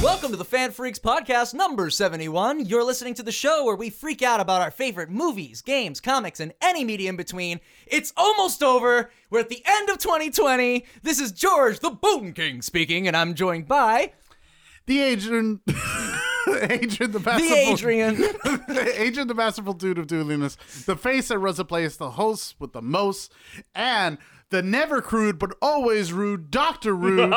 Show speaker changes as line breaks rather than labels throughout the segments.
Fan Freaks podcast number 71. You're listening to the show where we freak out about our favorite movies, games, comics, and any media in between. It's almost over. We're at the end of 2020. This is George the Booten King speaking, and I'm joined by
The Adrian. Adrian the
the
Masterful.
Adrian.
Adrian the Masterful Dude of Dudeliness. The face that runs the place, the host with the most, and the never crude but always rude Dr. Rude.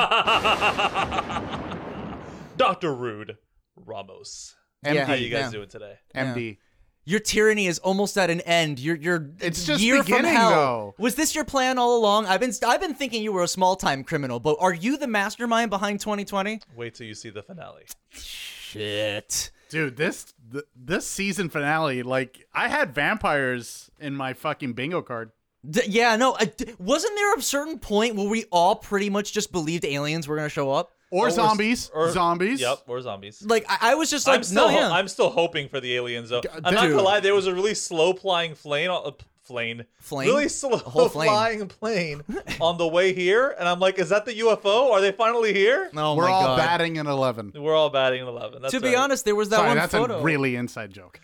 Dr. Rude Ramos.
MD.
How you guys
yeah,
doing today?
MD.
Your tyranny is almost at an end. You're you're
It's just
year from
beginning,
hell.
though.
Was this your plan all along? I've been I've been thinking you were a small time criminal, but are you the mastermind behind 2020?
Wait till you see the finale.
Shit.
Dude, this th- this season finale, like I had vampires in my fucking bingo card.
D- yeah, no. I d- wasn't there a certain point where we all pretty much just believed aliens were gonna show up?
Or,
Or-
zombies. zombies.
Yep, or zombies.
Like I, I was just like,
I'm still,
no,
ho-
yeah.
I'm still hoping for the aliens though. I'm not
dude.
gonna lie, there was a really slow flying plane, on- uh, p- plane,
Flane?
really slow
whole flane.
flying plane on the way here, and I'm like, is that the UFO? Are they finally here?
oh
We're
my
all
god.
batting an eleven.
We're all batting an eleven. That's
to be
right.
honest, there was that
Sorry,
one
that's
photo.
a really inside joke.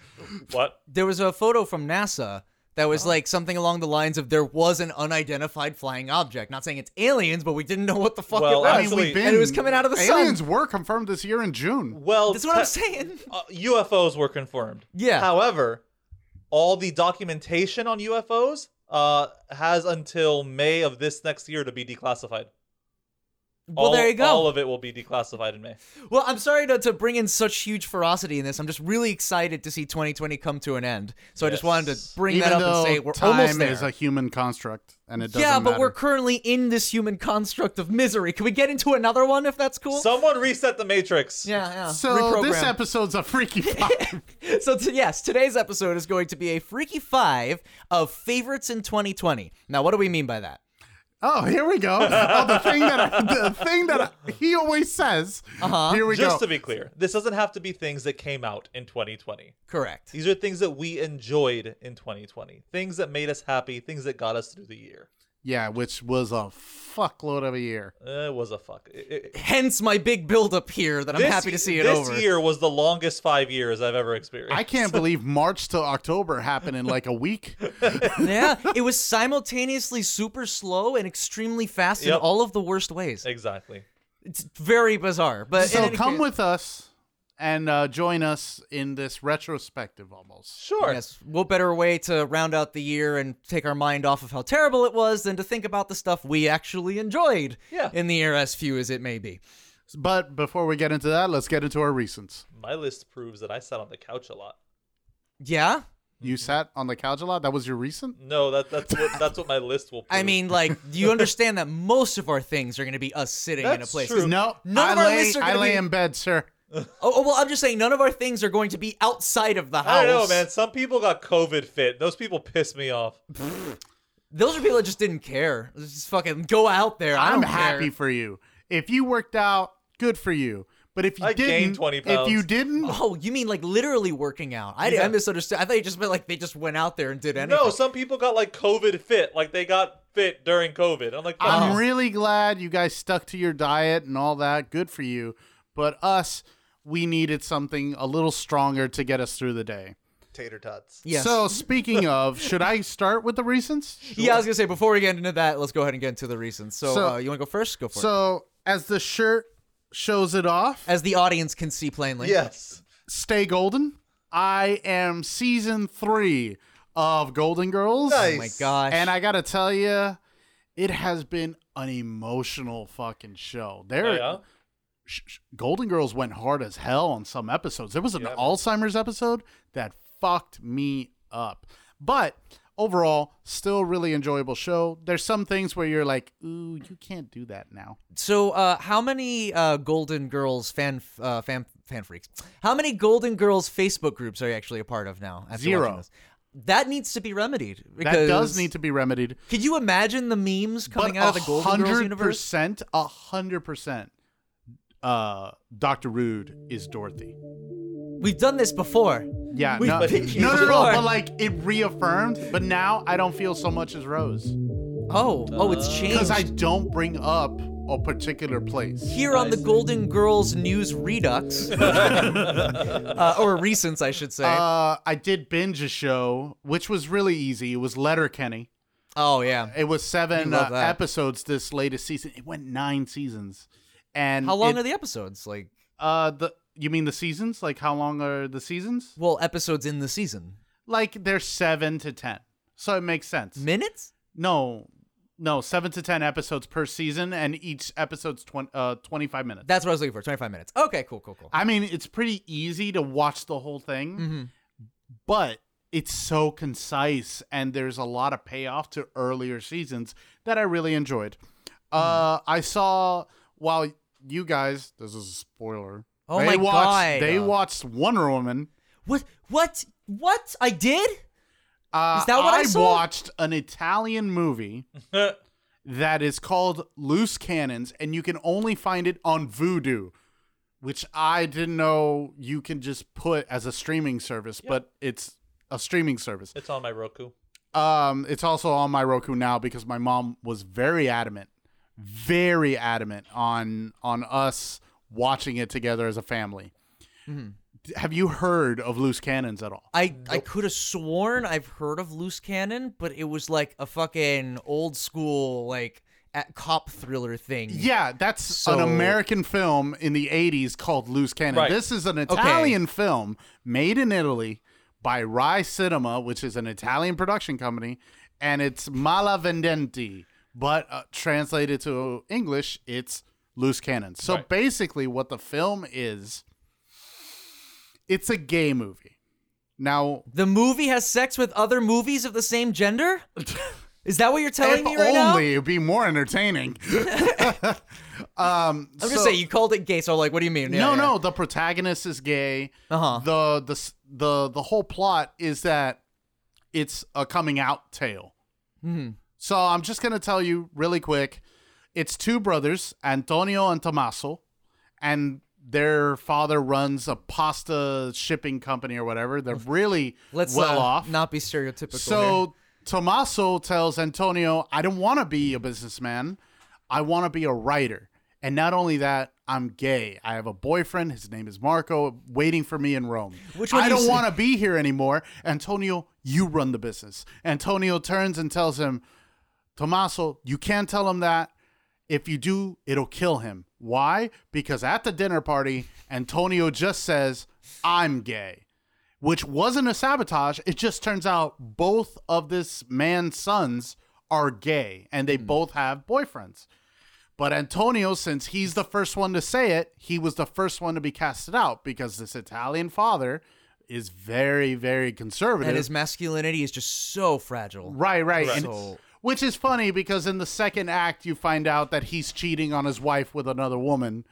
what?
there was a photo from NASA that was
Oh.
like something along the lines of there was an unidentified flying object. Not saying it's aliens, but we didn't know what the fuck
Well,
it was.
I
I mean, we've
Actually-
been
And it was coming out of the sun.
aliens were confirmed this year in June.
Well,
That's what I'm
te-
saying.
uh, UFOs were confirmed.
Yeah.
However, all the documentation on UFOs uh, has until May of this next year to be declassified.
Well,
all,
there you go.
All of it will be declassified in May.
Well, I'm sorry to, to bring in such huge ferocity in this. I'm just really excited to see 2020 come to an end. So I just
Yes.
wanted to bring
Even
that up
though
and say we're
time
almost there.
is a human construct, and it doesn't
yeah, but
matter.
we're currently in this human construct of misery. Can we get into another one if that's cool?
Someone reset the Matrix.
yeah, yeah.
so
Reprogram.
this episode's a freaky vibe.
So t- yes, today's episode is going to be a freaky five of favorites in 2020. Now, what do we mean by that?
oh, here we go. Oh, the thing that I, the thing that I, he always says. Uh-huh. Here we
Just
go.
to be clear, this doesn't have to be things that came out in 2020.
Correct.
These are things that we enjoyed in 2020. Things that made us happy, things that got us through the year.
yeah, which was a fuckload of a year.
Uh, It was a fuck. it- it-
Hence my big build-up here that I'm
this
happy to
ye-
see it
this
over.
year was the longest five years I've ever experienced.
I can't believe March to October happened in like a week.
yeah, it was simultaneously super slow and extremely fast in
Yep.
all of the worst ways.
Exactly.
It's very bizarre. But in
So
any
come
case-
with us and uh, join us in this retrospective almost.
Sure.
Yes, what better way to round out the year and take our mind off of how terrible it was than to think about the stuff we actually enjoyed
Yeah.
in the year as few as it may be.
But before we get into that, let's get into our recents.
My list proves that I sat on the couch a lot.
Yeah?
You
Mm-hmm.
sat on the couch a lot. That was your recent.
No, that that's what that's what my list will. Prove.
I mean, like, you understand that most of our things are going to be us sitting in a
That's
place.
true.
No,
None
I
of our
lay,
lists are
I
gonna
lay
be-
in bed, sir.
Oh, oh, well, I'm just saying, none of our things are going to be outside of the house.
I don't know, man. Some people got COVID fit. Those people piss me off.
Those are people that just didn't care. Let's Just fucking go out there. I
I'm
don't
happy
care.
for you. If you worked out, good for you. But if you
I
didn't,
gained 20
if
pounds.
you didn't,
Oh, you mean like literally working out? I, I
Yeah.
misunderstood. I thought you just meant like they just went out there and did anything.
No, some people got like COVID fit. Like they got fit during COVID. I'm like,
I'm
Oh.
fuck.
really glad you guys stuck to your diet and all that. Good for you. But us, we needed something a little stronger to get us through the day.
tater tots.
Yes.
So speaking of, should I start with the recents?
Yeah, I was gonna say before we get into that, let's go ahead and get into the reasons. So,
So-
uh, you want to go first? Go for it.
So as the shirt shows it off,
As the audience can see plainly.
Yes.
stay golden. I am season three of Golden Girls.
Nice.
Oh my gosh.
And I gotta tell you, it has been an emotional fucking show. There,
Oh, yeah?
sh- sh- Golden Girls went hard as hell on some episodes. There was an
Yeah, man.
Alzheimer's episode that fucked me up. But overall, still really enjoyable show. There's some things where you're like, ooh, you can't do that now.
So, uh, how many uh, Golden Girls fan f- uh, fan fan freaks? How many Golden Girls Facebook groups are you actually a part of now? after
Zero.
watching this? That needs to be remedied. Because
that does need to be remedied.
Could you imagine the memes coming out of the Golden Girls universe?
percent, a hundred percent. Uh, Doctor Rude is Dorothy.
We've done this before.
Yeah,
We
no, no,
picked you
no, no,
apart.
But like, it reaffirmed. But now I don't feel so much as Rose
Oh, oh, it's changed.
because I don't bring up a particular place.
Here on the Golden Girls News Redux, uh, or Recents, I should say.
Uh, I did binge a show, which was really easy. It was Letterkenny.
oh, yeah.
It was seven
We love
uh,
that.
episodes this latest season. It went nine seasons. And
How long
it-
are the episodes? Like,
uh the you mean the seasons? Like how long are the seasons?
well, episodes in the season.
Like they're seven to ten. So it makes sense.
Minutes?
no, no, seven to ten episodes per season, and each episode's 20, uh, 25 minutes.
That's what I was looking for 25 minutes. Okay, cool, cool, Mm-hmm. cool.
I mean, it's pretty easy to watch the whole thing,
Mm.
but it's so concise, and there's a lot of payoff to earlier seasons that I really enjoyed.
Mm.
Uh, I saw while you guys, this is a spoiler.
Oh
they
my
watched,
God.
They
Uh.
watched Wonder Woman.
What? What? What? I did?
Uh,
Is that what I saw?
watched an Italian movie that is called Loose Cannons, and you can only find it on Vudu, which I didn't know you can just put as a streaming service, but it's a streaming service.
it's on my Roku.
Um, it's also on my Roku now because my mom was very adamant, very adamant on on us watching it together as a family.
Mm-hmm.
D- Have you heard of Loose Cannons at all?
I, I could have sworn I've heard of Loose Cannon, but it was like a fucking old school, like, at cop thriller thing.
Yeah, that's an
So-
American film in the 80s called Loose Cannon.
Right.
This is an Italian film made in Italy by Rai Cinema, which is an Italian production company, and it's Malavendenti, but uh, translated to English, it's Loose Cannon. So
Right.
basically, what the film is, it's a gay movie. Now,
The movie has sex with other movies of the same gender? Is that what you're telling
if
me right now?
only it'd be more entertaining.
I'm
um,
just saying you called it gay, so like, what do you mean? Yeah,
no,
yeah.
no. The protagonist is gay.
Uh-huh.
The the s- the the whole plot is that it's a coming out tale.
Hmm.
So I'm just gonna tell you really quick. It's two brothers, Antonio and Tommaso, and their father runs a pasta shipping company or whatever. They're really
Let's
well
uh,
off.
not be stereotypical. here.
So Tommaso tells Antonio, I don't want to be a businessman. I want to be a writer. And not only that, I'm gay. I have a boyfriend. His name is Marco, waiting for me in Rome.
Which one
I
do you
don't
say-
want to be here anymore. Antonio, you run the business. Antonio turns and tells him, Tommaso, you can't tell him that. If you do, it'll kill him. Why? Because at the dinner party, Antonio just says, I'm gay, which wasn't a sabotage. It just turns out both of this man's sons are gay and they both have boyfriends. But Antonio, since he's the first one to say it, he was the first one to be casted out because this Italian father is very, very conservative.
and his masculinity is just so fragile.
Right, right.
Right.
And-
So-
which is funny because in the second act, you find out that he's cheating on his wife with another woman.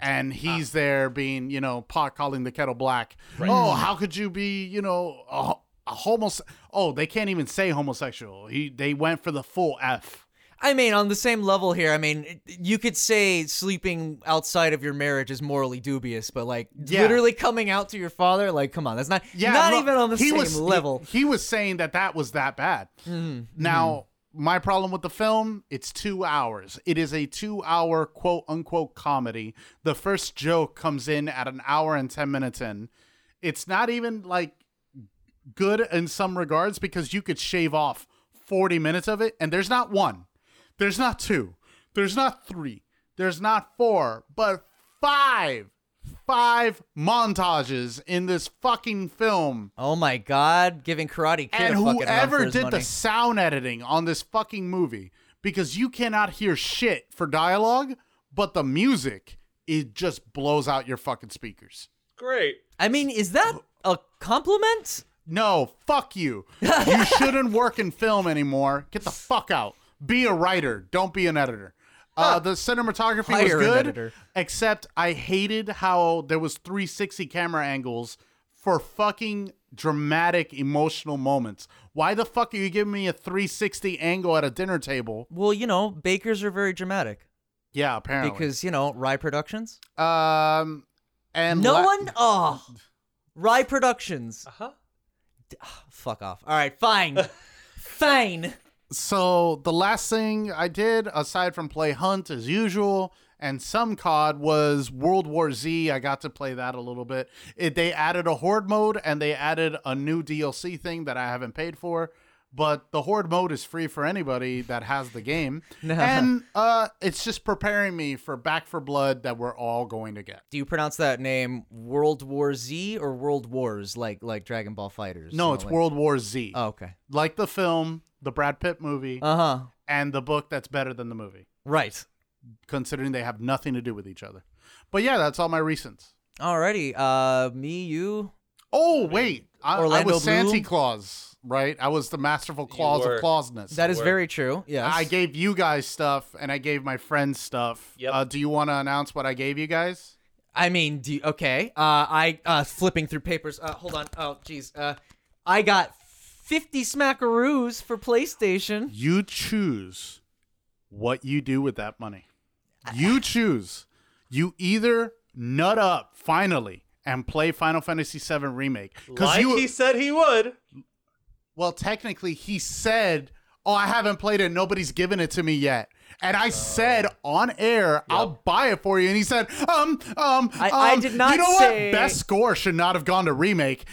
And he's there being, you know, pot calling the kettle black. Oh, how could you be, you know, a, ho- a homos? Oh, they can't even say homosexual. He, they went for the full F.
I mean, on the same level here. I mean, it- you could say sleeping outside of your marriage is morally dubious, but like
Yeah.
literally coming out to your father, like, come on, that's not
Yeah,
not
look,
even on the
he
same
was, he-
level. Mm-hmm.
He, was saying that that was that bad. Now, my problem with the film, it's two hours. It is a two-hour quote unquote comedy. The first joke comes in at an hour and ten minutes in. It's not even like good in some regards because you could shave off forty minutes of it, and there's not one, there's not two, there's not three, there's not four, but five. Five montages in this fucking film
oh my god, giving Karate Kid
and
a fucking run for
whoever
his
did
money.
the sound editing on this fucking movie because you cannot hear shit for dialogue but the music it just blows out your fucking speakers
Great.
I mean, is that a compliment?
no fuck you you shouldn't work in film anymore get the fuck out be a writer don't be an editor uh, the cinematography
Hire an
was good
editor.
except i hated how there was 360 camera angles for fucking dramatic emotional moments why the fuck are you giving me a 360 angle at a dinner table
Well, you know, bakers are very dramatic
yeah apparently
because you know Rye Productions.
um and
No
la-
one. Oh, Rye
Oh.
Uh-huh.
Productions.
Uh huh.
Fuck off. All right, fine, fine.
So the last thing I did, aside from play Hunt as usual and some COD, was World War Z. I got to play that a little bit. It, they added a horde mode and they added a new DLC thing that I haven't paid for. But the horde mode is free for anybody that has the game, and uh, it's just preparing me for Back for Blood that we're all going to get.
Do you pronounce that name World War Z or World Wars like like Dragon Ball Fighters?
No,
So,
it's
like-
World War Z,
Oh, okay.
like the film, the Brad Pitt movie,
Uh huh.
and the book that's better than the movie.
Right.
considering they have nothing to do with each other. But yeah, that's all my recents.
Alrighty. Uh, me, you.
Oh wait, I, I
Orlando
was Santa
Bloom?
Claus, right? I was the masterful claws
were.
of clawsness.
That is
Word.
very true. Yes.
I gave you guys stuff, and I gave my friends stuff.
Yep.
Uh, do you want to announce what I gave you guys?
I mean, do you- okay. Uh, I uh, flipping through papers. Uh, hold on. Oh, jeez. Uh, I got fifty smackaroos for PlayStation.
You choose what you do with that money. You choose. You either nut up finally and play Final Fantasy VII remake because
Like
you
he said he would.
Well, technically, he said, "Oh, I haven't played it. Nobody's given it to me yet." And I said
Oh.
on air, "I'll buy it for you." And he said, "Um, um,
I- I
um,
did not
You know
say-
what? Best score should not have gone to remake."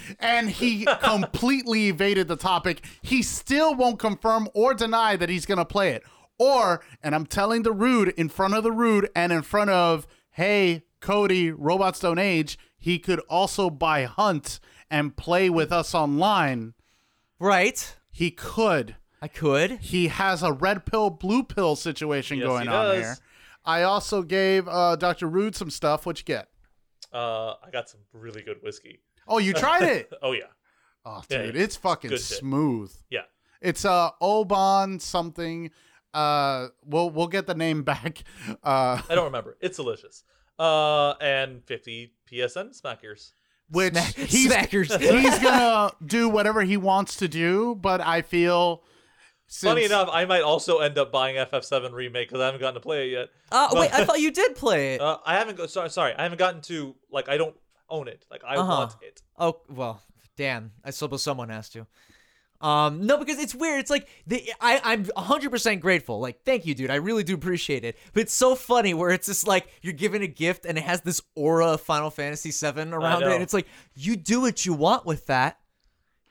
And he completely evaded the topic. He still won't confirm or deny that he's gonna play it. Or, and I'm telling the rude in front of the rude and in front of, hey, Cody, robots don't age. He could also buy Hunt and play with us online.
Right.
He could.
I could.
He has a red pill, blue pill situation
Yes, he
going on
does.
here. I also gave uh, Dr. Rude some stuff. What you get?
Uh, I got some really good whiskey.
Oh, you tried it.
Oh yeah,
Oh,
Yeah,
dude,
yeah.
it's fucking
Good shit.
smooth.
yeah.
It's uh Oban something. Uh, we'll we'll get the name back. Uh,
I don't remember. It's delicious. Uh, and 50 PSN smackers.
which
Smack-
he's
smackers.
he's gonna do whatever he wants to do. But I feel since,
Funny enough, I might also end up buying FF7 remake because I haven't gotten to play it yet.
Uh, wait. I thought you did play it.
Uh, I haven't. Go- sorry, sorry. I haven't gotten to like. I don't own it. Like I
Uh-huh.
want it.
Oh well, damn. I suppose someone has to. Um, no, because it's weird. It's like the, I, I'm 100% grateful. Like, thank you, dude. I really do appreciate it. But it's so funny where it's just like you're given a gift and it has this aura of Final Fantasy VII around it.
know.
And it's like you do what you want with that.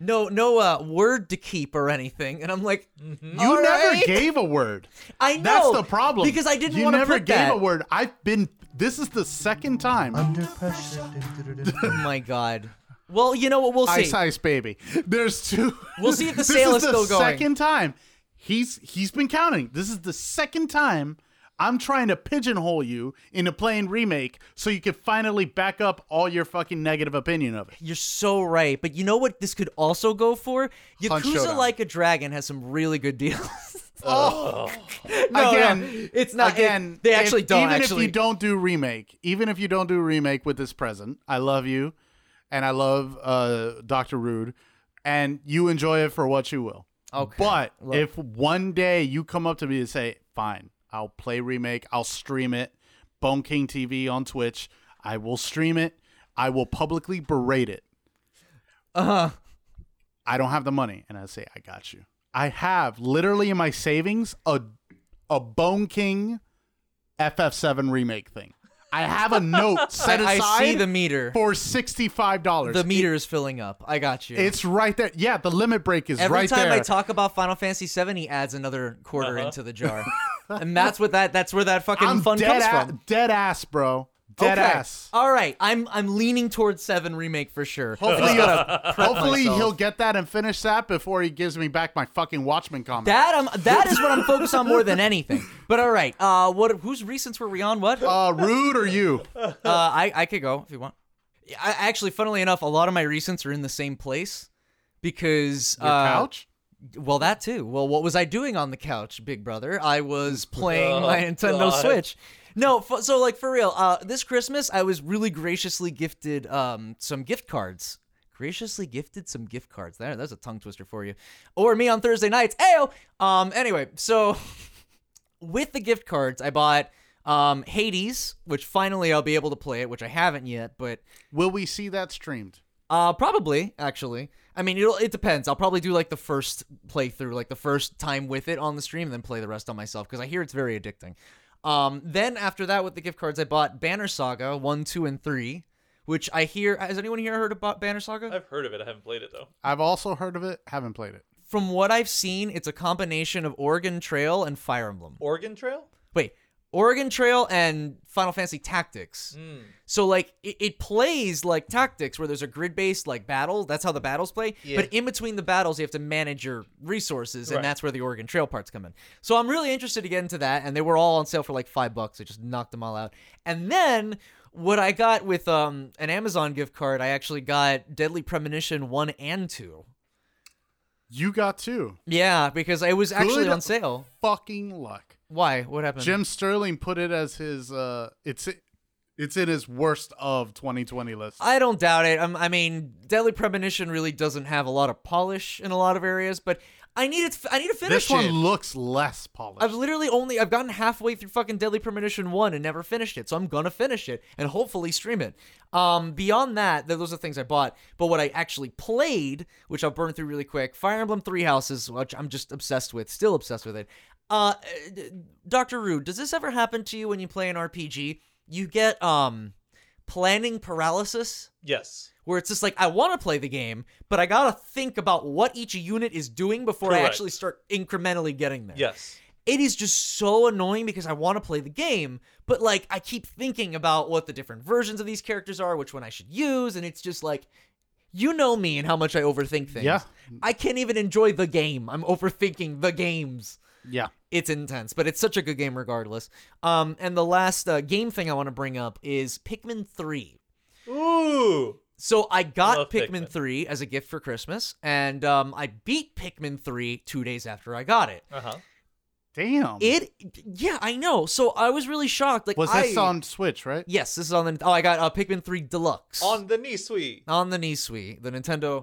No, no uh, word to keep or anything. And I'm like,
you
all
never
right.
gave a word.
I know.
That's the problem.
because I didn't
You
want to
never
put
gave
that.
a word. I've been. This is the second time.
Oh my god. Well, you know what? We'll see.
Ice Ice Baby. There's two.
We'll see if the
This
sale is
the
still going.
Second time. He's he's been counting. This is the second time I'm trying to pigeonhole you into playing remake so you can finally back up all your fucking negative opinion of it.
You're so right. But you know what this could also go for?
Hunt
Yakuza
Showdown.
Like a Dragon has some really good deals. no,
Oh, again,
it's not- it-
Again,
they
if-
actually don't,
Even
actually.
if you don't do remake, even if you don't do remake with this present, I love you, and I love uh, Doctor Rude, and you enjoy it for what you will.
Okay.
But if one day you come up to me and say, "Fine, I'll play remake. I'll stream it. Bone King TV on Twitch. I will stream it. I will publicly berate it.
uh-huh.
I don't have the money," and I say, "I got you. I have literally in my savings a a Bone King FF7 remake thing. I have a note set
I,
aside
I see the meter.
for sixty five dollars.
The meter is filling up. I got you.
It's right there. Yeah, the limit break is
Every
right
time
there. Uh-huh.
I talk about Final Fantasy VII, he adds another quarter into the jar, and that's what that that's where that fucking
I'm
fun
dead,
comes
a-
from.
dead ass, bro. Dead
Okay.
ass.
All right, I'm I'm leaning towards Seven remake for sure.
Hopefully,
Just gotta
uh,
prep
hopefully
myself.
he'll get that and finish that before he gives me back my fucking Watchmen comment.
That I'm, that is what I'm focused on more than anything. But all right, uh, what whose recents were we on? What? Uh,
uh, rude or you?
I I could go if you want. Yeah, I, actually, funnily enough, a lot of my recents are in the same place because
Your
uh,
couch?
Well, that too. Well, what was I doing on the couch, Big Brother? I was playing
Oh,
my Nintendo
God.
Switch. No, f- so like for real, uh, this Christmas I was really graciously gifted um, some gift cards. Graciously gifted some gift cards. There, that's a tongue twister for you. Or me on Thursday nights. Ayo. Um. Anyway, so with the gift cards, I bought um Hades, which finally I'll be able to play it, which I haven't yet, but
Will we see that streamed?
uh, probably actually. I mean, it'll it depends. I'll probably do like the first playthrough, like the first time with it on the stream, and then play the rest on myself because I hear it's very addicting. Um, then after that, with the gift cards, I bought Banner Saga one, two, and three, which I hear. Has anyone here heard about Banner Saga?
I've heard of it. I haven't played it though.
I've also heard of it. Haven't played it.
From what I've seen, it's a combination of Oregon Trail and Fire Emblem.
Oregon Trail.
Wait, Oregon Trail and Final Fantasy Tactics.
Mm.
So like it, it plays like tactics where there's a grid based like battle. That's how the battles play.
Yeah.
But in between the battles, you have to manage your resources, and
Right.
that's where the Oregon Trail parts come in. So I'm really interested to get into that. And they were all on sale for like five bucks. I just knocked them all out. And then what I got with um an Amazon gift card, I actually got Deadly Premonition one and two.
You got two.
Yeah, because it was actually
Good.
on sale.
Fucking luck.
Why? What happened?
Jim Sterling put it as his uh it's it's in his worst of 2020 list.
I don't doubt it. Um, I mean, Deadly Premonition really doesn't have a lot of polish in a lot of areas, but I need it. I need to finish
This one
it.
looks less polished.
I've literally only I've gotten halfway through fucking Deadly Premonition one and never finished it, so I'm gonna finish it and hopefully stream it. Um, beyond that, th- those are things I bought, but what I actually played, which I'll burn through really quick, Fire Emblem Three Houses, which I'm just obsessed with, still obsessed with it. Uh, Doctor Rude, does this ever happen to you when you play an RPG? You get um, planning paralysis
Yes.
where it's just like I want to play the game, but I gotta think about what each unit is doing before I
Correct.
actually start incrementally getting there.
Yes.
It is just so annoying because I want to play the game, but like I keep thinking about what the different versions of these characters are, which one I should use, and it's just like you know me and how much I overthink things.
Yeah.
I can't even enjoy the game. I'm overthinking the games
yeah.
it's intense, but it's such a good game regardless. Um, and the last uh, game thing I want to bring up is Pikmin 3.
Ooh.
So I got
Love
Pikmin,
Pikmin.
3 as a gift for Christmas, and um, I beat Pikmin 3 two days after I got it.
Uh huh.
Damn.
It, yeah, I know. So I was really shocked. Like,
Um, was
I,
this on Switch, right?
Yes, this is on the. Oh, I got uh, Pikmin 3 Deluxe
On the knee sweet.
on the Nisui, the Nintendo,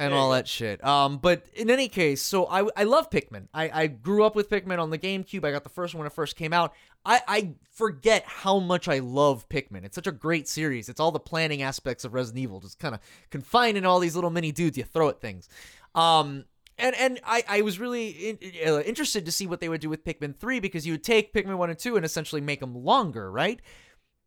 and
There you
all
go.
that shit. Um, but in any case, so I I love Pikmin. I I grew up with Pikmin on the GameCube. I got the first one when it first came out. I I forget how much I love Pikmin. It's such a great series. It's all the planning aspects of Resident Evil, just kind of confined in all these little mini dudes you throw at things. Um. And, and I, I was really in, uh, interested to see what they would do with Pikmin 3 because you would take Pikmin 1 and 2 and essentially make them longer, right?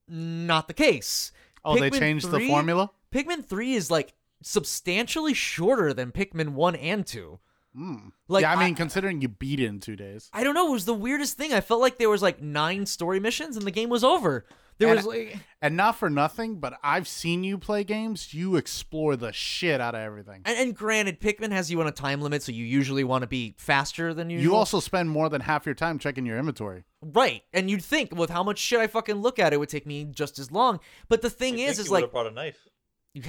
Not the case.
Oh, they
Pikmin
changed the
3
formula?
Pikmin 3 is like substantially shorter than Pikmin 1 and 2.
Hmm.
Mm.
Like
yeah, I mean,
I,
considering you beat it in two days.
I don't know, it was the weirdest thing. I felt like there was like 9 story missions and the game was over. There
And-
was like
And not for nothing, but I've seen you play games. You explore the shit out of everything.
and, and granted Pikmin has you on a time limit so you usually want to be faster than usual.
You also spend more than half your time checking your inventory.
Right. And you'd think with how much shit I fucking look at it would take me just as long. But the thing
You'd
is
think
is
you would've
like
brought a knife.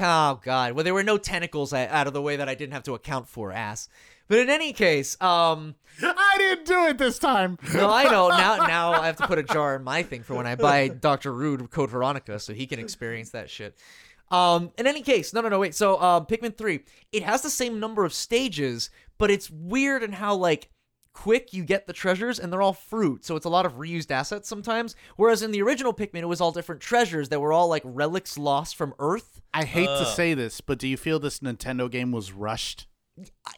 Oh god. Well, there were no tentacles a- out of the way that I didn't have to account for, ass. But in any case, um
I didn't do it this time.
No, I know. Now now I have to put a jar in my thing for when I buy Dr. Rude Code Veronica so he can experience that shit. Um, in any case, no, no, no, wait. So, um, Pikmin 3, it has the same number of stages, but it's weird in how, like, quick you get the treasures and they're all fruit. So it's a lot of reused assets sometimes. Whereas in the original Pikmin, it was all different treasures that were all, like, relics lost from Earth.
I hate to
Uh.
say this, but do you feel this Nintendo game was rushed?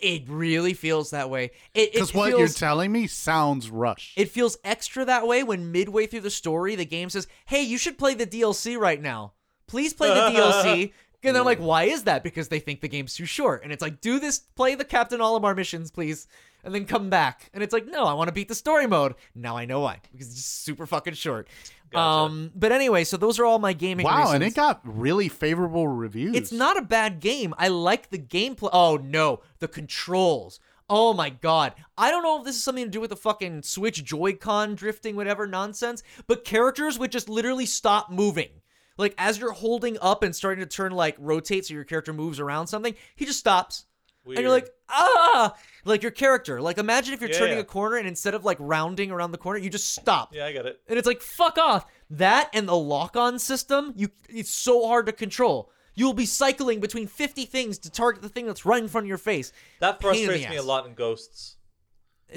It really feels that way. It, it
Because what
feels...
you're telling me sounds rushed.
It feels extra that way when midway through the story, the game says, "Hey, you should play the DLC right now. Please play the DLC." And I'm like, "Why is that?" Because they think the game's too short. And it's like, "Do this, play the Captain Olimar missions, please, and then come back." And it's like, "No, I want to beat the story mode." Now I know why because it's just super fucking short.
Gotcha.
Um, but anyway, so those are all my gaming.
wow, and it
reasons.
got really favorable reviews.
It's not a bad game. I like the gameplay. Oh no, the controls. Oh my god. I don't know if this is something to do with the fucking Switch Joy-Con drifting, whatever nonsense, but characters would just literally stop moving. Like as you're holding up and starting to turn, like rotate so your character moves around something, he just stops.
Weird.
And you're like, ah, like your character. Like imagine if you're
Yeah.
turning a corner and instead of like rounding around the corner, you just stop.
Yeah, I get it.
And it's like, fuck off. That and the lock-on system, you it's so hard to control. You'll be cycling between 50 things to target the thing that's right in front of your face.
That
Pain in the
frustrates me a
ass.
lot in Ghosts.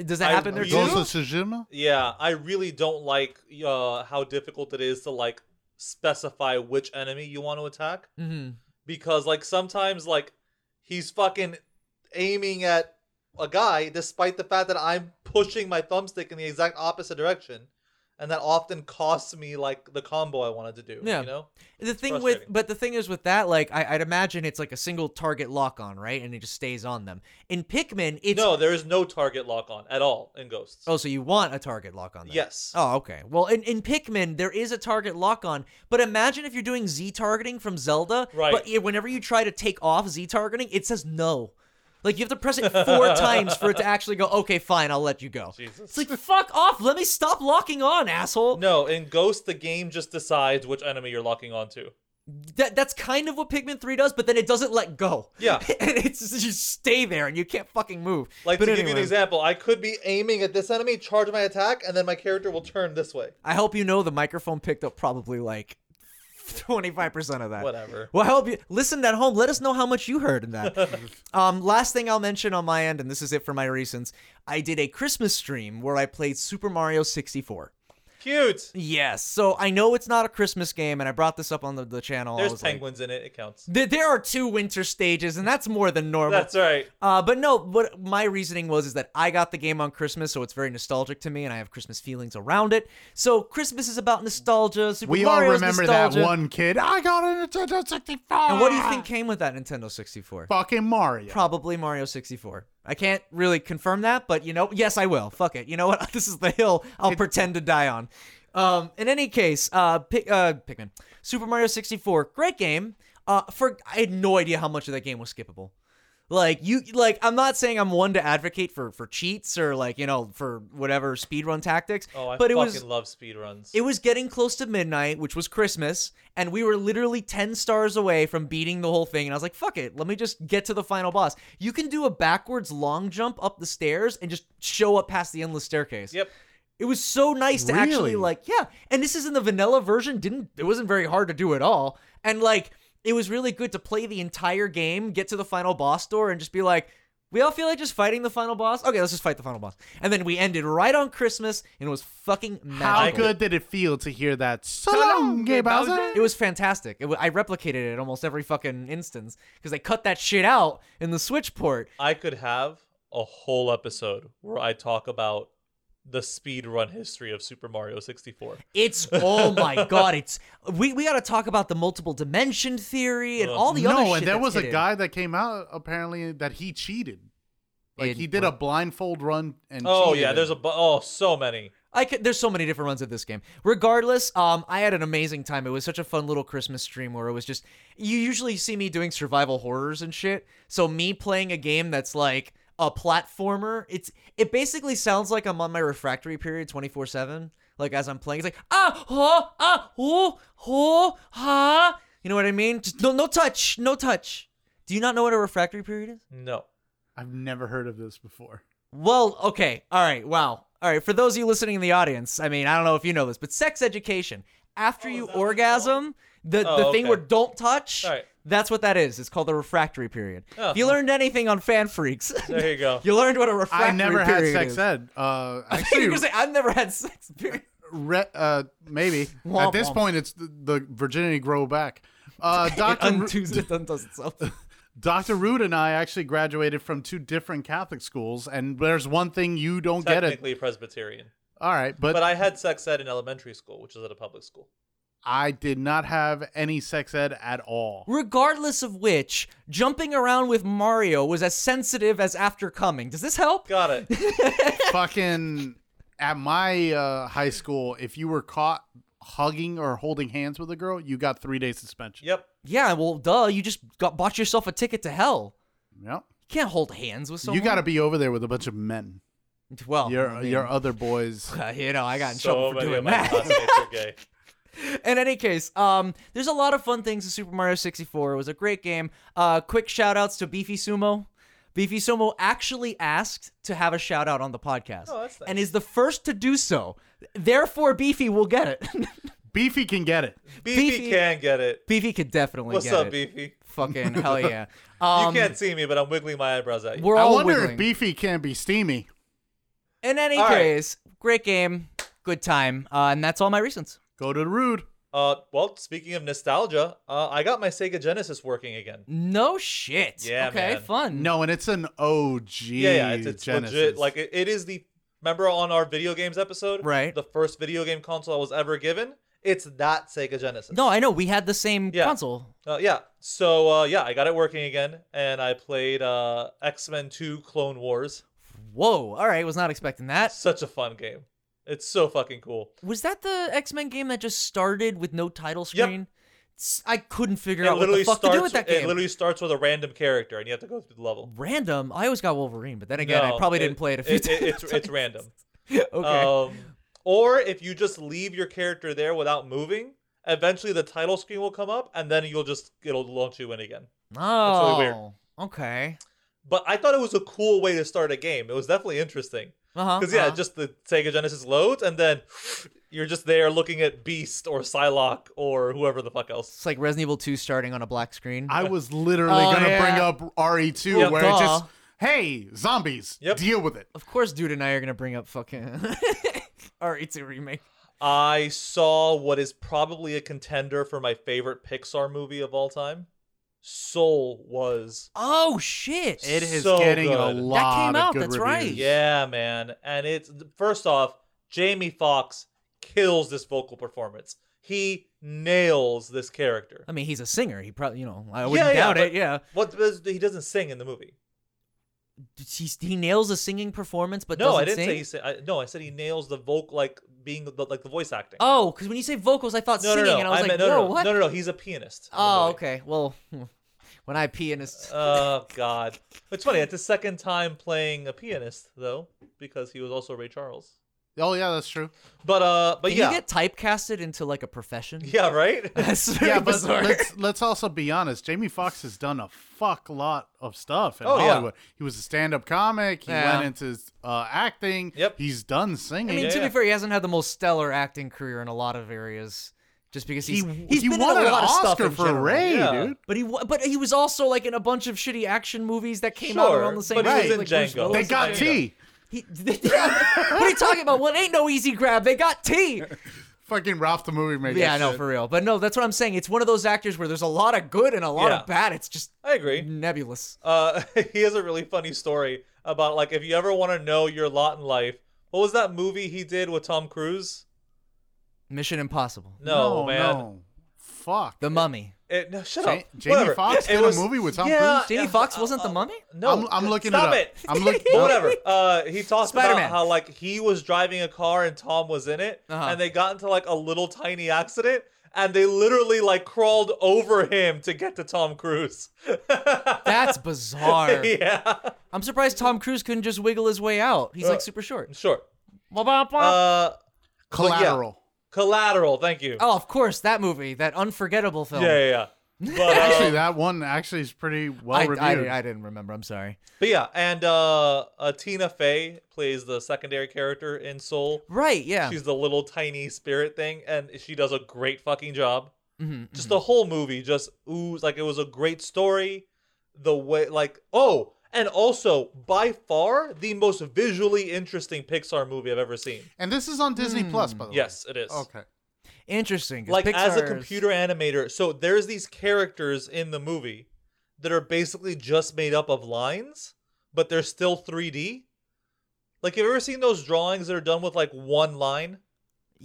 Does that
I
happen there
really-
too?
Ghost of Tsushima?
Yeah, I really don't like uh, how difficult it is to like specify which enemy you want to attack
Mm-hmm.
because like sometimes like he's fucking aiming at a guy, despite the fact that I'm pushing my thumbstick in the exact opposite direction, and that often costs me like the combo I wanted to do.
Yeah.
You know,
The thing with,
frustrating.
but the thing is with that, like I, I'd imagine it's like a single target lock on, right? And it just stays on them. In Pikmin, it's
no, there is no target lock on at all in Ghosts.
oh, so you want a target lock on? Them.
yes.
Oh, okay. Well, in, in Pikmin, there is a target lock on, but imagine if you're doing Z targeting from Zelda,
Right.
but i- whenever you try to take off Z targeting, it says no. Like, you have to press it four times for it to actually go, okay, fine, I'll let you go.
Jesus.
It's like, fuck off, let me stop locking on, asshole.
No, in Ghost, the game just decides which enemy you're locking onto.
That, that's kind of what Pikmin 3 does, but then it doesn't let go.
Yeah.
and it's you stay there and you can't fucking move.
Like
but
to give you
anyway,
an example, I could be aiming at this enemy, charge my attack, and then my character will turn this way.
I hope you know the microphone picked up probably like 25% of that.
Whatever.
Well, I hope you listened at home. Let us know how much you heard in that. um, last thing I'll mention on my end, and this is it for my reasons. I did a Christmas stream where I played Super Mario 64.
Cute.
Yes, so I know it's not a Christmas game, and I brought this up on the, the channel. I
There's
was like,
penguins in it. It counts.
there, there are two winter stages, and that's more than normal.
That's right.
Uh, but no, what my reasoning was is that I got the game on Christmas, so it's very nostalgic to me, and I have Christmas feelings around it. So Christmas is about nostalgia. Super
We all
Mario's
remember
nostalgia.
that one Ah. kid. I got a Nintendo 64.
And what do you think came with that Nintendo 64?
Fucking Mario.
Probably Mario 64. I can't really confirm that, but you know, yes, I will. Fuck it. You know what? This is the hill I'll pretend to die on. Um, in any case, uh, Pi- uh, Pikmin, Super Mario 64, great game. Uh, for I had no idea how much of that game was skippable. Like you, like I'm not saying I'm one to advocate for for cheats or like you know for whatever speedrun tactics.
Oh, I
but it
fucking
was
love speedruns.
it was getting close to midnight, which was Christmas, and we were literally 10 stars away from beating the whole thing. And I was like, fuck it, let me just get to the final boss. You can do a backwards long jump up the stairs and just show up past the endless staircase.
Yep.
It was so nice to actually
Really?
like, yeah. And this is in the vanilla version, didn't it wasn't very hard to do at all. And like it was really good to play the entire game, get to the final boss door and just be like, we all feel like just fighting the final boss. Okay, let's just fight the final boss. And then we ended right on Christmas and it was fucking magical.
How good did it feel to hear that? So long, Gay Bowser.
It was fantastic. It wa- I replicated it almost every fucking instance because they cut that shit out in the Switch port.
I could have a whole episode where I talk about the speedrun history of Super Mario 64.
It's oh my god! It's we we got to talk about the multiple dimension theory and all the other
no,
shit.
and there
that's
was
hidden.
a guy that came out apparently that he cheated. Like
In
he did a blindfold run and
Oh
cheated
yeah,
it.
there's a bu- oh so many.
I could, there's so many different runs of this game. Regardless, um, I had an amazing time. It was such a fun little Christmas stream where it was just you usually see me doing survival horrors and shit. So me playing a game that's like a platformer, it's it basically sounds like I'm on my refractory period 24 seven. Like as I'm playing, it's like ah ho ah ho ho ha. You know what I mean? Just no no touch, no touch. Do you not know what a refractory period is?
No.
I've never heard of this before.
Well, okay. All right. Wow. All right. For those of you listening in the audience, I mean, I don't know if you know this, but sex education.
Oh,
After you orgasm, the,
Oh,
the thing
okay.
where don't touch,
All right.
that's what that is. It's called the refractory period.
Oh.
If you learned anything on Fan Freaks,
There you go.
you learned what a refractory
I never had
period
sex
is.
ed. Uh,
You're
actually,
gonna say, I've never had sex. Period.
re- uh, maybe
Womp
at this
womp.
point it's the, the virginity grow back. Uh,
It
Doctor
undoes, it undoes itself.
Dr. Root and I actually graduated from two different Catholic schools, and there's one thing you don't get it.
Technically Presbyterian.
All right, but,
But I had sex ed in elementary school, which is at a public school.
I did not have any sex ed at all.
Regardless of which, jumping around with Mario was as sensitive as after coming. Does this help?
Got it.
Fucking at my uh, high school, if you were caught hugging or holding hands with a girl, you got three day suspension.
Yep.
Yeah, well, duh. You just got bought yourself a ticket to hell.
Yep.
You can't hold hands with someone.
you got to be over there with a bunch of men.
well.
your
I mean,
your other boys.
uh, you know, I got in
So
trouble for
many of
doing
my
that.
classmates are gay.
in any case, um, there's a lot of fun things in Super Mario 64. It was a great game. Uh, quick shout outs to Beefy Sumo. Beefy Sumo actually asked to have a shout out on the podcast,
Oh, that's nice.
and is the first to do so. Therefore, Beefy will get it.
Beefy can get it.
Beefy,
Beefy.
can get it.
Beefy could definitely
What's
get
up,
it.
Beefy?
Fucking hell yeah. Um,
you can't see me, but I'm wiggling my eyebrows at you.
We're
I
all
wonder
wiggling.
if Beefy can be steamy.
in any
All right.
case, great game, good time, uh, and that's all my reasons.
Go to the Rude.
Uh, well, speaking of nostalgia, uh, I got my Sega Genesis working again.
No shit.
Yeah,
Okay,
man.
fun.
No, and it's an OG.
Yeah, yeah, it's, it's
Genesis.
legit. Like it, it is the remember on our video games episode,
Right.
The first video game console I was ever given. It's that Sega Genesis.
No, I know. We had the same
Yeah.
console.
Uh, yeah. So uh, yeah, I got it working again, and I played uh, X Men Two Clone Wars.
Whoa. All right. Was not expecting that.
Such a fun game. It's so fucking cool.
Was that the X Men game that just started with no title screen? S- I couldn't figure
It
out what
literally
the fuck
starts.
to do with that game.
It literally starts with a random character, and you have to go through the level.
Random. I always got Wolverine, but then again,
No,
I probably didn't play it a few times.
it's it's random.
okay.
Um, or if you just leave your character there without moving, eventually the title screen will come up, and then you'll just it'll launch you in again.
oh.
really weird.
Okay.
But I thought it was a cool way to start a game. It was definitely interesting
Uh huh.
because yeah, just the Sega Genesis loads, and then you're just there looking at Beast or Psylocke or whoever the fuck else.
it's like Resident Evil 2 starting on a black screen.
I was literally
Oh,
gonna
yeah.
bring up RE2
Yeah,
where
duh.
it just hey zombies
Yep.
deal with it.
of course, dude and I are gonna bring up fucking RE2 remake.
I saw what is probably a contender for my favorite Pixar movie of all time. Soul was
Oh shit!
It is
So
getting a
good. That
lot
came out,
of good
that's
reviews.
right.
Yeah, man. And it's first off, Jamie Foxx kills this vocal performance. He nails this character.
I mean, he's a singer. He probably, you know, I wouldn't
yeah,
doubt
but-
it. Yeah,
What does- he doesn't sing in the movie.
he, he nails a singing performance, but
no,
doesn't
I didn't
sing.
say he sing. I, no, I said he nails the vocal, like being the, like the voice acting.
Oh, because when you say vocals, I thought
no, no,
singing,
no,
and I was like,
meant- no,
whoa,
no, no,
what?
no, no, no. He's a pianist. in the
Oh,
movie.
okay. Well, when I pee in his,
Oh God, it's funny. It's his second time playing a pianist though, because he was also Ray Charles.
Oh yeah, that's true.
But uh, but
Can
yeah,
you get typecasted into like a profession.
yeah, right.
That's very
Yeah, but
bizarre.
let's let's also be honest. Jamie Foxx has done a fuck lot of stuff in
Oh, yeah.
Hollywood. He was a stand-up comic. He
Yeah.
went into uh, acting.
Yep.
He's done
I
singing.
mean,
Yeah,
to
yeah.
be fair, he hasn't had the most stellar acting career in a lot of areas, just because he's
he
he's
he
been
won
in a
an
lot of stuff
Oscar
in
for
general.
Ray,
Yeah.
dude.
But he wa- but he was also like in a bunch of shitty action movies that came out
Sure,
around the same
but
he was
time.
in
like Bruce
Django.
Willis.
They
Wilson
got
Vega.
T.
He- what are you talking about? Well, it ain't no easy grab. They got T.
Fucking Ralph the movie maker.
Yeah, I know for real. But no, that's what I'm saying. It's one of those actors where there's a lot of good and a lot
Yeah.
of bad. It's just
I agree.
nebulous.
uh, he has a really funny story about like if you ever want to know your lot in life. What was that movie he did with Tom Cruise?
Mission Impossible.
No,
no,
man.
no. Fuck.
The Mummy.
It, no, shut
Ja-
up.
Jamie
Whatever.
Foxx
It
did a
was-
movie with Tom
yeah,
Cruise?
Jamie
yeah,
Fox
uh,
wasn't the
uh,
mummy?
No,
I'm, I'm looking
Stop
it
it.
up. I'm looking.
But whatever. Uh, he talks
Spider-Man.
about how like he was driving a car and Tom was in it,
Uh-huh.
and they got into like a little tiny accident, and they literally like crawled over him to get to Tom Cruise.
That's bizarre.
yeah,
I'm surprised Tom Cruise couldn't just wiggle his way out. He's like
Uh,
super short.
sure.
Oh,
Uh,
Collateral.
collateral. Thank you.
Oh, of course, that movie, that unforgettable film.
Yeah, yeah, yeah. But, uh,
Actually, that one actually is pretty well
I,
reviewed.
I, I didn't remember. I'm sorry.
but yeah, and uh, uh, Tina Fey plays the secondary character in Soul.
Right? Yeah.
She's the little tiny spirit thing, and she does a great fucking job.
hmm
Just the whole movie just ooze like it was a great story. The way, like, oh, and also by far the most visually interesting Pixar movie I've ever seen.
and this is on Disney Plus, by the
Hmm. Yes, it is.
way. Oh. Okay.
Interesting. 'cause
like as a
Pixar's-
computer animator so there's these characters in the movie that are basically just made up of lines but they're still 3d like have you ever seen those drawings that are done with like one line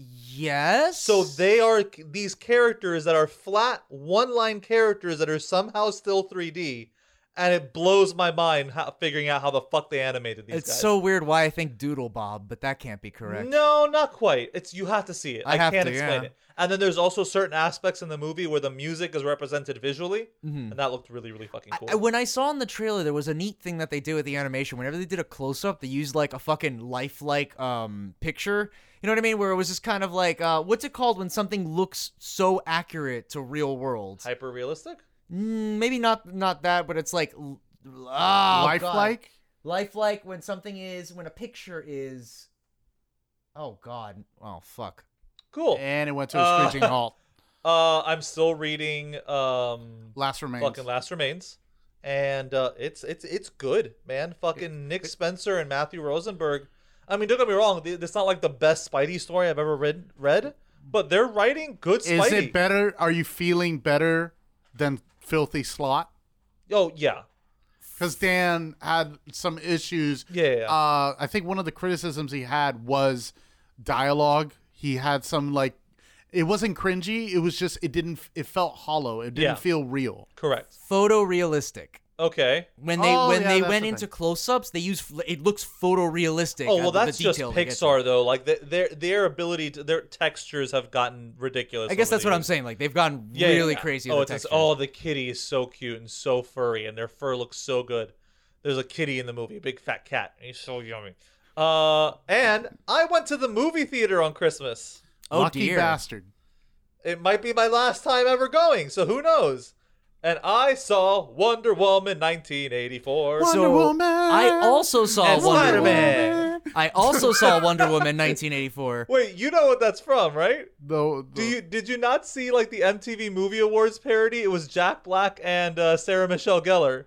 Yes.
so they are c- these characters that are flat one line characters that are somehow still 3d and it blows my mind how, figuring out how the fuck they animated these
It's
guys
so weird why I think Doodle Bob, but that can't be correct.
No, not quite. It's you have to see it.
I
I,
have
can't
to,
explain
yeah.
it. And then there's also certain aspects in the movie where the music is represented visually, and that looked really, really fucking
I-
cool.
I, when I saw in the trailer, there was a neat thing that they did with the animation. Whenever they did a close up, they used like a fucking lifelike um, picture. You know what I mean? Where it was just kind of like, uh, what's it called when something looks so accurate to real world?
Hyper realistic.
Mm, maybe not not that, but it's like l- oh,
Ah,
God.
Lifelike.
Lifelike when something is when a picture is. Oh God! Oh fuck!
Cool.
And it went to a
Uh,
screeching halt.
Uh, I'm still reading um
Last remains.
fucking Last Remains, and uh, it's it's it's good, man. Fucking Nick Spencer and Matthew Rosenberg. I mean, don't get me wrong. th- It's not like the best Spidey story I've ever read, read, But they're writing good Spidey.
Is it better? Are you feeling better than Filthy Slot?
oh yeah,
Because Dan had some issues.
Yeah, yeah, yeah.
Uh, I think one of the criticisms he had was dialogue. He had some like, it wasn't cringy. It was just it didn't. It felt hollow. It didn't
Yeah.
feel real.
correct.
photorealistic.
Okay.
When they
Oh,
when
yeah,
they
that's
went
the
into
thing.
close-ups, they use it looks photorealistic.
Oh
out
well,
of the
that's just
detail they get to.
Pixar though. Like th- their their ability, to, their textures have gotten ridiculous.
I guess
over
that's
the
what I'm
years.
saying. Like they've gone
Yeah, yeah,
really
yeah.
crazy.
Oh,
with
it's
the
just,
textures.
oh, the kitty is so cute and so furry, and their fur looks so good. There's a kitty in the movie, a big fat cat, and he's so yummy. Uh, and I went to the movie theater on Christmas.
Oh,
Lucky
dear.
bastard.
It might be my last time ever going, so who knows? And I saw Wonder Woman 1984.
Wonder
So,
Woman.
I also saw
And
Wonder
Spider-Man.
Woman. I also saw Wonder Woman 1984.
Wait, you know what that's from, right?
Though,
Do you did you not see like the MTV Movie Awards parody? It was Jack Black and uh, Sarah Michelle Gellar.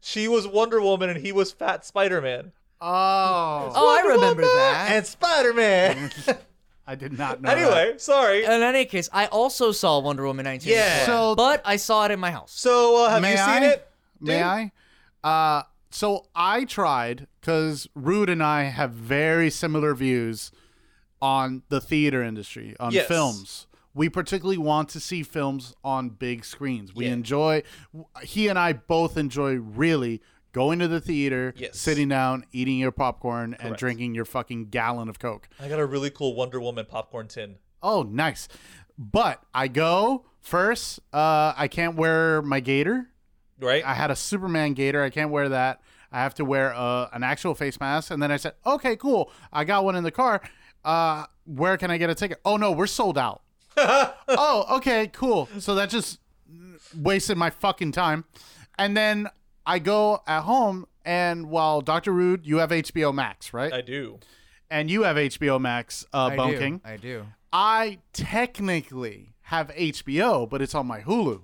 She was Wonder Woman and he was Fat Spider Man.
Oh,
Oh, I remember that.
And Spider Man.
I did not know.
anyway, sorry.
in any case, I also saw Wonder Woman 1984.
Yeah.
So-
but I saw it in my house.
So uh, have
May
you seen
I?
it?
May I? Uh, so I tried because Rude and I have very similar views on the theater industry, on
Yes.
films. We particularly want to see films on big screens. We
Yeah.
enjoy, he and I both enjoy really going to the theater,
Yes.
sitting down, eating your popcorn, and drinking your fucking gallon of Coke.
I got a really cool Wonder Woman popcorn tin.
Oh, nice. But I go first, uh, I can't wear my gator.
Right?
I had a Superman gator. I can't wear that. I have to wear uh, an actual face mask. And then I said, okay, cool. I got one in the car. Uh, where can I get a ticket? Oh, no, we're sold out. oh, okay, cool. So that just wasted my fucking time. And then I go at home, and while Dr. Rude, you have HBO Max, right?
I do.
and you have HBO Max, uh,
I
Bone
do.
King.
I do.
I technically have HBO, but it's on my Hulu.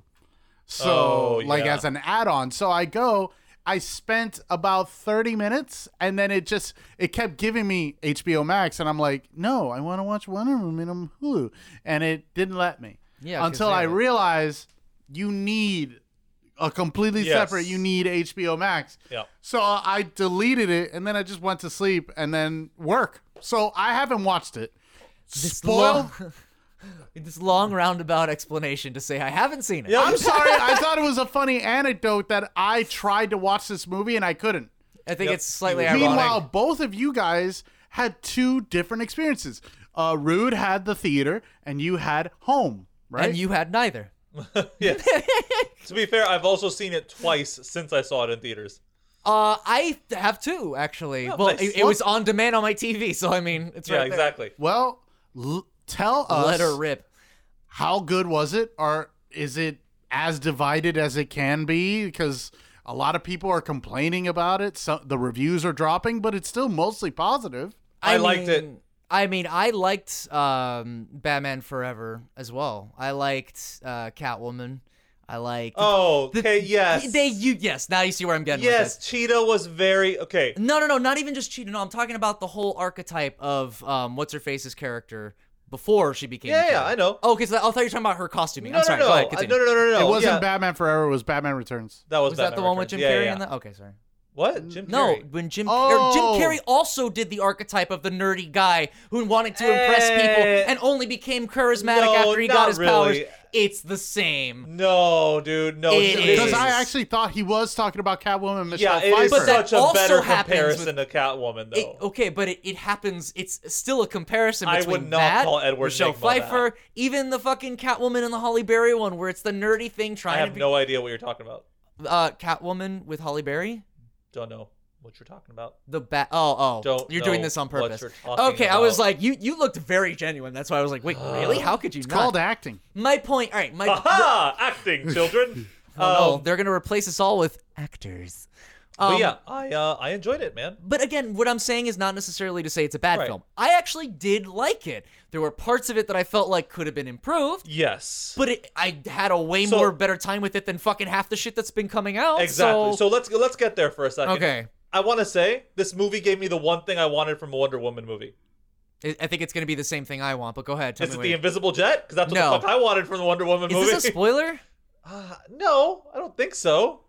So,
Oh,
like
yeah.
as an add-on. So I go, I spent about 30 minutes and then it just it kept giving me HBO Max and I'm like, "No, I want to watch Wonder Woman on Hulu." And it didn't let me.
Yeah, 'cause
Until
they-
I realized you need a completely
Yes.
separate you need HBO Max.
Yeah.
So I deleted it and then I just went to sleep and then work. So I haven't watched it.
This
Spoiled
long, this long roundabout explanation to say I haven't seen it.
Yeah.
I'm sorry. I thought it was a funny anecdote that I tried to watch this movie and I couldn't.
I think
Yep.
it's slightly ironic.
Meanwhile, both of you guys had two different experiences. Uh, Rude had the theater and you had home, right?
and you had neither.
Yes. to be fair, I've also seen it twice since I saw it in theaters.
Uh, I have two actually.
Oh,
well,
nice.
it, it was on demand on my TV, so I mean, it's
Yeah,
right there.
exactly.
well, l- tell us
Let her rip.
how good was it or is it as divided as it can be because a lot of people are complaining about it. So the reviews are dropping, but it's still mostly positive.
I liked it.
mean- I mean, I liked um, Batman Forever as well. I liked uh, Catwoman. I liked.
Oh, okay, yes.
They you yes. Now you see where I'm getting. with
yes,
this.
Cheetah was very okay.
No, no, no. Not even just cheating. No, I'm talking about the whole archetype of um, what's her face's character before she became.
Yeah, yeah,
Cheetah.
I know.
Oh, okay. So I thought you were talking about her costuming.
No,
I'm sorry.
no, no.
Go ahead,
I-
continue.
no, no, no, no, no.
it wasn't
yeah,
Batman Forever. It was Batman Returns.
That was,
Was that the
Batman
one with
Returns.
Jim
yeah,
Carrey?
yeah.
In that? Okay, sorry.
What? Jim
No,
Carrey.
when Jim
Oh.
or Jim Carrey also did the archetype of the nerdy guy who wanted to impress
Eh.
people and only became charismatic
No,
after he
not
got his powers.
really.
It's the same.
No, dude, no.
It
Jim-
is.
Because I actually thought he was talking about Catwoman and Michelle
yeah, it is
But
Pfeiffer.
that
such a
also
better
happens
comparison to Catwoman, though.
It- okay, but it, it happens. It's still a comparison
I
between
would not
that,
call Edward
Michelle
Nygma
Pfeiffer, even the fucking Catwoman and the Holly Berry one, where it's the nerdy thing
I
trying
have
to be
no idea what you're talking about.
uh, Catwoman with Holly Berry.
Don't know what you're talking about.
The bat. Oh, oh.
Don't
you're doing
know
this on
what
purpose.
you're talking
okay, I was
about.
like, you you looked very genuine. That's why I was like, wait, really? How could you
it's
not?
called acting.
my point. All right, my.
Aha! Acting, children.
Oh,
Um,
they're gonna replace us all with actors.
but
Um,
yeah, I uh, I enjoyed it, man.
But again, what I'm saying is not necessarily to say it's a bad
Right.
film. I actually did like it. There were parts of it that I felt like could have been improved,
Yes.
but it, I had a way
So-
more better time with it than fucking half the shit that's been coming out.
exactly.
So,
So let's let's get there for a second.
okay,
I want to say this movie gave me the one thing I wanted from a Wonder Woman movie.
I I think it's going to be the same thing I want, but go ahead. Tell
Is
me
it
what
the
you-
invisible jet? Because that's what
No.
the fuck I wanted from the Wonder Woman
Is
movie.
this a spoiler?
Uh, no, I don't think so.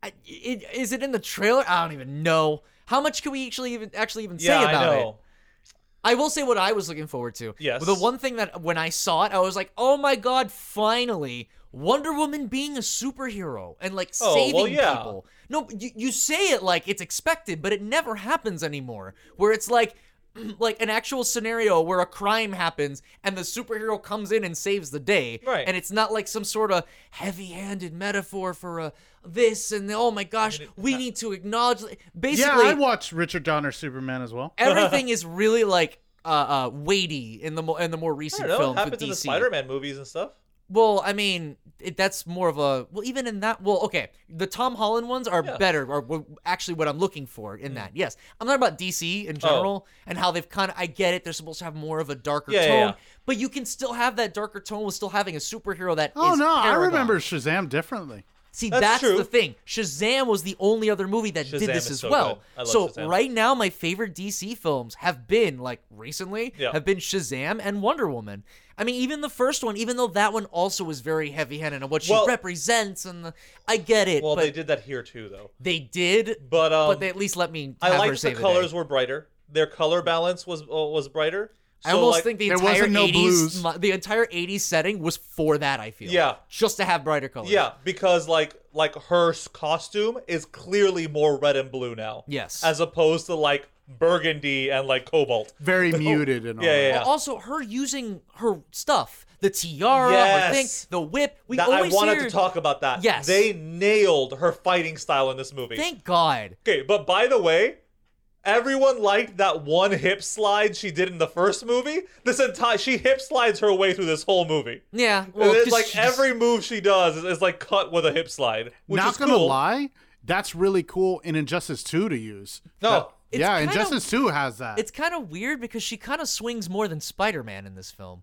I, it, is it in the trailer? I don't even know. How much can we actually even actually even
yeah,
say about
I
it?
know.
I will say what I was looking forward to.
Yes.
The one thing that when I saw it, I was like, "Oh my god, finally Wonder Woman being a superhero and like
Oh,
saving
well, yeah.
people." No, you, you say it like it's expected, but it never happens anymore. Where it's like like an actual scenario where a crime happens and the superhero comes in and saves the day.
Right.
And it's not like some sort of heavy-handed metaphor for a this and the, oh my gosh, we need to acknowledge
Yeah,
basically
I watched Richard Donner Superman as well.
everything is really like uh, uh, weighty in the mo- in the more
I
recent
don't know. It
films with
happens in the
DC.
Spider-Man movies and stuff.
well, I mean, it, that's more of a well, even in that. Well, okay, the Tom Holland ones are
Yeah. Hmm.
better, are w- actually what I'm looking for in that. Yes, I'm talking about DC
Oh.
in general and how they've kind of. I get it; they're supposed to have more of a darker
Yeah, yeah,
tone,
yeah.
but you can still have that darker tone with still having a superhero that.
Oh
is
no, I
Paragon.
remember Shazam differently.
See,
That's
that's,
true.
the thing. Shazam was the only other movie that
Shazam
did this
is
as
so
well.
good. I love
so
Shazam.
right now, my favorite DC films have been like recently
Yeah.
have been Shazam and Wonder Woman. I mean, even the first one, even though that one also was very heavy-handed and what she
Well-
represents, and the, I get it,
Well,
but
they did that here too, though.
they did.
But um,
but they at least let me.
I
have her
liked the
save
colors
day.
were brighter. Their color balance was uh, was brighter.
I
So,
almost
like-
think the
There
entire
wasn't no
80s,
blues.
mo- the entire 80s setting was for that. I feel
Yeah.
just to have brighter colors.
Yeah, because like like her s- costume is clearly more red and blue now.
Yes.
As opposed to like burgundy and like cobalt.
Very muted and all.
Yeah,
that.
yeah, yeah.
Well, also her using her stuff, the tiara, her thing,
Yes.
the whip. We
That- I
always
wanted
hear,
to talk about that.
Yes.
They nailed her fighting style in this movie.
Thank God.
okay, but by the way, everyone liked that one hip slide she did in the first movie. This entire she hip slides her way through this whole movie.
Yeah. Well,
it's
'cause
like
she just-
every move she does is, is like cut with a hip slide. Which
Not
is
gonna
cool.
lie, that's really cool in Injustice Two to use.
No.
That-
It's
yeah,
kinda-
Injustice Two has that.
It's kind of weird because she kind of swings more than Spider-Man in this film.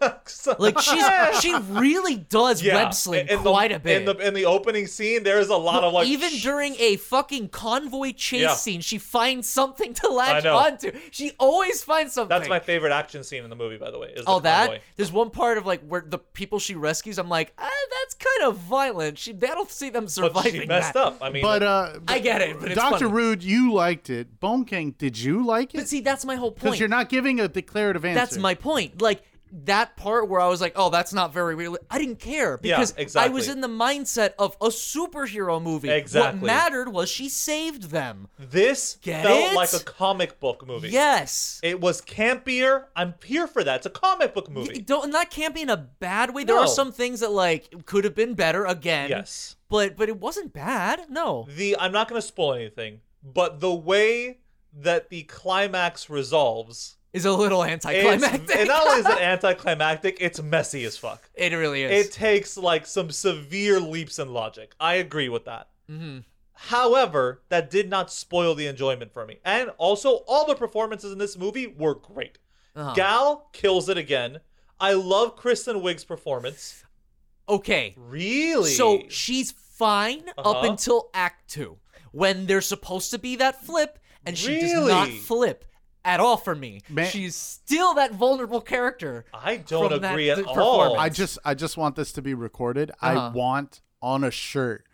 So-
Like she's she really does web sling
in the-
quite a bit.
In the in the opening scene, there's a lot of like
Even
sh-
during a fucking convoy chase
Yeah.
scene, she finds something to latch
know.
onto. She always finds something.
That's my favorite action scene in the movie, by the way. Is
all
the
Oh, that.
convoy.
There's one part of like where the people she rescues. I'm like, ah, that's kind of violent. She, I don't see them surviving.
But she messed
that.
up. I mean,
but uh,
I get it, but it's
Doctor
funny.
Rude, you liked it. Bone King, did you like
But
it?
see, that's my whole
Because
point.
you're not giving a declarative answer.
that's my point. Like that part where I was like, oh, that's not very real. I didn't care
Yeah,
because I was
exactly.
in the mindset of a superhero movie.
Exactly.
What mattered was she saved them.
this
Get
felt
it?
like a comic book movie.
Yes.
it was campier. I'm here for that. It's a comic book movie.
Y- Don't and that can't be in a bad way. There are
No.
some things that like could have been better again.
yes.
But but it wasn't bad. No.
the I'm not going to spoil anything, but the way that the climax resolves,
Is a little
it's,
anticlimactic.
and not only is it anticlimactic, it's messy as fuck.
It really is.
It takes like some severe leaps in logic. I agree with that.
Mm-hmm.
However, that did not spoil the enjoyment for me. And also, all the performances in this movie were great.
Uh-huh.
Gal kills it again. I love Kristen Wiig's performance.
okay.
Really?
So she's fine up
Uh-huh.
until act two when there's supposed to be that flip, and she does not
Really?
flip at all for me.
Man-
She's still that vulnerable character.
I don't
From that
agree at
th-
all.
performance.
I just I just want this to be recorded. I
Uh-huh.
want on a shirt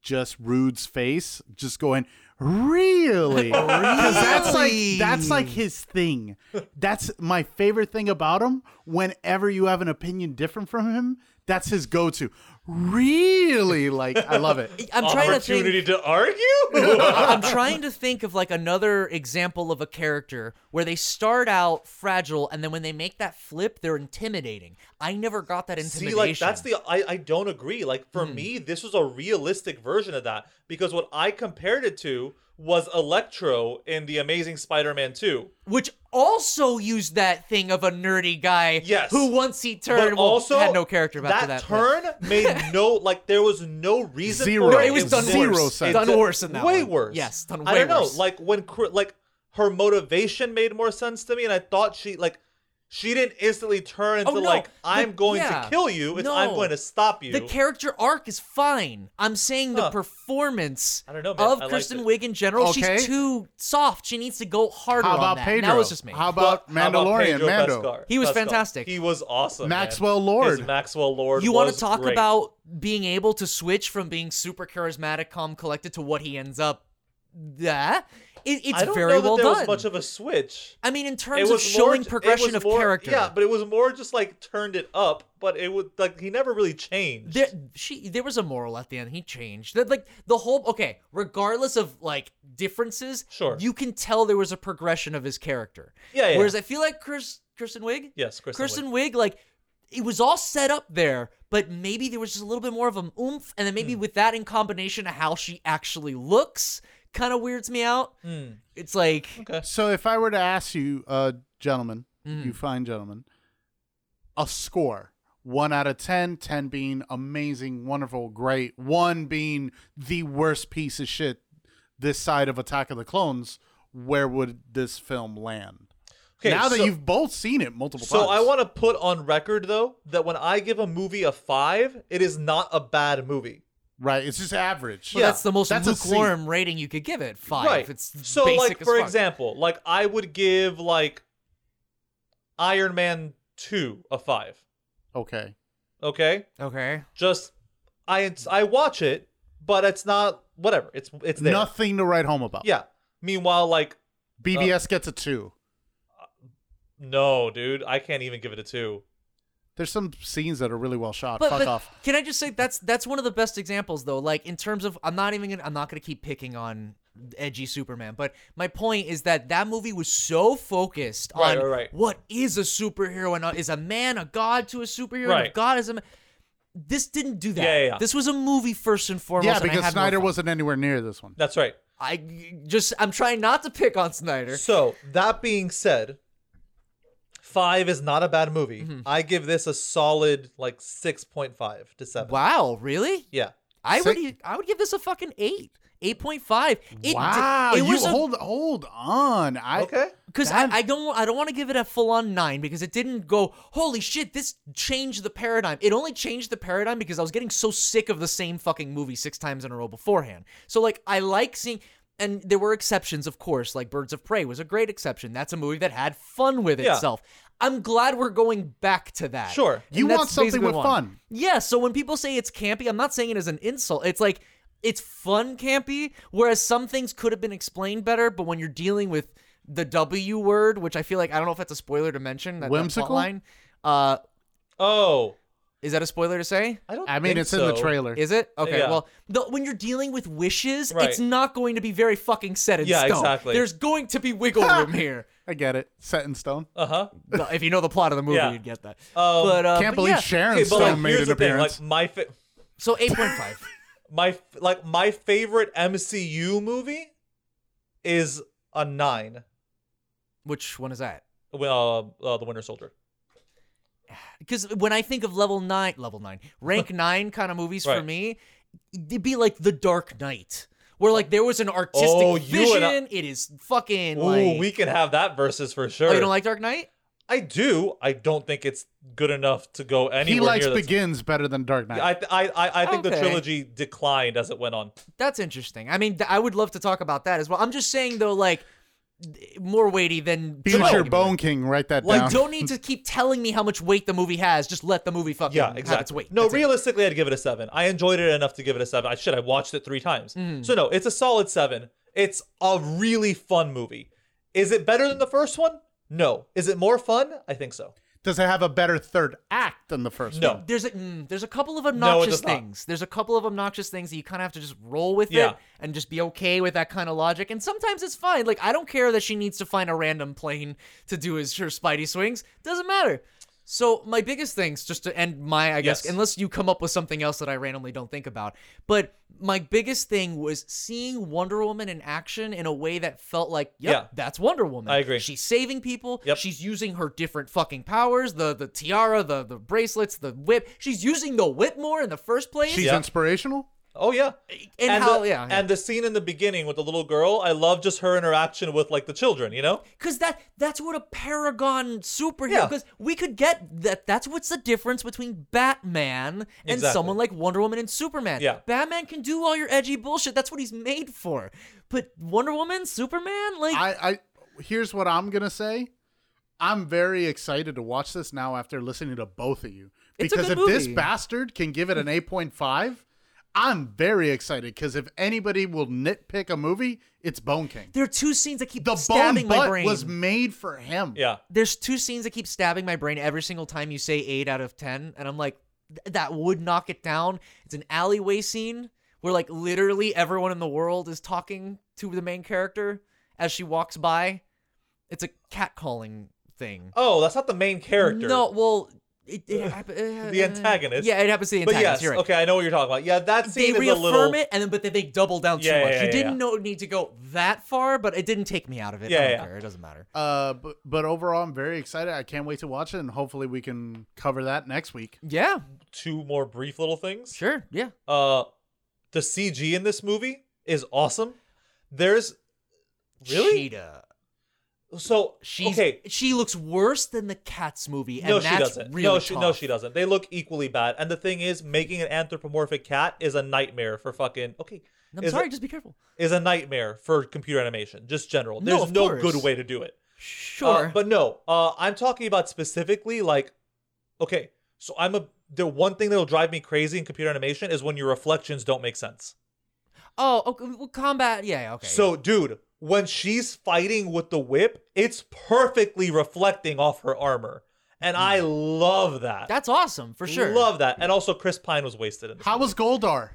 just Rude's face just going really because that's like that's like his thing. That's my favorite thing about him. Whenever you have an opinion different from him, that's his go-to. Really, like I love it.
I'm trying to think.
Opportunity to argue?
I- I'm trying to think of like another example of a character where they start out fragile and then when they make that flip, they're intimidating. I never got that intimidation.
See, like that's the I, I don't agree. Like for me, this was a realistic version of that because what I compared it to was Electro in the Amazing Spider-Man 2.
which also used that thing of a nerdy guy
Yes.
who once he turned
But
well,
also
had no character after
that
that. but-
turn made no like there was no reason.
Zero.
For
No,
it.
it was done
Zero
worse. sense.
Done
did-
worse than that
Way
one.
worse.
Yes, done
I
way
don't know.
worse.
Like when Cri- like her motivation made more sense to me, and I thought she like She didn't instantly turn into
Oh, no.
like
The-
I'm going
yeah.
to kill you. It's I'm
No.
going to stop you.
The character arc is fine. I'm saying the
Huh.
performance
I don't know, man. I
of
liked
Kristen
it.
Wiig in general,
Okay.
she's too soft. She needs to go harder on
How about
that.
Pedro?
That was just me.
How
But
about
how about
Mandalorian?
Pedro
Mando.
Pascal?
He was
Pascal.
fantastic.
He was awesome.
Maxwell
man.
Lord.
His Maxwell Lord.
you
want to
talk about being able to switch from being super charismatic, calm, collected to what he ends up that? It, it's
I don't
very
know that
well
there
done.
was much of a switch.
I mean, in terms
It
of
was
showing
more, it
progression
was
of
more-
character.
Yeah, but it was more just like turned it up. But it would like he never really changed.
there she there was a moral at the end he changed that like the whole okay regardless of like differences
Sure.
you can tell there was a progression of his character
Yeah, yeah.
whereas i feel like Chris, kristen wig
yes, Kristen.
kristen
Wiig.
wig like it was all set up there but maybe there was just a little bit more of an oomph and then maybe
Hmm.
with that in combination of how she actually looks kind of weirds me out
Hmm.
it's like
Okay.
So if I were to ask you, uh, gentlemen,
Mm.
you fine gentlemen, a score. One out of 10, 10 being amazing, wonderful, great, one being the worst piece of shit this side of Attack of the Clones, where would this film land?
Okay,
now that
so-
you've both seen it multiple
So
times.
I want to put on record though that when I give a movie a five, it is not a bad movie.
Right, it's just average.
well,
Yeah,
that's the most
that's a C.
lukewarm rating you could give it five it's
so
basic
like
as
for
fuck.
example, like I would give like Iron Man two a five.
Okay.
Okay,
okay
just I I watch it, but it's not whatever. It's it's there.
Nothing to write home about.
Yeah. uh, Meanwhile, like
BBS gets a 2.
no, dude, I can't even give it a two.
There's some scenes that are really well shot. Fuck off.
Can I just say that's that's one of the best examples though. Like in terms of I'm not even gonna, I'm not going to keep picking on edgy Superman, but my point is that that movie was so focused
Right,
on
right, right.
what is a superhero and uh, is a man a god to a superhero and if
Right.
god is a man. This didn't do that.
Yeah, yeah, yeah.
This was a movie first and foremost.
Yeah,
and I
because
had more
Snyder
fun.
wasn't anywhere near this one.
That's right.
I just I'm trying not to pick on Snyder.
So that being said, five is not a bad movie.
Mm-hmm.
I give this a solid like six point five to seven.
Wow, really?
Yeah.
I would
Sick.
e- I would give this a fucking eight, eight point five. It,
wow,
It
you
was a
hold hold on. I
Okay.
Because I,
That-
I don't I don't want to give it a full on nine because it didn't go holy shit this changed the paradigm it only changed the paradigm because I was getting so sick of the same fucking movie six times in a row beforehand so like I like seeing and there were exceptions of course like Birds of Prey was a great exception that's a movie that had fun with
Yeah.
itself I'm glad we're going back to that
Sure.
And
You
that's
want something
basically
with
what I want.
fun.
yeah so when people say it's campy I'm not saying it as an insult it's like it's fun campy whereas some things could have been explained better but when you're dealing with the W word, which I feel like I don't know if that's a spoiler to mention. That, That
Whimsical?
plotline. Uh,
Oh,
is that a spoiler to say?
I don't.
I mean,
think
it's in the
so.
trailer.
Is it okay?
Yeah.
Well, the, when you're dealing with wishes, it's
Right.
not going to be very fucking set in
Yeah,
stone.
exactly.
There's going to be wiggle room here.
I get it. Set in stone.
Uh huh.
No, if you know the plot of the movie,
Yeah.
you'd get that.
Um,
but uh,
Can't
but
believe
yeah.
Sharon
Okay, but
Stone
like,
made
here's
an
the thing.
appearance.
Like my fa-
So eight point five.
my f- like my favorite MCU movie is a nine.
Which one is that?
Well, uh, the Winter Soldier.
because when I think of level nine, level nine, rank nine kind of movies for
Right.
me, it'd be like The Dark Knight, where like there was an artistic
Oh, you
vision.
and I-
it is fucking
Ooh,
like.
we can have that versus for sure.
oh, you don't like Dark Knight?
I do. I don't think it's good enough to go anywhere
he likes
near that's-
Begins better than Dark Knight.
I, th- I, I, I think the
Okay.
trilogy declined as it went on.
That's interesting. I mean, th- I would love to talk about that as well. I'm just saying though, like th- more weighty than
Future
Tonight.
Bone King, write that
Like,
down.
don't need to keep telling me how much weight the movie has. Just let the movie fucking
Yeah,
have its
exactly.
weight.
No,
That's it.
realistically, I'd give it a seven. I enjoyed it enough to give it a seven. I should. I watched it three times.
Mm-hmm.
So no, it's a solid seven. It's a really fun movie. Is it better than the first one? No. Is it more fun? I think so.
Does it have a better third act than the first
No.
one?
there's a mm, there's a couple of
does
obnoxious
not.
things. There's a couple of obnoxious things that you kind of have to just roll with
Yeah.
it and just be okay with that kind of logic. And sometimes it's fine. Like I don't care that she needs to find a random plane to do his her Spidey swings. Doesn't matter. So my biggest things, just to end my, I guess,
Yes.
unless you come up with something else that I randomly don't think about, but my biggest thing was seeing Wonder Woman in action in a way that felt like, yep,
Yeah.
that's Wonder Woman.
I agree.
She She's saving people.
Yep.
She's using her different fucking powers, the the tiara, the the bracelets, the whip. She's using the whip more in the first place.
She's
Yeah.
inspirational?
Oh yeah.
And, how,
the,
yeah, yeah.
and the scene in the beginning with the little girl, I love just her interaction with like the children, you know?
Because that that's what a paragon superhero.
Yeah.
Because we could get that. That's what's the difference between Batman and
Exactly.
someone like Wonder Woman and Superman.
Yeah.
Batman can do all your edgy bullshit. That's what he's made for. But Wonder Woman, Superman, like
I, I here's what I'm gonna say. I'm very excited to watch this now after listening to both of you.
It's a
Because if
good
this
movie.
bastard can give it an 8.5, I'm very excited. Because if anybody will nitpick a movie, it's Bone King.
there are two scenes that keep
The
stabbing
bone
my
butt
brain.
was made for him.
Yeah.
There's two scenes that keep stabbing my brain every single time you say eight out of ten, and I'm like, th- that would knock it down. It's an alleyway scene where like literally everyone in the world is talking to the main character as she walks by. It's a catcalling thing.
Oh, that's not the main character.
No, well, it, it happen- uh,
The antagonist.
Yeah, it happens to the
But
antagonist.
yes,
you're right.
okay, I know what you're talking about. Yeah, that
They
scene is a
reaffirm
little
it, and then but then they double down too
Yeah,
much.
yeah,
you
yeah,
didn't
yeah.
know need to go that far, but it didn't take me out of it. I
Yeah,
don't
yeah.
care. It doesn't matter.
Uh, but, but overall, I'm very excited. I can't wait to watch it, and hopefully, we can cover that next week.
Yeah,
two more brief little things.
sure, yeah.
Uh the CG in this movie is awesome. There's really
Cheetah.
so
She's,
okay.
She looks worse than the Cats movie, and
no,
that's
she doesn't.
really
no, she no,
tough.
she doesn't. They look equally bad. And the thing is, making an anthropomorphic cat is a nightmare for fucking okay.
I'm
is Uh,
sorry,
a,
just be careful.
is a nightmare for computer animation, just general.
No,
There's
of
no,
course.
good way to do it. Uh,
Sure,
but no, uh, I'm talking about specifically like, okay, so I'm a the one thing that'll drive me crazy in computer animation is when your reflections don't make sense.
oh, okay, well, combat. Yeah, yeah, okay.
So, dude, when she's fighting with the whip, it's perfectly reflecting off her armor, and I love that.
that's awesome Mm. for sure.
Love that. And also, Chris Pine was wasted in this.
How was Goldar?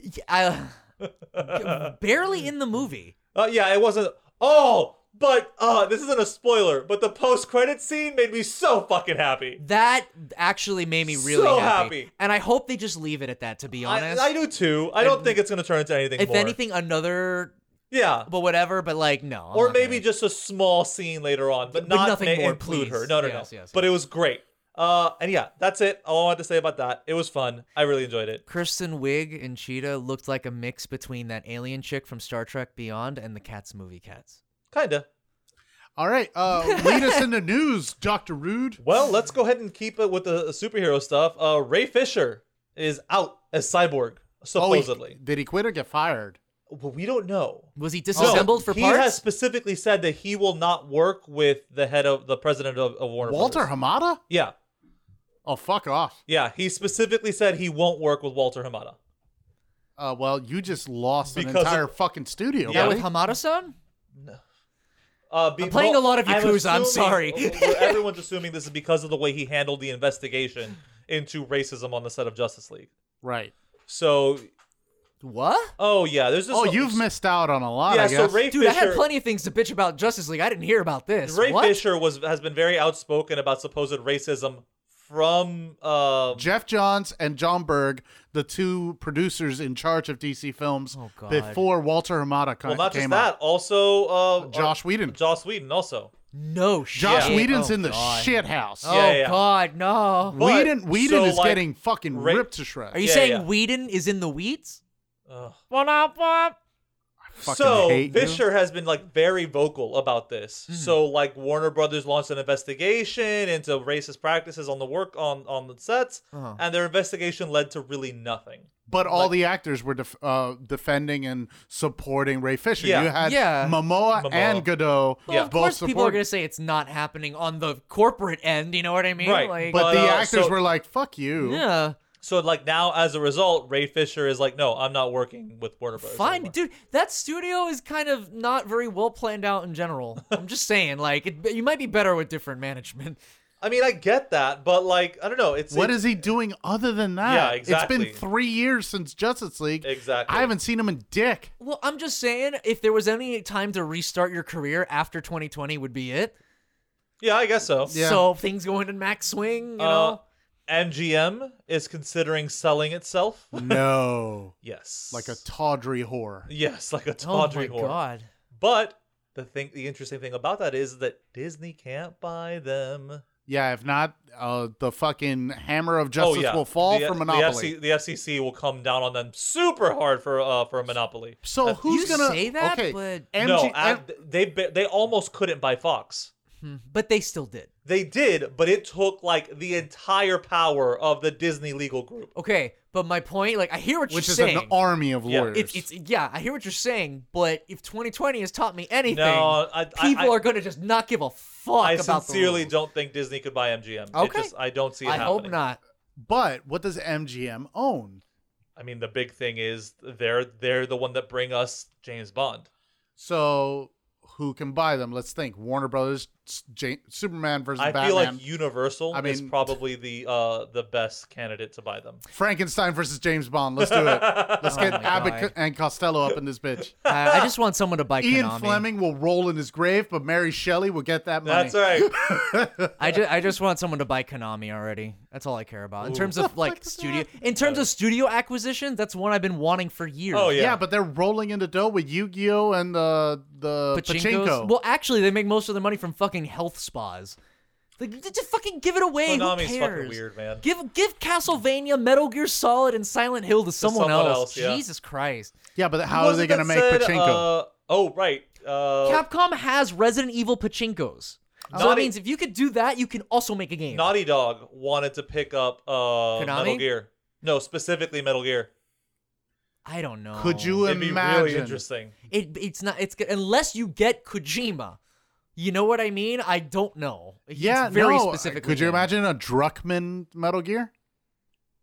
Yeah, I- barely in the movie.
Uh, yeah, it wasn't. Oh, but uh, this isn't a spoiler. But the post-credit scene made me so fucking happy.
That actually made me really
So
happy.
happy.
and I hope they just leave it at that. To be
I,
honest,
I do too. I don't think it's gonna turn into anything
if
more.
anything, another
yeah,
but whatever. But like, no, I'm
or
not gonna-
maybe just a small scene later on, but
But
not
nothing
ma-
more,
include her.
please.
No, no,
Yes,
no.
yes,
But it was great. Uh, and yeah, that's it. All I wanted to say about that. It was fun. I really enjoyed it.
Kristen Wiig and Cheetah looked like a mix between that alien chick from Star Trek Beyond and the Cats movie Cats.
Kinda.
All right, uh, lead us into news, Doctor Rude.
Well, let's go ahead and keep it with the superhero stuff. Uh, Ray Fisher is out as cyborg
Oh, he-
supposedly.
did he quit or get fired?
Well, we don't know.
Was he
No,
disassembled for
he
parts?
has specifically said that he will not work with the head of the president of, of Warner.
Walter
Brothers.
Hamada?
Yeah,
Oh, fuck off.
yeah. He specifically said he won't work with Walter Hamada.
Uh, well, you just lost an
Because
entire fucking studio.
Yeah,
buddy.
with Hamada-san?
Uh, be-
I'm playing a lot of Yakuza, I'm sorry.
everyone's assuming this is because of the way he handled the investigation into racism on the set of Justice League.
right.
So,
What?
oh yeah, there's just
Oh,
some-
you've missed out on a lot.
yeah.
I
So
guess.
Ray
Dude,
Fisher,
I had plenty of things to bitch about Justice League. I didn't hear about this.
Ray
what?
Fisher was has been very outspoken about supposed racism from um,
Jeff Johns and John Berg, the two producers in charge of DC Films
Oh, God.
before Walter Hamada co-
well, not just
came
that,
out.
also uh,
Josh Whedon.
Josh Whedon also.
No shit.
Josh
Yeah.
Whedon's
oh,
in the
God.
shit house.
Oh,
Yeah, yeah.
God, no.
But-
Whedon, Whedon
so,
is
like,
getting fucking
Ray-
ripped to shreds.
Are you
Yeah,
saying
yeah.
Whedon is in the weeds?
Ugh.
What up, what?
fucking
so
hate you. Hmm.
Fisher has been like very vocal about this. So like Warner Brothers launched an investigation into racist practices on the work on on the sets,
Uh-huh.
and their investigation led to really nothing.
But all the actors were def- uh, defending and supporting Ray Fisher.
Yeah.
You had
Yeah.
Momoa,
Momoa.
and Godot
Well,
Yeah.
of
both
course people are
support-
going to say it's not happening on the corporate end, you know what I mean?
Right,
Like,
But
But,
the
uh,
actors
so-
were like, "Fuck you."
yeah.
So like now as a result, Ray Fisher is like, no, I'm not working with Warner Brothers.
Fine,
anymore."
dude. That studio is kind of not very well planned out in general. I'm just saying, like, it, you might be better with different management.
I mean, I get that, but like, I don't know. It's
What
it-
is he doing other than that?
Yeah,
It's
exactly.
been three years since Justice League.
Exactly.
I haven't seen him in dick.
Well, I'm just saying, if there was any time to restart your career after 2020, would be it.
Yeah, I guess so.
Yeah.
So things going in max swing, you
Uh,
know.
MGM is considering selling itself.
No,
Yes.
like a tawdry whore.
yes, like a
oh
tawdry
my
whore.
god.
But the thing, the interesting thing about that is that Disney can't buy them.
Yeah, if not, uh, the fucking hammer of justice
oh yeah,
will fall
the,
for
the
Monopoly.
FC the FCC will come down on them super hard for uh for Monopoly.
so
Uh,
who's
you
gonna
say that,
Okay,
but-
MG,
no, I,
M-
they ba- they almost couldn't buy Fox.
but they still did.
They did, but it took like the entire power of the Disney legal group.
Okay, but my point, like, I hear what
which
you're
is
saying.
an army of
Yeah.
lawyers.
It's, it's yeah, I hear what you're saying, but if 2020 has taught me anything,
No, I- I-
people
I-
are going to just not give a fuck
I
about
sincerely
the rules.
don't think Disney could buy MGM. It
Okay.
just- I don't see it
I
happening.
hope not.
but what does MGM own?
I mean, the big thing is they're they're the one that bring us James Bond.
So who can buy them? Let's think. Warner Brothers, S- J- Superman versus
I
Batman,
feel like Universal
I
is
mean-
probably the uh the best candidate to buy them.
Frankenstein versus James Bond. Let's do it. Let's get
Oh my
Abbott
God.
Co- and Costello up in this bitch.
I, I just want someone to buy
Ian
Konami.
Fleming will roll in his grave, but Mary Shelley will get that money.
That's right.
I just I just want someone to buy Konami already. That's all I care about. In terms of like studio, in terms of studio acquisitions, that's one I've been wanting for years.
Oh
Yeah.
yeah.
but they're rolling into dough with Yu-Gi-Oh and the the
Pachinkos.
pachinko.
Well, actually, they make most of their money from fucking health spas. Like, j- just fucking give it away.
Konami's
Who
fucking
cares?
weird, man.
Give give Castlevania, Metal Gear Solid, and Silent Hill to someone,
someone
else.
else, yeah.
Jesus Christ!
yeah, but how are
Was
they
it
going to
that
make
said,
pachinko?
Uh, oh right. Uh,
Capcom has Resident Evil Pachinkos, so that
Naughty-
means if you could do that, you can also make a game.
Naughty Dog wanted to pick up uh Metal
Konami?
Gear. No, specifically Metal Gear.
I don't know.
Could you
It'd be
imagine?
really interesting.
It it's not it's good unless you get Kojima. You know what I mean? I don't know. It's
yeah,
very
no. uh,
specific.
Could you imagine a Druckman Metal Gear?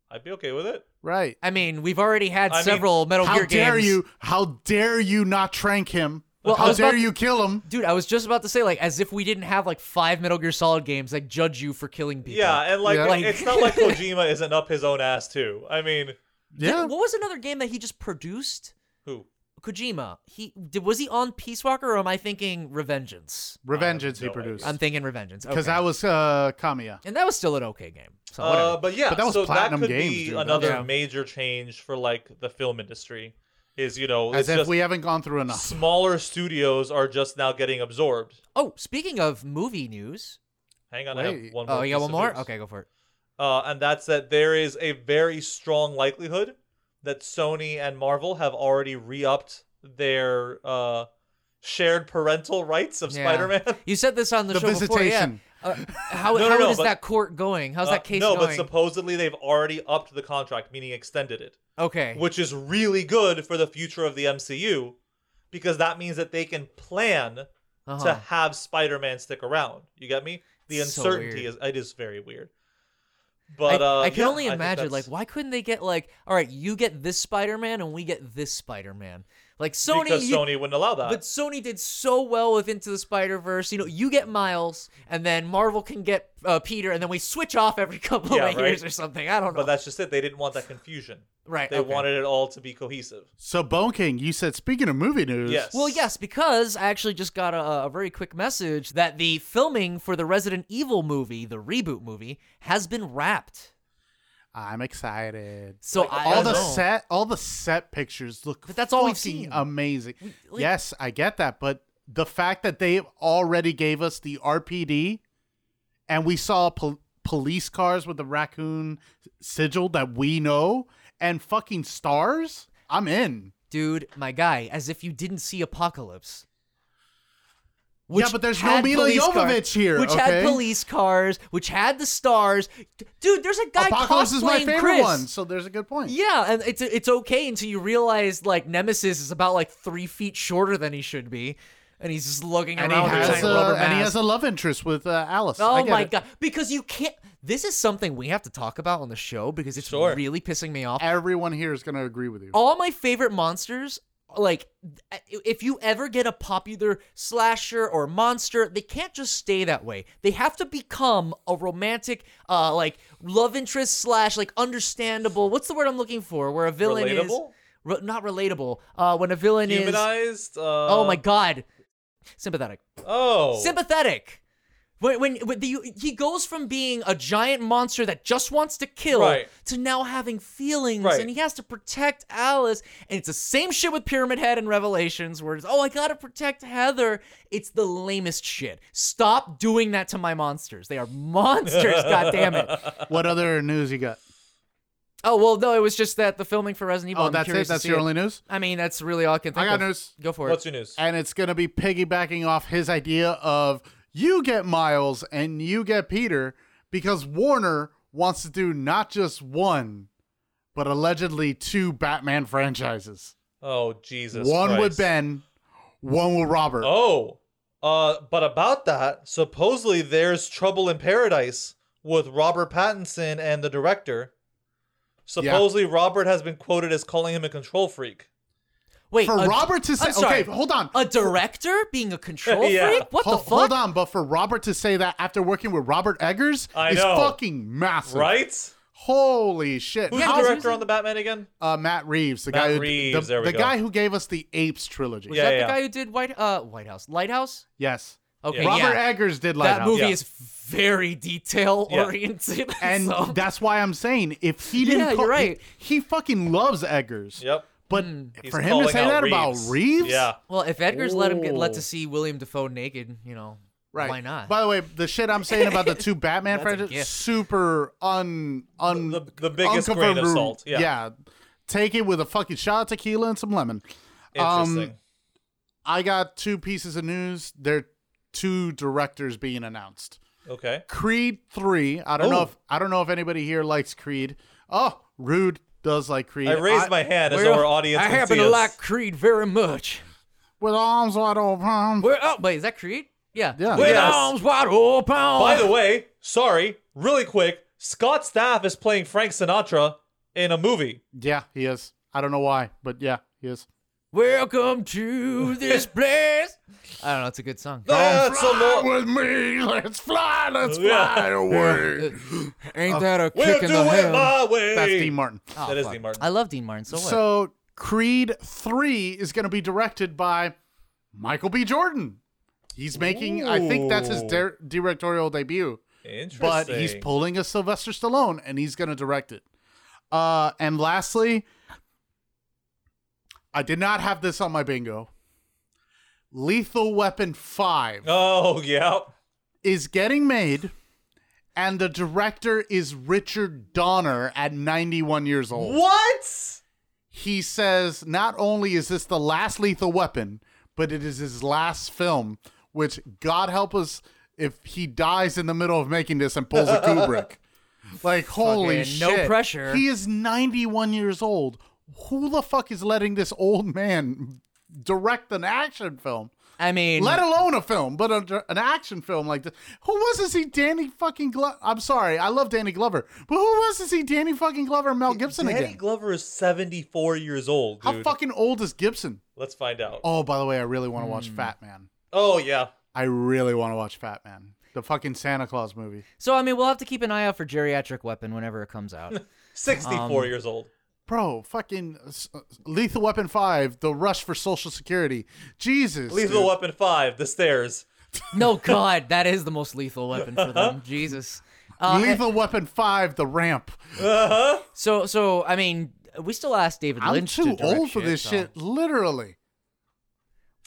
I'd be okay with it.
Right.
I mean, we've already had
I mean,
several Metal
how
Gear
dare
games.
you? How dare you not trank him?
Well, I
how
was
dare
about to-
you kill him?
Dude, I was just about to say, like, as if we didn't have like five Metal Gear Solid games that judge you for killing people.
Yeah, and like,
Yeah.
it-
Like-
it's not like Kojima isn't up his own ass too. I mean,
Yeah.
What was another game that he just produced?
who?
Kojima. He did, was he on Peace Walker, or am I thinking Revengeance?
Revengeance he
no idea.
produced.
I'm thinking Revengeance.
Because
okay.
that was uh, Kamiya.
and that was still an okay game. So whatever.
Uh, but yeah,
But that was
so that
Platinum
could
Games,
be
dude.
another
Yeah.
major change for like the film industry. Is you know,
As
it's
if
just
we haven't gone through enough.
smaller studios are just now getting absorbed.
oh, speaking of movie news.
Hang on, I
Wait.
have one more.
Oh, you
piece
got one
of
more?
news.
Okay, go for it.
Uh, and that's that there is a very strong likelihood that Sony and Marvel have already re-upped their uh, shared parental rights of
Yeah.
Spider-Man.
You said this on the,
The
show before, yeah.
visitation.
Uh, how
No, no,
how
no,
is
but-
that court going? How's
Uh,
that case
no,
going?
but supposedly they've already upped the contract, meaning extended it,
okay.
which is really good for the future of the MCU because that means that they can plan
Uh-huh.
to have Spider-Man stick around. You get me? The
So
uncertainty
weird.
is it is very weird. But
I,
uh,
I can
yeah,
only
think
imagine, like,
that's-
why couldn't they get like, all right, you get this Spider-Man and we get this Spider-Man? Like Sony,
because
you-
Sony wouldn't allow that.
but Sony did so well with Into the Spider-Verse. You know, you get Miles, and then Marvel can get uh, Peter, and then we switch off every couple
Yeah,
of
right.
years or something. I don't know.
But that's just it. They didn't want that confusion.
right.
They
okay.
wanted it all to be cohesive.
So, Bone King, you said, speaking of movie news,
Yes.
Well, yes, because I actually just got a, a very quick message that the filming for the Resident Evil movie, the reboot movie, has been wrapped.
I'm excited.
So
Like,
I
all
don't
the
know.
set, all the set pictures look.
But that's all we've
freaking
seen.
Amazing.
like-
yes, I get that, but the fact that they already gave us the RPD, and we saw pol- police cars with the raccoon sigil that we know, and fucking stars. I'm in.
dude, my guy, as if you didn't see Apocalypse. Which
yeah, but there's no
had
Mila
police car-
Jovovich here.
Which
okay?
had police cars, which had the stars. D- Dude, there's a guy
Apocalypse
cosplaying
is my favorite
Chris.
one, so there's a good point.
Yeah, and it's it's okay until you realize like Nemesis is about like three feet shorter than he should be, and he's just looking
and he
around with a
has
giant
a,
rubber
and he
mask.
has a love interest with uh, Alice. I
Oh
get
my
it.
god! Because you can't. This is something we have to talk about on the show because it's
Sure.
really pissing me off.
Everyone here is gonna agree with you.
All my favorite monsters, like th- if you ever get a popular slasher or monster, they can't just stay that way. They have to become a romantic, uh, like love interest slash like understandable. What's the word I'm looking for? Where a villain
Relatable?
is re- not relatable. Uh, when a villain is
Humanized. Uh,
oh my god, sympathetic,
Oh.
sympathetic. When, when, when the, he goes from being a giant monster that just wants to kill
Right.
to now having feelings
Right.
and he has to protect Alice. And it's the same shit with Pyramid Head and Revelations where it's, oh, I gotta protect Heather. It's the lamest shit. Stop doing that to my monsters. They are monsters, goddammit.
What other news you got?
Oh, well, no, it was just that the filming for Resident Evil.
Oh,
I'm
that's
curious
it.
to
That's
see
your
it.
only news.
I mean, that's really all I can think
I got
of.
news.
Go for
What's
it.
your news?
and it's going to be piggybacking off his idea of you get Miles and you get Peter because Warner wants to do not just one, but allegedly two Batman franchises.
Oh Jesus!
one with
Christ.
Ben, one with Robert.
Oh, uh, but about that, supposedly there's trouble in paradise with Robert Pattinson and the director. Supposedly, Robert has been quoted as calling him a control freak.
Wait,
For
uh,
a-
Robert to say,
I'm sorry.
okay, hold on.
a director being a control
Yeah.
freak? What
Hol-
the fuck?
Hold on, but for Robert to say that after working with Robert Eggers
I
is
know.
fucking massive.
Right?
Holy shit.
Who's
How's-
the director on the Batman again?
Uh, Matt Reeves, the
Matt
guy who
Reeves,
the,
there we
the
go.
guy who gave us the Apes trilogy.
Was
Yeah,
that
yeah.
the guy who did White uh White House Lighthouse?
Yes.
Okay,
Yeah.
Robert
Uh, yeah.
Eggers did Lighthouse.
that movie
Yeah.
is very detail
Yeah.
oriented.
And
so-
that's why I'm saying if he didn't
Yeah,
call,
you're right. Hmm.
he, he fucking loves Eggers.
Yep.
But
He's
for him to
calling
say
out
that about Reeves,
Yeah.
well, if Edgar's let him get let
Oh.
to see William Defoe naked, you know,
right?
why not?
By the way, the shit I'm saying about the two Batman
That's a
franchises,
gift.
super un un
The- the biggest
unconfirmed
grain of
rumor.
salt, yeah.
take it with a fucking shot of tequila and some lemon. um,
Interesting.
I got two pieces of news. They're two directors being announced.
okay.
Creed three. I don't know
Oh.
if I don't know if anybody here likes Creed. Oh, Rude does like Creed.
I raised my hand as though our audience
I
can
happen
see
to
us.
like Creed very much.
with arms wide open.
Where? Oh, wait, is that Creed? Yeah.
Yeah.
With
Yes.
arms wide open.
By the way, sorry, really quick, Scott Staff is playing Frank Sinatra in a movie.
Yeah, he is. I don't know why, but yeah, he is.
Welcome to this place. I don't know. It's a good song. Eh,
That's a
fly
lo-
with me. Let's fly. Let's
Yeah.
fly away.
Ain't that a
We'll
kick
do
in the
it
head?
my way.
That's Dean Martin.
Oh,
That is
fuck.
Dean Martin.
I love Dean Martin so much.
So Creed three is going to be directed by Michael B. Jordan. He's making. I think that's his
Ooh.
dir- directorial debut.
Interesting.
but he's pulling a Sylvester Stallone and he's going to direct it. Uh, and lastly, I did not have this on my bingo. Lethal Weapon 5
Oh yeah.
is getting made, and the director is Richard Donner at 91 years old.
What?
He says not only is this the last Lethal Weapon, but it is his last film, which, God help us, if he dies in the middle of making this and pulls a Kubrick. Like, holy
Fucking no
shit.
pressure.
He is 91 years old. Who the fuck is letting this old man direct an action film?
I mean,
Let alone a film, but a, an action film like this. Who was this? He Danny fucking Glover. I'm sorry, I love Danny Glover, but who was this? He Danny fucking Glover, and Mel Oh, Gibson
Danny
again.
Glover is 74 years old,
How
dude.
fucking old is Gibson?
Let's find out. Oh,
Oh, by the way, I really want to
Hmm.
watch Fat Man.
yeah.
I really want to watch Fat Man, the fucking Santa Claus movie.
so I mean, we'll have to keep an eye out for Geriatric Weapon whenever it comes out.
64
Um,
years old.
Bro, fucking uh, Lethal Weapon 5, The Rush for Social Security. Jesus.
Lethal
dude.
Weapon 5, The Stairs.
no, God, that is the most lethal weapon for them. Jesus. Uh,
Lethal Weapon 5, The Ramp.
Uh-huh.
So, so I mean, we still asked David
I'm
Lynch.
too
to direct
old for this
so-
shit, literally.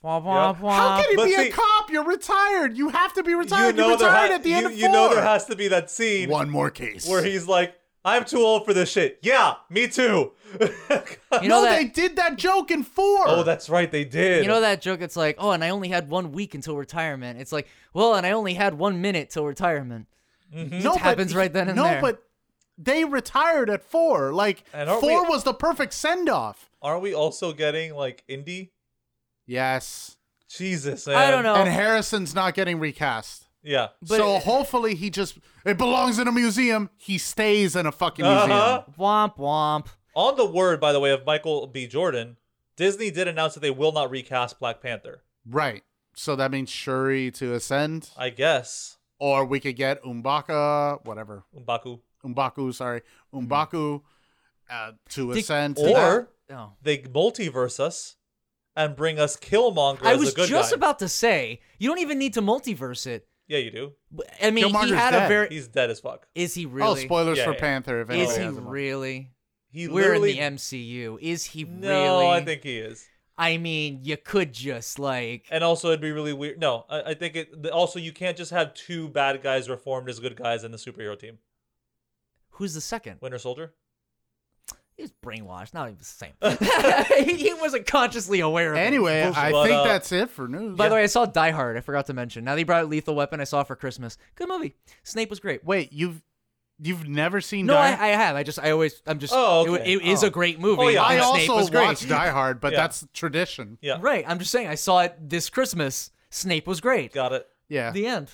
Wah, wah,
Yep.
wah.
How can you
but
be
see-
a cop? You're retired. You have to be
You
retired. You
know
are
there
retired
ha-
at the
you,
end of four.
you know there has to be that scene
One more case.
where he's like, "I'm too old for this shit." Yeah, me too.
you know
no,
that?
they did that joke in four.
oh, that's right, they did.
you know that joke? It's like, oh, and I only had one week until retirement. It's like, well, and I only had one minute till retirement.
no, but
happens
he-
right then and
no,
there.
but they retired at four. Like
And aren't
four
we-
was the perfect send off.
Aren't we also getting like indie?
Yes.
Jesus, man.
I don't know.
And Harrison's not getting recast.
Yeah.
But-
so hopefully he just it belongs in a museum. He stays in a fucking
Uh-huh.
museum.
Womp womp.
On the word, by the way, of Michael B. Jordan, Disney did announce that they will not recast Black Panther.
Right. So that means Shuri to ascend,
I guess
or we could get Umbaka, whatever.
Umbaku,
Umbaku, sorry, Umbaku
Mm-hmm.
uh, to
Did-
ascend. to that.
or
Oh.
they multiverse us and bring us Killmonger
I
as
was
a good
just
guy.
about to say, you don't even need to multiverse it.
Yeah, you do.
I mean, he
Killmonger's
had a
dead.
very.
He's dead as fuck.
Is he
Oh,
really?
spoilers
Yeah,
for
yeah.
Panther. If
is
anybody
he
hasn't-
really? We're
He
in
literally
the MCU. Is he
No,
really?
I think he is.
I mean, you could just like.
And also, it'd be really weird. No, I, I think it. the- Also, you can't just have two bad guys reformed as good guys in the superhero team.
Who's the second?
Winter Soldier.
He was brainwashed. Not even the same. he he wasn't consciously aware of it.
Anyway, I
But,
think
uh,
that's it for news.
By the way, I saw Die Hard. I forgot to mention. Now they brought out Lethal Weapon. I saw it for Christmas. Good movie. Snape was great.
wait, you've you've never seen
No,
Die
I, I have. I just, I always, I'm just.
Oh,
it wa-
okay.
it is
Oh.
a great movie.
Oh, yeah.
and
I
Snape
also
was great.
watched Die Hard, but
Yeah.
that's tradition.
Yeah,
Right. I'm just saying. I saw it this Christmas. Snape was great.
got it.
Yeah.
The end.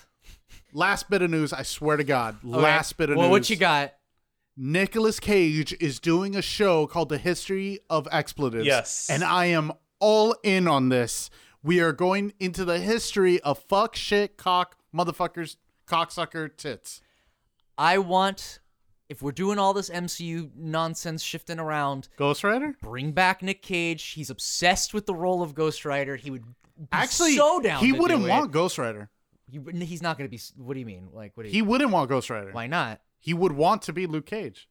last bit of news, I swear to God.
All right.
Last bit of
well,
news.
what you got?
Nicolas Cage is doing a show called The History of Expletives.
Yes.
And I am all in on this. We are going into the history of fuck, shit, cock, motherfuckers, cocksucker, tits.
I want. If we're doing all this MCU nonsense shifting around,
Ghost Rider?
bring back Nick Cage. He's obsessed with the role of Ghost Rider. He would be
Actually,
so down.
he
to
wouldn't
do it.
want Ghost Rider.
He wouldn't- he's not going to be. s- What do you mean? Like, what do you?
He wouldn't want Ghost Rider.
why not?
He would want to be Luke Cage.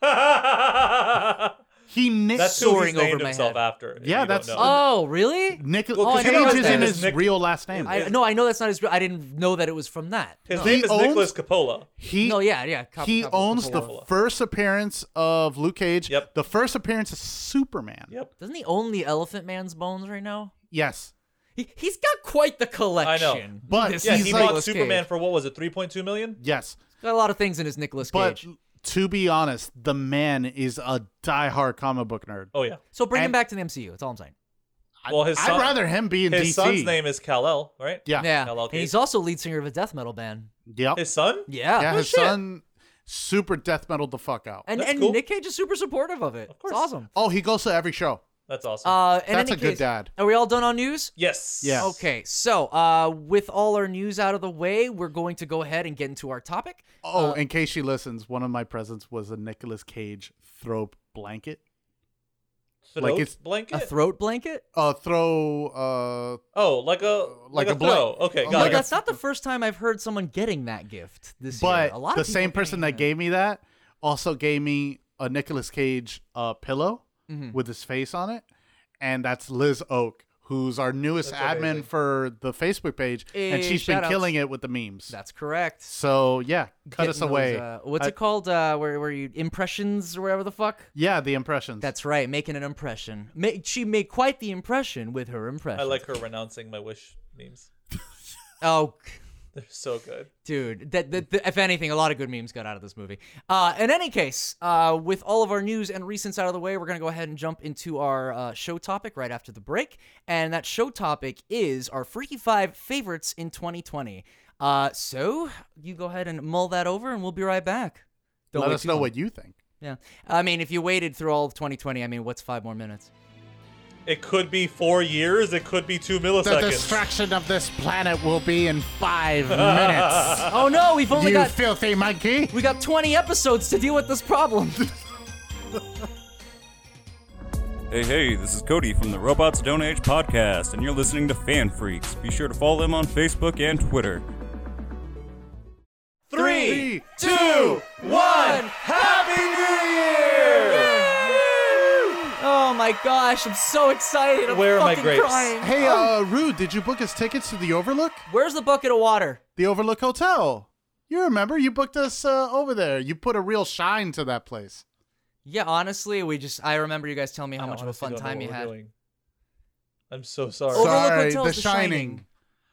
That's
He Nick.
who
Soaring
he's named
over my
himself
head.
after. if
Yeah,
you don't
that's-
know.
Oh, really?
Nicolas
Well, 'cause
you
Cage
know
is
that
in
is
his
Nick-
real last name.
I no, I know that's not his. I didn't know that it was from that.
His
No.
name is
He owns-
Nicholas Coppola.
he
no, yeah, yeah. Cop-
he
Cop-
owns the
Coppola.
first appearance of Luke Cage.
Yep.
The first appearance of Superman.
Yep.
Doesn't he own the Elephant Man's bones right now?
Yes.
He he's got quite the collection.
But
this
Yeah,
He's
he
like-
bought
Nicolas
Superman
Cage.
for what was it, 3.2 million?
Yes.
He's got a lot of things in his Nicolas
But
Cage.
to be honest, the man is a diehard comic book nerd.
Oh yeah.
So bring him
and-
back to the MCU. That's all I'm saying.
Well, his son,
I'd rather him be in
his
DC.
son's name is Kal El, right?
Yeah.
Yeah,
Hello,
and
Cage.
he's also lead singer of a death metal band.
Yep.
His son?
Yeah,
yeah,
Well,
his
Oh, shit.
son super death metal the fuck out.
and
That's
and
cool.
Nick Cage is super supportive of it.
course.
It's awesome.
Oh, he goes to every show.
That's awesome.
Uh, in
That's
any
a good
case,
dad.
Are we all done on news?
yes.
Yeah.
Okay, so uh, with all our news out of the way, we're going to go ahead and get into our topic.
Oh, in case she listens, one of my presents was a Nicolas Cage throw blanket.
Throat
Like it's-
A
blanket.
throat blanket.
Uh, throw. Uh,
oh, like a
Like
like,
a
a,
blank-
throw. Okay,
Oh,
got
No,
like
it.
a-
that's not the first time I've heard someone getting that gift this year.
but
A lot of
the
people
same person that
getting
gave me that also gave me a Nicolas Cage uh, pillow
Mm-hmm.
with his face on it, and that's Liz Oak, who's our newest
That's
admin
amazing.
for the Facebook page, and
Hey,
she's been
shout-outs.
killing it with the memes.
That's correct.
so yeah, cut us
Getting those,
away.
uh, what's
I-
it called? Uh, where where you impressions or whatever the fuck?
Yeah, the impressions.
That's right, making an impression. Ma- she made quite the impression with her impression.
I like her renouncing my wish memes.
Oh,
They're so good.
dude, that, that, that- if anything, a lot of good memes got out of this movie. Uh, in any case, uh, with all of our news and recents out of the way, we're gonna go ahead and jump into our uh, show topic right after the break, and that show topic is our Freaky Five favorites in 2020. Uh, so you go ahead and mull that over, and we'll be right back. Don't
Let
wait
us
too
know
long.
what you think.
Yeah. I mean, if you waited through all of 2020, I mean, what's five more minutes?
It could be four years. It could be two milliseconds.
destruction of this planet will be in five minutes.
Oh no, we've only got
filthy monkey!
we got 20 episodes to deal with this problem.
Hey, hey, this is Cody from the Robots Don't Age podcast, and you're listening to Fan Freaks. Be sure to follow them on Facebook and Twitter.
Three,
Three,
two, one. Happy New Year!
oh my gosh, I'm so excited. I'm
Where are my
fucking
grapes?
crying.
Hey,
Oh.
uh, Rude, did you book us tickets to the Overlook?
Where's the bucket of water?
the Overlook Hotel. You remember you booked us uh, over there. You put a real shine to that place.
Yeah, honestly, we just I remember you guys telling me how
I
much of a
honestly
fun
don't know
time
what
you
we're
had.
doing. I'm so sorry.
Overlook
Sorry,
Hotel's
The
The
Shining.
Shining.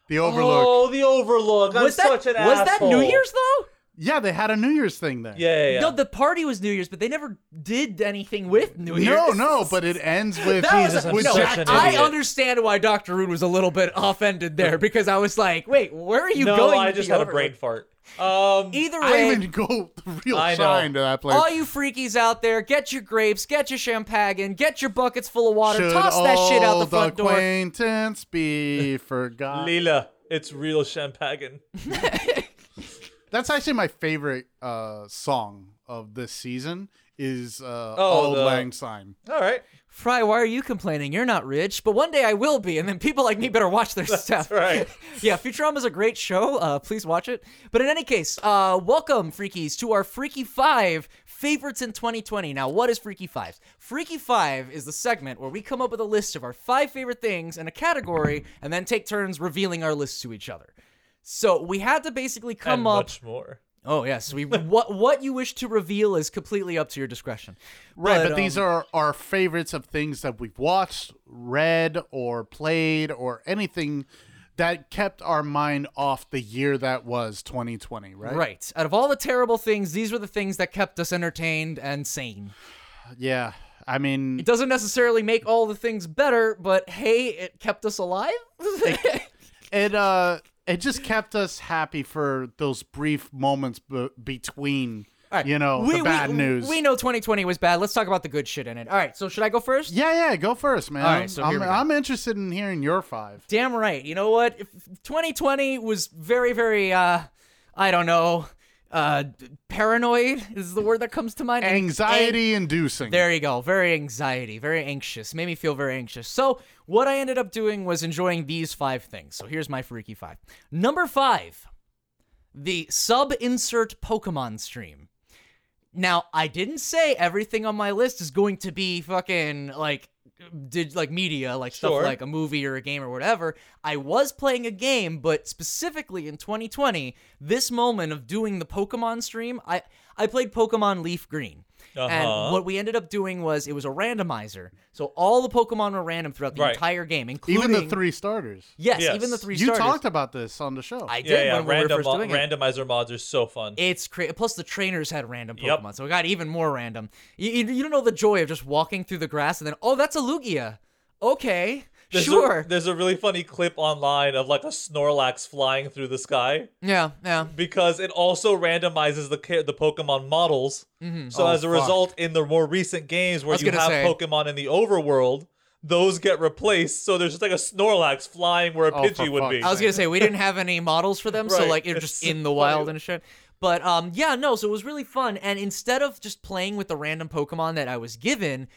The Overlook.
Oh, the Overlook. I'm
was that
such an
was
asshole.
that New Year's though?
Yeah, they had a New Year's thing there.
Yeah, yeah, yeah.
No, the party was New Year's, but they never did anything with New Year's.
No, no, but it ends with
That
Jesus, I'm
with
no,
Jack
such an
I
idiot.
understand why Dr. Rude was a little bit offended there because I was like, wait, where are you
no,
going?
I
with
just
the
had a
overlord?
brain fart. Um,
Either
I
way,
even go the real
I know.
shine to that place.
all you freakies out there, get your grapes, get your champagne, get your buckets full of water, toss that shit out the
all
front door.
acquaintance be forgotten.
Leela, it's real champagne.
That's actually my favorite uh, song of this season is uh,
Oh,
Auld
the-
Lang Syne.
All right.
Fry, why are you complaining? You're not rich, but one day I will be, and then people like me better watch their stuff.
right.
yeah, Futurama is a great show. Uh, please watch it. But in any case, uh, welcome, Freakies, to our Freaky Five favorites in 2020. Now, what is Freaky Five? Freaky Five is the segment where we come up with a list of our five favorite things in a category and then take turns revealing our lists to each other. So we had to basically come
and
up.
much more.
Oh yes, we what what you wish to reveal is completely up to your discretion. um,
Right, but, these are our favorites of things that we've watched, read, or played, or anything that kept our mind off the year that was 2020, right?
Right. Out of all the terrible things, these were the things that kept us entertained and sane.
Yeah. I mean,
It doesn't necessarily make all the things better, but hey, it kept us alive.
it uh it just kept us happy for those brief moments b- between you know, the bad
we,
news.
We know 2020 was bad. Let's talk about the good shit in it. All right, so should I go first?
Yeah, yeah, go first, man.
All right, so here
I'm,
we go.
I'm interested in hearing your five.
Damn right. You know what? If 2020 was very, very, uh, I don't know, uh, d- paranoid is the word that comes to mind. Ang-
Anxiety inducing.
There you go. Very anxiety, very anxious. Made me feel very anxious. So, what I ended up doing was enjoying these five things. So, here's my freaky five. Number five, the sub insert Pokemon stream. Now, I didn't say everything on my list is going to be fucking like did like media, like stuff
Sure.
like a movie or a game or whatever. I was playing a game, but specifically in 2020, this moment of doing the Pokemon stream, I I played Pokemon Leaf Green.
Uh-huh.
And what we ended up doing was it was a randomizer. So all the Pokemon were random throughout the
Right.
entire game, including
Even the three starters.
Yes,
Yes.
even the three
You
starters.
talked about this on the show.
I did
Yeah, yeah.
when we were
Random
first
mo-
doing it.
randomizer mods are so fun.
It's crazy. Plus, the trainers had random
Yep.
Pokemon, so it got even more random. You, you, you don't know the joy of just walking through the grass and then, oh, that's a Lugia. Okay,
There's
sure.
A, there's a really funny clip online of like a Snorlax flying through the sky
yeah, yeah.
because it also randomizes the ca- the Pokemon models. So
Oh,
as a
fuck.
result, in the more recent games where
was
you
gonna
have
say.
Pokemon in the overworld, those get replaced. So there's just like a Snorlax flying where a
Oh, for
Pidgey would
fuck's
be.
I was gonna say we didn't have any models for them, so
Right,
like it was
it's
just
so
in the wild
funny.
and shit. But um, yeah, no. So it was really fun, and instead of just playing with the random Pokemon that I was given,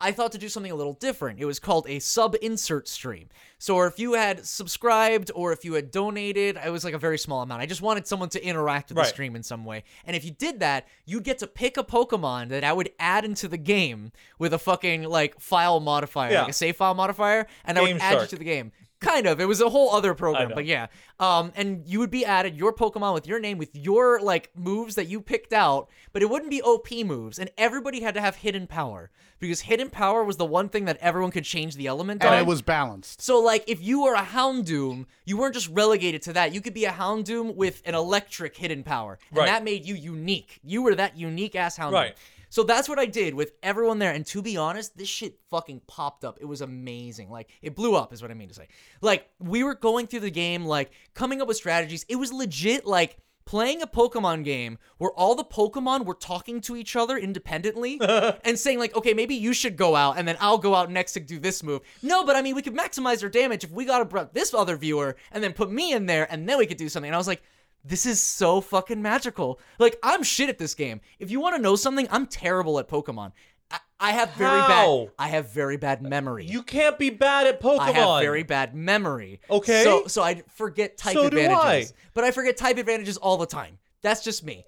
I thought to do something a little different. It was called a sub insert stream. So if you had subscribed or if you had donated, it was like a very small amount. I just wanted someone to interact with the
Right.
stream in some way. And if you did that, you'd get to pick a Pokemon that I would add into the game with a fucking like file modifier,
Yeah.
like a save file modifier, and I
Game
would add you
Shark.
to the game. Kind of. It was a whole other program,
know.
but yeah. Um, and you would be added your Pokemon with your name, with your like moves that you picked out, but it wouldn't be OP moves, and everybody had to have hidden power because hidden power was the one thing that everyone could change the element
and
on.
it was balanced.
so like if you were a Houndoom, you weren't just relegated to that. You could be a Houndoom with an electric hidden power. And
Right.
that made you unique. You were that unique ass Houndoom.
Right.
So that's what I did with everyone there. And to be honest, this shit fucking popped up. It was amazing. Like it blew up is what I mean to say. Like we were going through the game, like coming up with strategies. It was legit like playing a Pokemon game where all the Pokemon were talking to each other independently and saying like, okay, maybe you should go out and then I'll go out next to do this move. No, but I mean, we could maximize their damage if we got to brought this other viewer and then put me in there and then we could do something. And I was like, this is so fucking magical. Like, I'm shit at this game. If you want to know something, I'm terrible at Pokemon. I, I have very
How?
bad. I have very bad memory.
you can't be bad at Pokemon.
I have very bad memory.
Okay.
So so I forget type
So do
advantages. But I forget type advantages all the time. That's just me.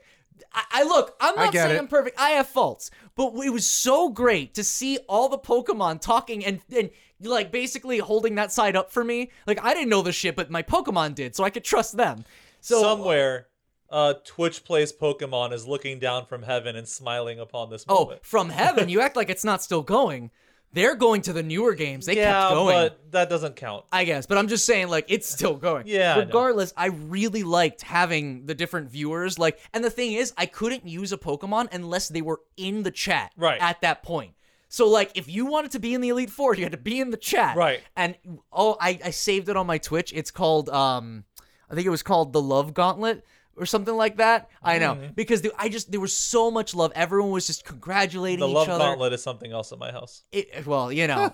I, I look, I'm
I
not
get
saying
it.
I'm perfect. I have faults. But it was so great to see all the Pokemon talking and and like basically holding that side up for me. Like I didn't know this shit, but my Pokemon did, so I could trust them. So
Somewhere, uh, Twitch plays Pokemon is looking down from heaven and smiling upon this
Oh,
moment.
from heaven, you act like it's not still going. They're going to the newer games. They
yeah,
kept going.
but that doesn't count.
I guess, but I'm just saying, like, it's still going.
Yeah, I know.
Regardless, I, really liked having the different viewers. Like, and the thing is, I couldn't use a Pokemon unless they were in the chat
Right.
at that point. So, like, if you wanted to be in the Elite Four, you had to be in the chat.
Right.
And oh, I, I saved it on my Twitch. It's called, um, I think it was called the Love Gauntlet. Or something like that. I know
Mm-hmm.
because there, I just there was so much love. Everyone was just congratulating
The
each
Love
other.
Gauntlet is something else at my house.
It, well, you know,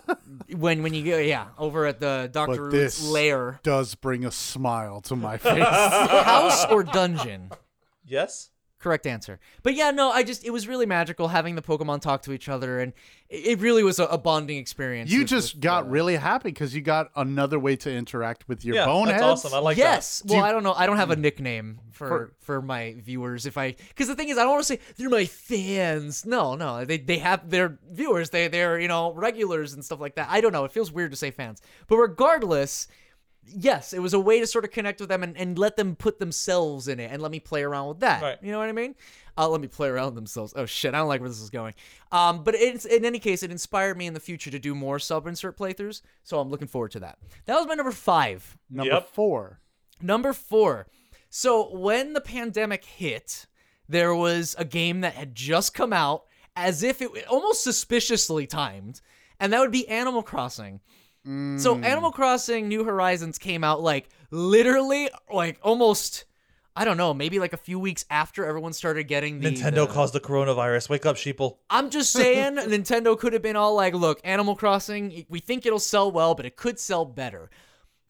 when when you go, yeah, over at the Doctor
But
Root's
this
lair,
does bring a smile to my face.
house or dungeon.
Yes?
Correct answer. But yeah, no, I just it was really magical having the Pokemon talk to each other, and it it really was a, a bonding experience.
You
with-
just
with,
got
uh,
really happy because you got another way to interact with your
yeah,
boneheads.
that's awesome. I like
yes.
Do
Well,
you-
I don't know. I don't have a nickname for for my viewers. If I because the thing is, I don't want to say they're my fans. No, no. They they have their viewers. They they're you know regulars and stuff like that. I don't know. It feels weird to say fans. But regardless, yes, it was a way to sort of connect with them and, and let them put themselves in it and let me play around with that.
Right.
You know what I mean? Uh, let me play around with themselves. Oh shit, I don't like where this is going. Um, but it's, in any case, it inspired me in the future to do more sub insert playthroughs. So I'm looking forward to that. That was my number five.
that. Number
Yep.
four.
Number four. So when the pandemic hit, there was a game that had just come out as if it almost suspiciously timed, and that would be Animal Crossing. So Animal Crossing New Horizons came out like literally like almost I don't know, maybe like a few weeks after everyone started getting the
Nintendo
the-
caused the coronavirus. Wake up, sheeple.
I'm just saying, Nintendo could have been all like, look, Animal Crossing, we think it'll sell well, but it could sell better.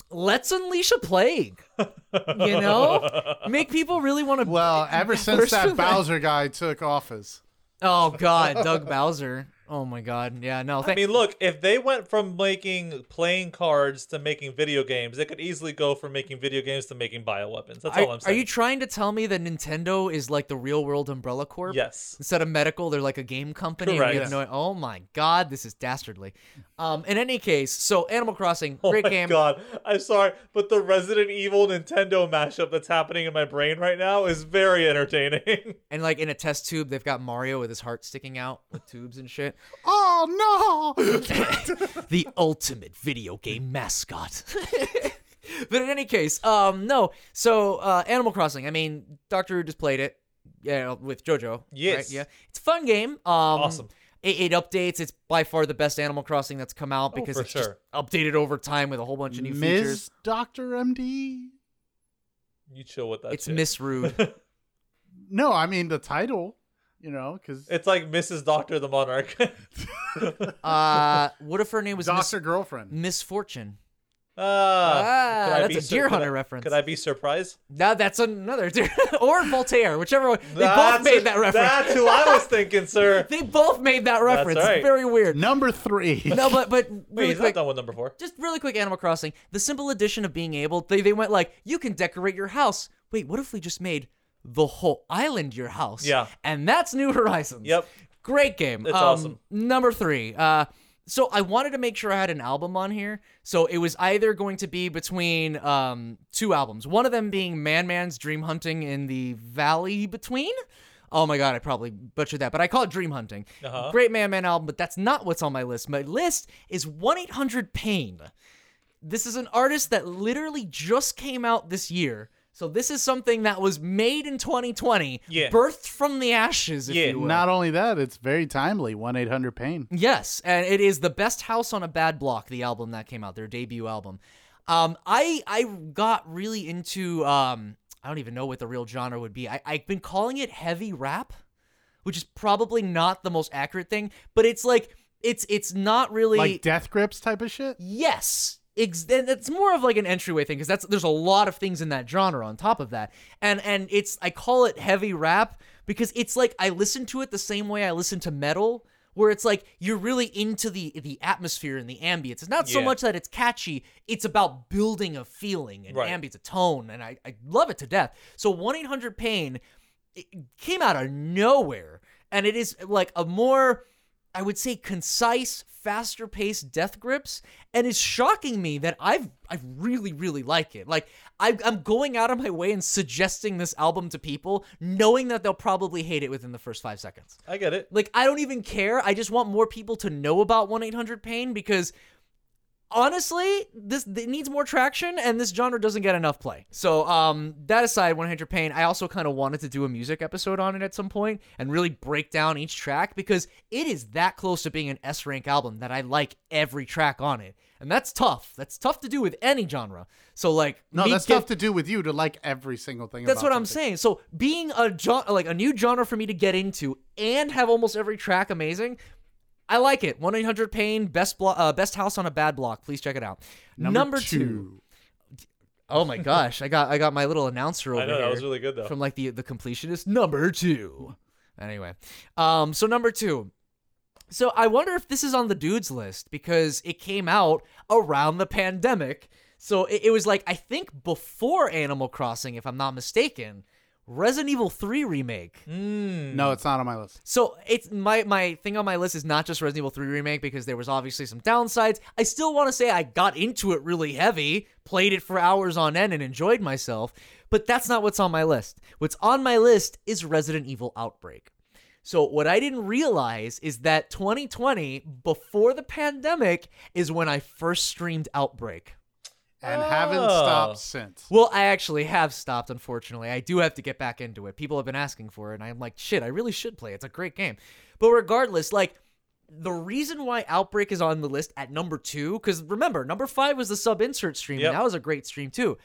Let's unleash a plague. You know? Make people really want to.
Well, ever since
First
that
of all-
Bowser guy took office,
Oh, God. Doug Bowser. Oh, my God. Yeah, no.
I
Thank-
mean, look, if they went from making playing cards to making video games, they could easily go from making video games to making bioweapons. That's
are,
all I'm
are
saying.
you trying to tell me that Nintendo is like the real world Umbrella Corp?
yes.
Instead of medical, they're like a game company. and we
Correct.
have no- oh, my God. This is dastardly. Um, in any case, so Animal Crossing, great
oh my
game.
god. I'm sorry, but the Resident Evil Nintendo mashup that's happening in my brain right now is very entertaining.
And like in a test tube, they've got Mario with his heart sticking out with tubes and shit.
oh no!
the ultimate video game mascot. but in any case, um, no. So uh, Animal Crossing. I mean, Doctor Who just played it. Yeah, with JoJo. right?
Yes.
Yeah. It's a fun game. Um,
Awesome.
It, it updates. It's by far the best Animal Crossing that's come out because
Oh, for
it's just
sure.
updated over time with a whole bunch of new features.
Ms. Doctor MD.
you chill with that
It's
shit.
Miss Rude.
No, I mean the title. You know, because
It's like Mrs. Doctor the Monarch.
uh, what if her name was Miss
Doctor Girlfriend.
Misfortune?
ah, could I
that's
be
a
sur-
Deer
could I-
Hunter reference.
Could I be surprised?
Now that's another, or Voltaire, whichever one. They both
That's-
made that reference.
That's who I was thinking, sir.
They both made that reference.
right.
Very weird.
Number three.
No, but but
Wait,
really
he's not
quick,
done with number four.
just really quick, Animal Crossing. The simple addition of being able, they they went like, you can decorate your house. Wait, what if we just made the whole island your house?
Yeah.
and that's New Horizons.
Yep.
great game.
It's
Um,
awesome.
Number three. Uh, so I wanted to make sure I had an album on here. So it was either going to be between um two albums. One of them being Man Man's Dream Hunting in the Valley Between. Oh my god, I probably butchered that, but I call it Dream Hunting.
Uh-huh.
Great Man Man album, but that's not what's on my list. My list is 1 800 Pain. This is an artist that literally just came out this year. So this is something that was made in 2020,
Yeah.
birthed from the ashes, if
Yeah,
you will.
Not only that, it's very timely. One eight hundred pain.
Yes, and it is the best house on a bad block. The album that came out, their debut album. Um, I I got really into um, I don't even know what the real genre would be. I I've been calling it heavy rap, which is probably not the most accurate thing, but it's like it's it's not really
Like death grips type of shit.
Yes. Ex- and it's more of like an entryway thing because that's there's a lot of things in that genre on top of that and and it's i call it heavy rap because it's like i listen to it the same way i listen to metal where it's like you're really into the the atmosphere and the ambience it's not so
Yeah.
much that it's catchy it's about building a feeling and
Right.
ambience a tone and I, I love it to death so 1-800 pain it came out of nowhere and it is like a more i would say concise faster paced death grips and it's shocking me that i've i really really like it like I, i'm going out of my way and suggesting this album to people knowing that they'll probably hate it within the first five seconds
I get it.
like i don't even care i just want more people to know about 1-800 pain because honestly this it needs more traction and this genre doesn't get enough play so um that aside 100 pain i also kind of wanted to do a music episode on it at some point and really break down each track because it is that close to being an s rank album that i like every track on it and that's tough that's tough to do with any genre so like
No,
me
that's
give-
tough to do with you to like every single thing.
that's
about
what I'm
something.
saying. So being a jo- like a new genre for me to get into and have almost every track amazing, I like it. One eight hundred pain best blo- uh, best house on a bad block. Please check it out.
Number, two.
Oh my gosh, I got I got my little announcer over
I know that
here
was really good though.
from like the the completionist number two. Anyway, um, so number two. So I wonder if this is on the dudes list because it came out around the pandemic. So it, it was like I think before Animal Crossing, if I'm not mistaken, Resident Evil Three remake.
Mm.
No, it's not on my list.
So it's my my thing on my list is not just Resident Evil 3 remake because there was obviously some downsides. I still want to say I got into it really heavy, played it for hours on end and enjoyed myself, but that's not what's on my list. What's on my list is Resident Evil Outbreak. So what I didn't realize is that 2020 before the pandemic is when I first streamed Outbreak.
And
Oh.
haven't stopped since.
Well, I actually have stopped, unfortunately. I do have to get back into it. People have been asking for it, and I'm like, shit, I really should play. it. It's a great game. But regardless, like, the reason why Outbreak is on the list at number two, because remember, number five was the sub insert stream,
Yep.
and that was a great stream too.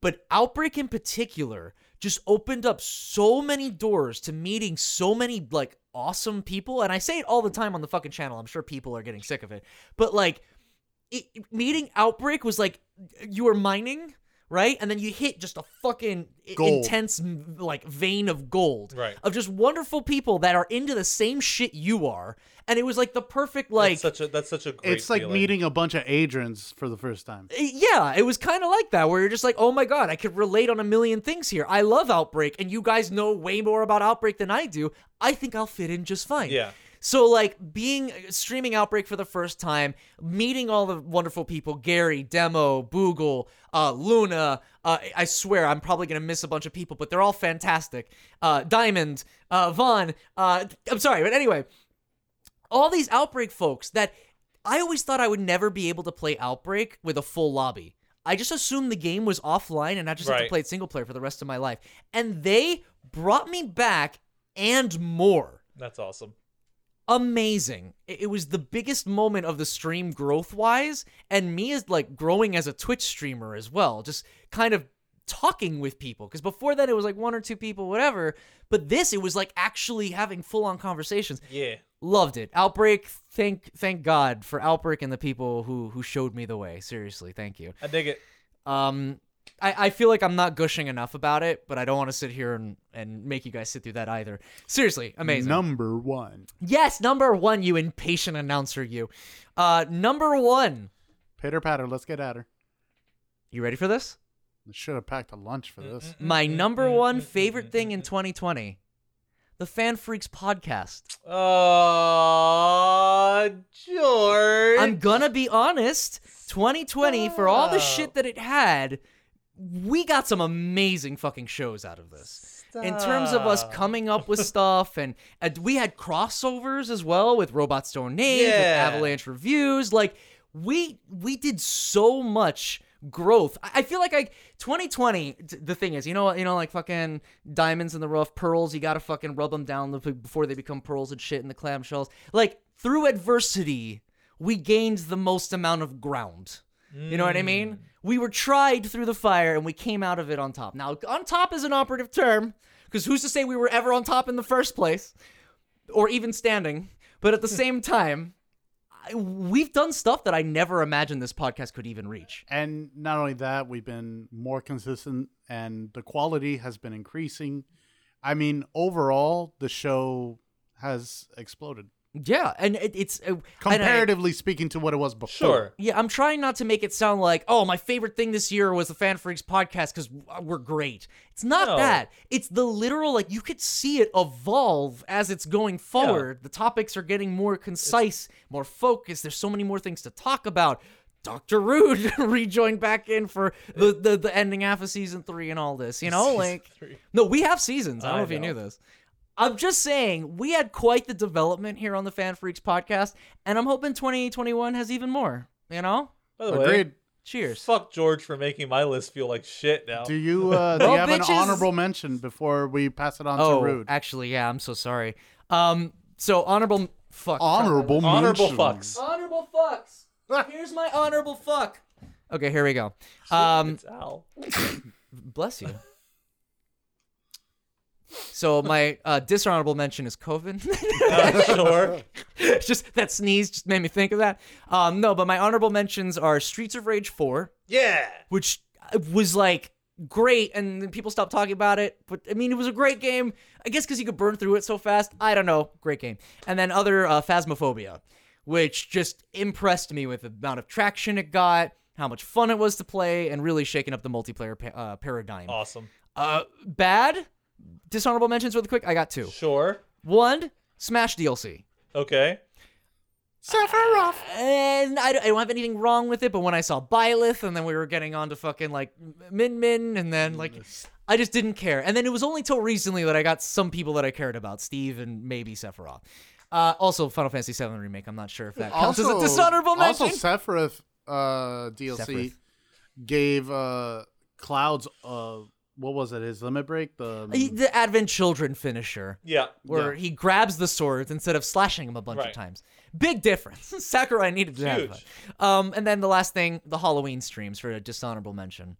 But Outbreak in particular just opened up so many doors to meeting so many, like, awesome people. And I say it all the time on the fucking channel. I'm sure people are getting sick of it. But, like, it, meeting Outbreak was like you were mining, right? And then you hit just a fucking i-
Gold.
intense m- like vein of gold
Right.
of just wonderful people that are into the same shit you are, and it was like the perfect like
that's such a that's such a great.
It's like
feeling.
meeting a bunch of Adrians for the first time.
it- yeah, it was kind of like that, where you're just like, oh my god, I could relate on a million things here. I love Outbreak, and you guys know way more about Outbreak than I do. I think I'll fit in just fine.
Yeah.
So like being uh, streaming Outbreak for the first time, meeting all the wonderful people, Gary, Demo, Boogle, uh, Luna. Uh, I swear I'm probably gonna miss a bunch of people, but they're all fantastic. Uh, Diamond, uh, Vaughn. Uh, I'm sorry, but anyway, all these outbreak folks that I always thought I would never be able to play outbreak with a full lobby. I just assumed the game was offline and I just have to
Right.
play it single player for the rest of my life. And they brought me back and more.
That's awesome.
Amazing. It it was the biggest moment of the stream growth wise, and me as like growing as a Twitch streamer as well, just kind of talking with people. Because before that, it was like one or two people, whatever. But this, it was like actually having full on conversations
Yeah.
loved it. Outbreak, thank thank God for Outbreak and the people who who showed me the way. Seriously, thank you.
I dig it.
Um I, I feel like I'm not gushing enough about it, but I don't want to sit here and, and make you guys sit through that either. Seriously, amazing.
Number one,
yes, number one, you impatient announcer, you. Uh, number one.
pitter patter. Let's get at her.
You ready for this?
I should have packed a lunch for this.
My number one favorite thing in 2020 the Fan Freaks podcast.
Uh, George.
I'm gonna be honest. 2020, for all the shit that it had, we got some amazing fucking shows out of this. In terms of us
Stop.
coming up with stuff, and, and we had crossovers as well with Robots Don't Names, with
Yeah.
Avalanche reviews. Like we we did so much growth. I, I feel like I 2020. t- The thing is, you know, what- you know, like fucking diamonds in the rough, pearls. You gotta fucking rub them down the- before they become pearls and shit in the clamshells. Like through adversity, we gained the most amount of ground. You know what I mean? We were tried through the fire and we came out of it on top. Now, on top is an operative term because who's to say we were ever on top in the first place or even standing? But at the same time, I- we've done stuff that I never imagined this podcast could even reach.
And not only that, we've been more consistent and the quality has been increasing. I mean, overall, the show has exploded.
Yeah, and it, it's uh, and I-
Comparatively speaking to what it was before.
Sure.
Yeah, I'm trying not to make it sound like, oh, my favorite thing this year was the Fan Freaks podcast because we're great. It's not
No.
that. It's the literal, like, you could see it evolve as it's going forward. The topics are getting more concise, more focused. There's so many more things to talk about. Dr. Rude rejoined back in for the, the, the ending half of season three and all this, you know? Like,
three.
no, we have seasons. I don't
I
know if you
know.
knew this. I'm just saying, we had quite the development here on the Fan Freaks podcast, and I'm hoping 2021 has even more. You know?
By the way,
Agreed.
Cheers.
fuck George for making my list feel like shit now.
Do you uh, do you
Well,
have
bitches-
an honorable mention before we pass it on
Oh,
to Rude?
actually, yeah, I'm so sorry. Um, so honorable fuck.
Honorable,
Honorable
mention.
fucks.
Honorable fucks. Here's my honorable fuck. Okay, here we go. Um,
It's Al.
bless you. So my uh, dishonorable mention is COVID.
Uh, sure.
just that sneeze just made me think of that. Um, no, but my honorable mentions are Streets of Rage 4,
Yeah.
which was like great, and then people stopped talking about it. But I mean, it was a great game. I guess because you could burn through it so fast. I don't know. Great game. And then other uh, Phasmophobia, which just impressed me with the amount of traction it got, how much fun it was to play, and really shaking up the multiplayer pa- uh, paradigm.
Awesome.
Uh, bad dishonorable mentions really quick. I got two.
Sure.
One, Smash DLC.
Okay.
Sephiroth.
and I don't, I don't have anything wrong with it. But when I saw Byleth, and then we were getting on to fucking like Min Min, and then like I just didn't care. And then it was only till recently that I got some people that I cared about, Steve and maybe Sephiroth. Uh, also, Final Fantasy VII remake. I'm not sure if that counts as a dishonorable mention.
Also, Sephiroth uh, DLC
Sephiroth.
gave uh, Clouds uh, what was it? His limit break. The
Uh, He- the Advent Children finisher,
Yeah.
where he grabs the swords instead of slashing them a bunch of
Right.
times. Big difference. Sakurai needed to have
Huge.
that. Um, and then the last thing, the Halloween streams for a dishonorable mention.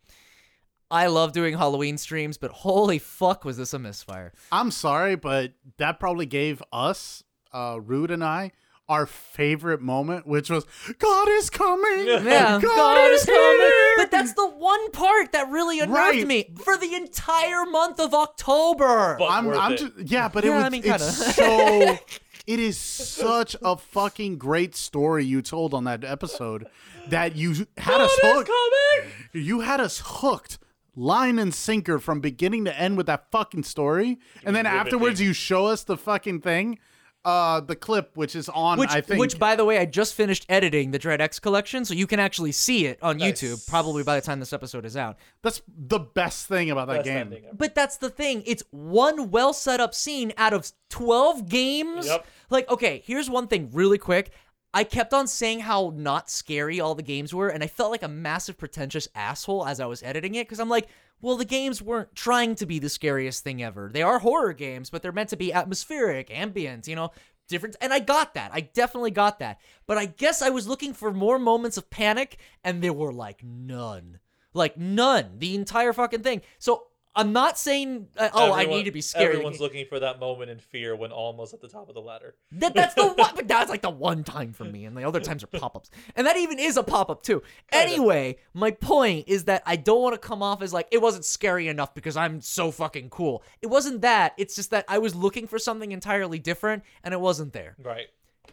I love doing Halloween streams, but holy fuck, was this a misfire?
I'm sorry, but that probably gave us, uh, Rude and I, our favorite moment, which was God is coming.
Yeah.
Yeah,
God, is coming.
But that's the one part that really unnerved
Right.
me for the entire month of October.
But
I'm,
worth
I'm
it.
just, yeah, but it
Yeah, I
was,
mean, kinda.
it's so, it is such a fucking great story you told on that episode that you had us hooked.
coming.
You had us hooked, line and sinker from beginning to end with that fucking story, and then afterwards you show us the fucking thing, uh, the clip which is on.
which,
I think.
which, by the way, I just finished editing the Dread X collection, so you can actually see it on YouTube probably by the time this episode is out.
That's the best thing about that
Best
game.
ending ever.
But that's the thing. It's one well set up scene out of 12 games.
Yep.
Like, okay, here's one thing really quick. I kept on saying how not scary all the games were, and I felt like a massive pretentious asshole as I was editing it because I'm like, well, the games weren't trying to be the scariest thing ever. They are horror games, but they're meant to be atmospheric, ambient, you know, different. And I got that. I definitely got that. But I guess I was looking for more moments of panic, and there were like none. Like none. The entire fucking thing. So I'm not saying, uh, oh, I
Everyone-
need to be scared.
Everyone's looking for that moment in fear when almost at the top of the ladder.
That that's the one, but that's like the one time for me, and the other times are pop ups, and that even is a pop up too. Anyway, my point is that I don't want to come off as like it wasn't scary enough because I'm so fucking cool. It wasn't that. It's just that I was looking for something entirely different, and it wasn't there,
Right.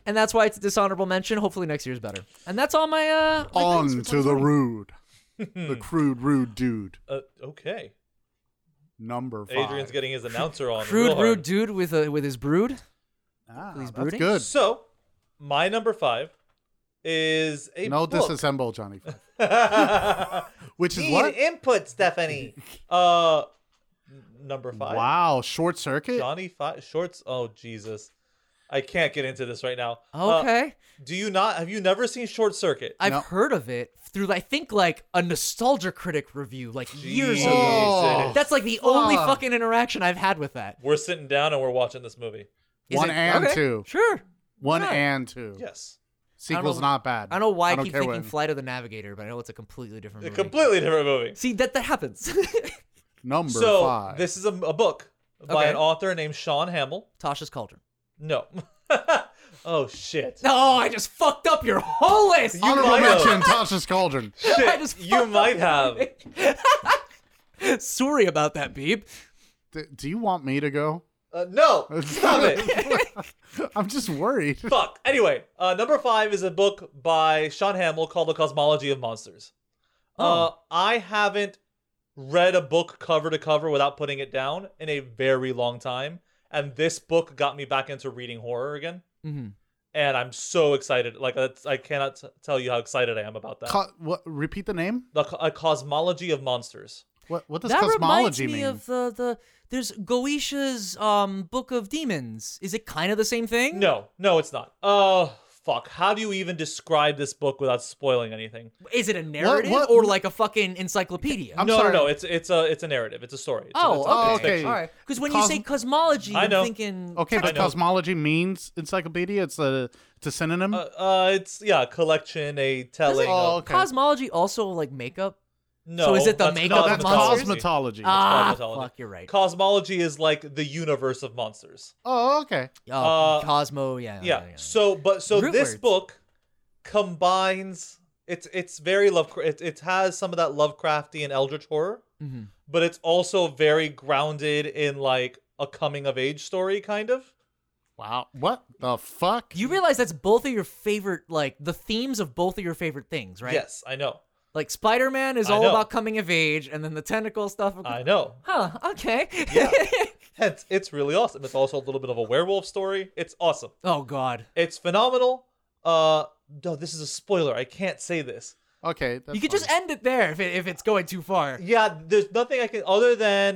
and that's why it's a dishonorable mention. Hopefully next year's better, and that's all my uh. my things
On
for
to the
2020.
rude, the crude, rude dude
Uh, okay.
number five.
Adrian's getting his announcer on. real
Crude,
hard.
rude dude with a, with his brood.
Ah,
He's
that's
brooding?
good.
So, my number five is a
No
book.
disassemble, Johnny. Five.
Need
Which is what?
input, Stephanie. uh, n- number five.
Wow, short circuit.
Johnny Five Shorts. Oh Jesus, I can't get into this right now. Uh,
Okay,
do you not? Have you never seen Short Circuit?
I've
no.
heard of it through I think like a nostalgia critic review like years
Jesus.
ago.
Oh.
That's like the only
Fuck.
fucking interaction I've had with that.
We're sitting down and we're watching this movie.
Is
One
it-
and
okay,
two.
Sure.
One
Yeah.
and two.
Yes,
Sequel's
know-
not bad.
I don't know why I,
don't
keep
care
thinking
what-
Flight of the Navigator, but I know it's a completely different
a
movie.
completely different movie.
See that that happens.
Number
so
five.
this is a, a book by
Okay.
an author named Sean Hamill.
Tasha's Cauldron.
No. oh shit.
No, I just fucked up your whole list.
You
Honorable
might have.
mention: Tasha's Cauldron.
I
shit.
just
you
fucked
might
up
have.
Sorry about that, Beep.
D- do you want me to go?
Uh, no. Stop it.
I'm just worried.
Fuck. Anyway, uh, number five is a book by Sean Hamill called The Cosmology of Monsters. Uh,
Oh.
I haven't read a book cover to cover without putting it down in a very long time. And this book got me back into reading horror again.
Mm-hmm.
hmm
And I'm so excited. Like, that's, I cannot t- tell you how excited I am about that.
Co- what? Repeat the name.
the co- a Cosmology of Monsters.
What? What does
that reminds
cosmology
me
mean?
of the, the there's Goetisha's um Book of Demons. Is it kind of the same thing?
No, no, it's not. Oh, fuck. How do you even describe this book without spoiling anything?
Is it a narrative
what-
or like a fucking encyclopedia?
I'm
no,
sorry.
no, no. It's it's a it's a narrative. It's a story. It's a-
oh,
it's a-
Oh,
it's
okay.
okay.
All right. Because when you
Cos-
say cosmology,
I
I'm
know.
thinking
Okay,
I
but
know.
cosmology means encyclopedia. It's a it's a synonym.
Uh, uh, it's yeah, a collection, a telling.
oh,
of-
okay.
cosmology also like makeup.
No,
So is it the
that's
makeup
no,
of
that's
monsters?
cosmetology.
ah,
cosmetology.
fuck, you're right.
Cosmology is like the universe of monsters.
oh, okay.
oh,
uh,
Cosmo, yeah,
yeah. So, but so
Root
this
words.
book combines It's it's very love. It it has some of that Lovecrafty and Eldritch horror,
Mm-hmm.
but it's also very grounded in like a coming of age story, kind of.
Wow. What the fuck?
You realize that's both of your favorite, like the themes of both of your favorite things, right?
Yes, I know,
Like Spider Man is
I
all
know.
about coming of age, and then the tentacle stuff.
I know.
huh? Okay.
It's it's really awesome. It's also a little bit of a werewolf story. It's awesome.
oh God.
It's phenomenal. Uh, no, this is a spoiler. I can't say this.
Okay. That's
you could
fine.
just end it there if it, if it's going too far.
Yeah, there's nothing I can other than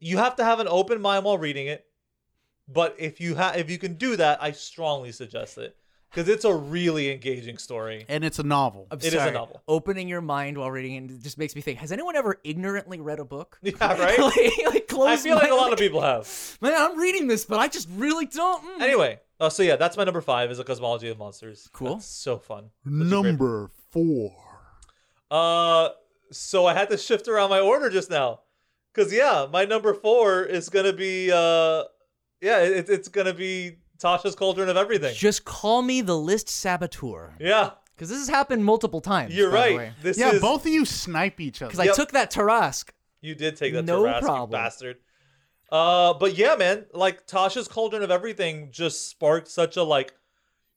you have to have an open mind while reading it. But if you have, if you can do that, I strongly suggest it because it's a really engaging story.
And it's a novel.
I'm
It is a
sorry.
novel.
Opening your mind while reading it just makes me think: Has anyone ever ignorantly read a book?
Yeah, right.
like, like
I
close.
feel like a lot of people have.
Man, I'm reading this, but I just really don't. mm.
Anyway, uh, so yeah, that's my number five is a cosmology of monsters.
Cool.
That's so fun.
Number four.
Uh, so I had to shift around my order just now, cause yeah, my number four is gonna be uh, yeah, it, it's gonna be Tasha's Cauldron of Everything.
Just call me the list saboteur,
Yeah,
because this has happened multiple times.
you're
by the
right.
way.
This
yeah,
is
both of you snipe each other.
Because I
Yep.
took that Tarask.
you did take that
No
Tarrasque, you
problem.
bastard. Uh, but yeah, man, like Tasha's Cauldron of Everything just sparked such a like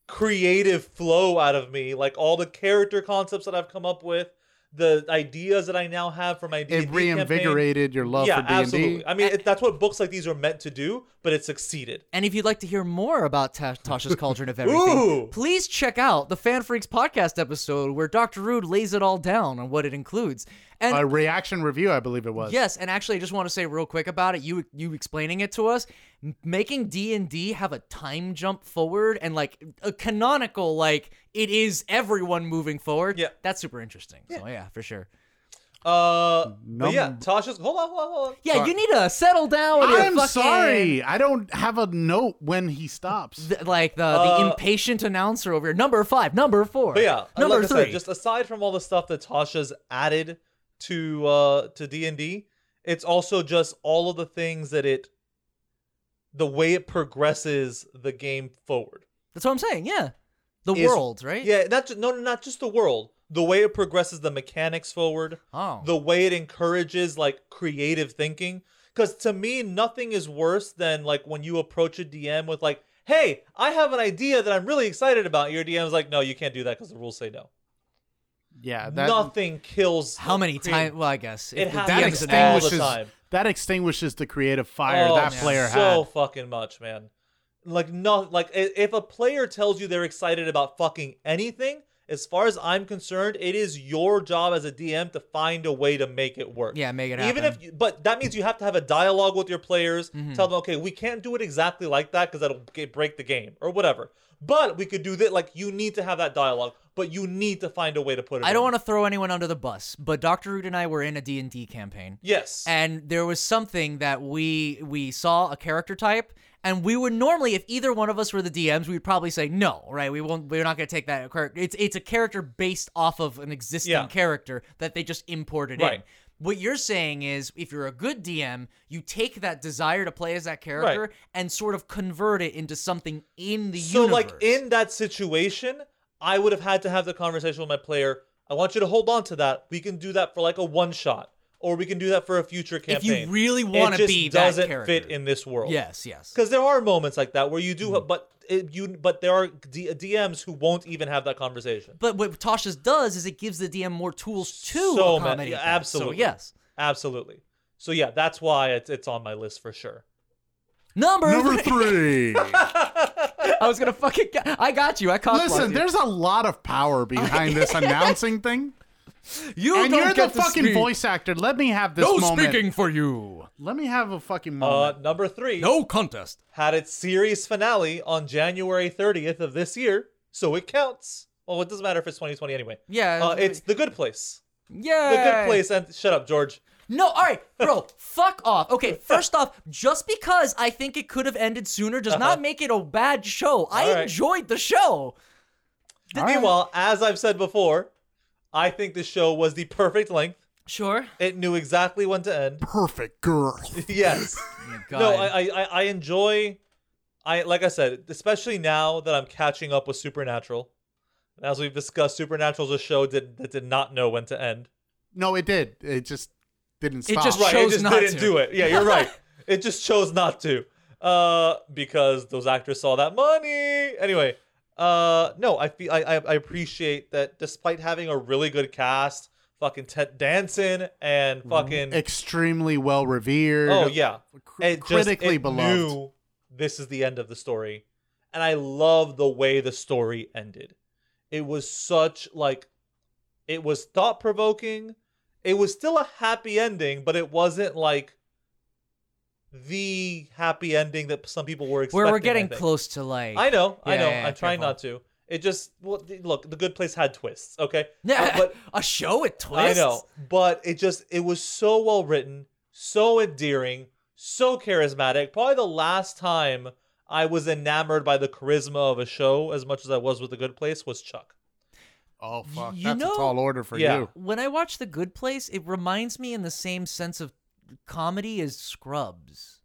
creative flow out of me. Like all the character concepts that I've come up with, the ideas that I now have for my D&D
it
campaign.
reinvigorated your love
yeah,
uh, for D&D.
absolutely. I mean, it, that's what books like these are meant to do, but it succeeded.
And if you'd like to hear more about Ta- Tasha's Cauldron of Everything,
Ooh.
please check out the Fan Freaks podcast episode where Dr. Rude lays it all down on what it includes. And
A reaction review, I believe it was.
Yes, and actually, I just want to say real quick about it. You you explaining it to us, m- making D and D have a time jump forward and like a canonical like it is everyone moving forward.
Yeah.
that's super interesting. So yeah, for sure.
Uh, but yeah,
Num-
Tasha's. Hold on, hold on, hold on.
Yeah, you need to settle down. With your
I'm
fucking-
sorry. I don't have a note when he stops.
th- like the, the
Uh,
impatient announcer over here. Number five, number four.
But yeah, and
number
like
three.
I said, just aside from all the stuff that Tasha's added to uh to D and D, it's also just all of the things that it, the way it progresses the game forward.
That's what I'm saying. Yeah, the
Is-
world, right?
Yeah, not ju- no, no, not just the world. The way it progresses the mechanics forward.
Oh.
the way it encourages like creative thinking because to me nothing is worse than like when you approach a dm with like hey i have an idea that i'm really excited about your dm's like no you can't do that because the rules say no
yeah, that,
nothing kills
How many
creat-
times? Well, I guess
It
if the
happens
DM is
that
an ass-
all the
extinguishes
time.
that extinguishes the creative fire
Oh,
that player
so
had.
fucking much man like no like i- if a player tells you they're excited about fucking anything as far as i'm concerned it is your job as a dm to find a way to make it work
Yeah, make it happen.
even
Mm-hmm.
if you, but that means you have to have a dialogue with your players tell them okay we can't do it exactly like that because that'll get, break the game or whatever but we could do that like you need to have that dialogue but you need to find a way to put it
I don't
in.
want to throw anyone under the bus, but Dr. Root and I were in a D&D campaign.
yes
And there was something that we we saw a character type and we would normally if either one of us were the DMs, we would probably say no, right? We won't we're not going to take that character. It's it's a character based off of an existing
Yeah.
character that they just imported in.
Right.
What you're saying is if you're a good DM, you take that desire to play as that character and sort of convert it into something in the
so
universe.
like in that situation i would have had to have the conversation with my player i want you to hold on to that we can do that for like a one shot or we can do that for a future
If
campaign
you really
It
wanna
just
be that
doesn't
character.
fit in this world
Yes, Mm. yes.
because there are moments like that where you do but it, you but there are D- dms who won't even have that conversation
But what Tasha's does is it gives the DM more tools to
ma-
accommodate.
yeah,
that.
absolutely
So, yes.
absolutely so yeah that's why it's, it's on my list for sure
Number,
Number
three.
three.
I was gonna fucking. Ca- I got you. I caught
Listen, there's a lot of power behind this announcing thing.
you
And
don't
you're the
get to
fucking
speak.
voice actor. Let me have this
No
moment.
speaking for you.
Let me have a fucking
uh,
moment.
number three
Mm. No contest.
had its series finale on january 30th of this year so it counts well it doesn't matter if it's 2020 anyway
Yeah,
uh,
it's-
it's the good place
Yeah.
the good place and shut up george
No, all right, bro. fuck off. Okay, first off, just because I think it could have ended sooner does not make it a bad show. I
Uh-huh. All right.
enjoyed the show.
meanwhile as i've said before i think the show was the perfect length
Sure.
it knew exactly when to end
Perfect girl.
yes
God.
No, I, I I- I enjoy I like I said, especially now that I'm catching up with Supernatural. As we've discussed, Supernatural is a show that, that did not know when to end.
No, it did. It just didn't stop.
just
Right,
Chose
it just
not
didn't
to.
do it. Yeah, you're right. it just chose not to, uh, because those actors saw that money. Anyway, uh, no, I feel I, I I appreciate that despite having a really good cast, fucking Ted Danson and
Mm-hmm.
fucking
extremely well revered.
oh yeah,
Cr-
it just-
critically
it
beloved.
Knew this is the end of the story, and I love the way the story ended. It was such like, it was thought provoking. It was still a happy ending, but it wasn't like the happy ending that some people were expecting.
Where we're
I
getting
think.
close to like.
I know, I
Yeah,
know.
yeah,
I'm trying
careful.
not to. It just well, th- look, the good place had twists. Okay,
Yeah,
Uh, but
a show with twists.
I know, but it just it was so well written, so endearing, so charismatic. Probably the last time I was enamored by the charisma of a show as much as I was with The Good Place was Chuck.
Oh fuck,
You
that's
know-
a tall order for
Yeah.
you.
When I watch The Good Place, it reminds me in the same sense of comedy as Scrubs.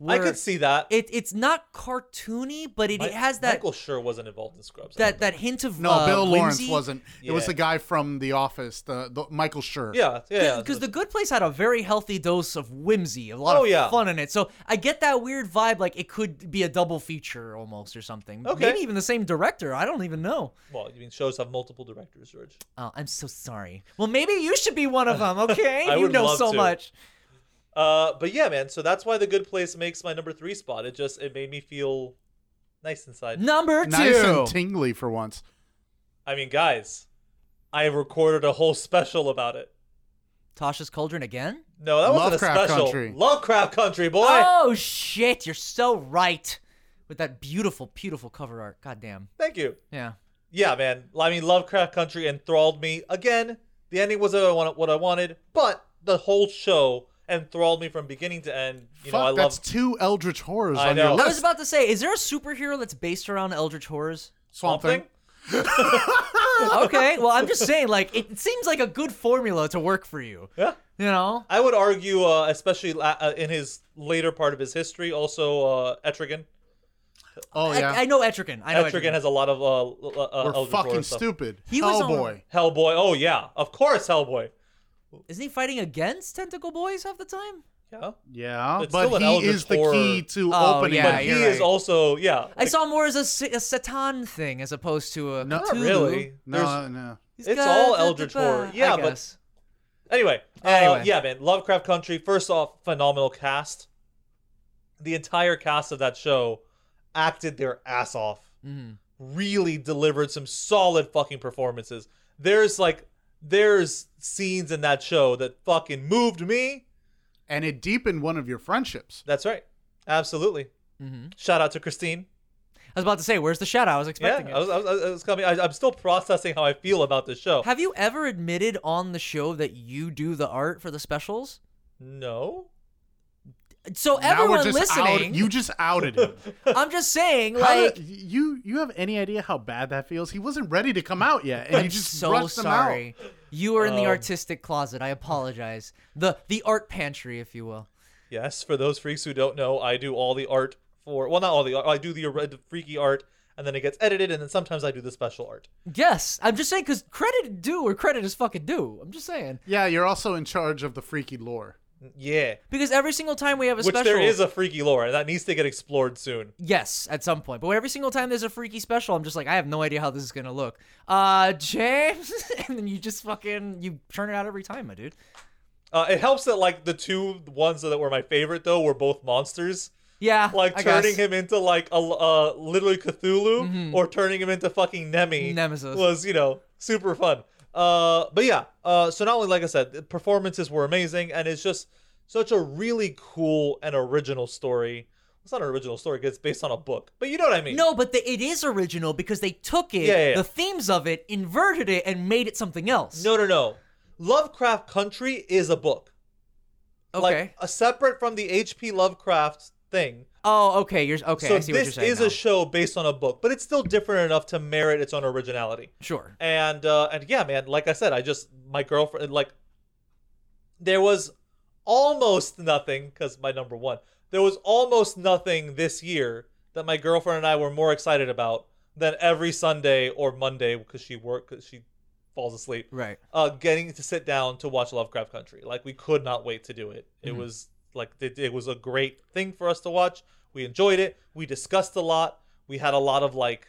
I
where
could see that.
it. It's not cartoony, but it,
Mi-
it has that
Michael sure wasn't involved in Scrubs. I
that
don't
that hint of
No,
uh,
Bill Lawrence
whimsy.
wasn't. It was
Yeah.
the guy from The Office, the, the Michael Schur.
know. Yeah, yeah, yeah.
because the good place had a very healthy dose of whimsy a lot
Oh,
of
yeah.
fun in it so i get that weird vibe like it could be a double feature almost or something
Okay.
maybe even the same director i don't even know
well, you mean shows have multiple directors, George.
oh i'm so sorry well maybe you should be one of them okay
I
you
would
know
love
so
to.
much
Uh, but yeah, man. So that's why The Good Place makes my number three spot. It just it made me feel nice inside.
number two
nice and tingly for once.
I mean, guys, I recorded a whole special about it.
tasha's cauldron again
No, that wasn't a
Lovecraft
special.
Country.
Lovecraft Country, boy.
oh shit you're so right with that beautiful beautiful cover art goddamn
Thank you.
yeah
Yeah, man. I mean, Lovecraft Country enthralled me again. The ending was what I wanted, what I wanted, but the whole show enthralled me from beginning to end. You
fuck,
know, I
that's
love.
two Eldritch horrors
I
on your
know.
i
list.
was about to say is there a superhero that's based around eldritch horrors
Swamp Thing.
okay well i'm just saying like it seems like a good formula to work for you
Yeah.
you know
I would argue, uh, especially la- uh, in his later part of his history, also uh, Etrigan.
Oh yeah,
I, I know Etrigan. I know Etrigan.
Etrigan has a lot of uh, l- uh, uh,
we're
Eldritch
fucking
Horror stuff.
stupid.
He was on-
Hellboy.
Hellboy. Oh yeah, of course, Hellboy.
Isn't he fighting against Tentacle Boys half the time?
Yeah,
Yeah,
It's
but
still an
he
Eldritch
is the
horror.
key to
Oh,
opening.
yeah,
but he
you're
is
right.
also yeah.
I saw more as a, sa- a Satan thing as opposed to a.
No,
Cthulhu.
Not really. There's-
No, no.
He's
It's
got
all
the- the-
Eldritch
the-
horror.
I
Yeah, but-
guess.
Anyway, uh,
Anyway.
yeah, man, Lovecraft Country. First off, phenomenal cast. The entire cast of that show acted their ass off.
Mhm.
Really delivered some solid fucking performances. There's like there's scenes in that show that fucking moved me.
And it deepened one of your friendships.
That's right. Absolutely.
Mhm.
Shout out to Christine.
I was about to say, where's the shout out? I was expecting
yeah, I
it.
was, I was, I was coming. I, I'm still processing how I feel about this show.
Have you ever admitted on the show that you do the art for the specials?
no.
So
now
everyone
we're just
listening,
out. You just outed him.
I'm just saying,
How
like,
did- you you have any idea how bad that feels? He wasn't ready to come out yet, and
I'm
you just
so
rushed him out. Oh.
sorry. You are in the
Um,
artistic closet. I apologize. The the art pantry, if you will.
Yes, for those freaks who don't know, I do all the art for well, not all the art. I do the ori- the freaky art, and then it gets edited, and then sometimes I do the special art.
Yes, I'm just saying because credit due or credit is fucking due. I'm just saying
Yeah, you're also in charge of the freaky lore.
Yeah,
because every single time we have a
which
special,
there is a freaky lore and that needs to get explored soon.
yes at some point. But every single time there's a freaky special, I'm just like, I have no idea how this is gonna look. Uh, James, and then you just fucking you turn it out every time, my dude.
Uh, it helps that like the two ones that were my favorite though were both monsters,
Yeah,
like
I
turning
guess. Mm-hmm.
him into like a uh, literally Cthulhu or turning him into fucking Nemi.
Nemesis.
was you know super fun. Uh, but yeah, uh, so not only like I said, the performances were amazing, and it's just such a really cool and original story. It's not an original story because it's based on a book, but you know what I mean.
No, but the, it is original because they took it,
Yeah, yeah, yeah.
the themes of it, inverted it, and made it something else.
no, no, no. Lovecraft Country is a book,
okay.
like a separate from the H.P. Lovecraft thing.
oh, okay. You're okay.
so
I see what
this
you're saying.
is
now.
a show based on a book, but it's still different enough to merit its own originality.
sure.
and uh and yeah man like i said i just my girlfriend like there was almost nothing because my number one there was almost nothing this year that my girlfriend and i were more excited about then every Sunday or Monday because she work because she falls asleep.
Right.
Uh, getting to sit down to watch Lovecraft Country, like we could not wait to do it. It was like it, it was a great thing for us to watch. We enjoyed it. We discussed a lot. We had a lot of like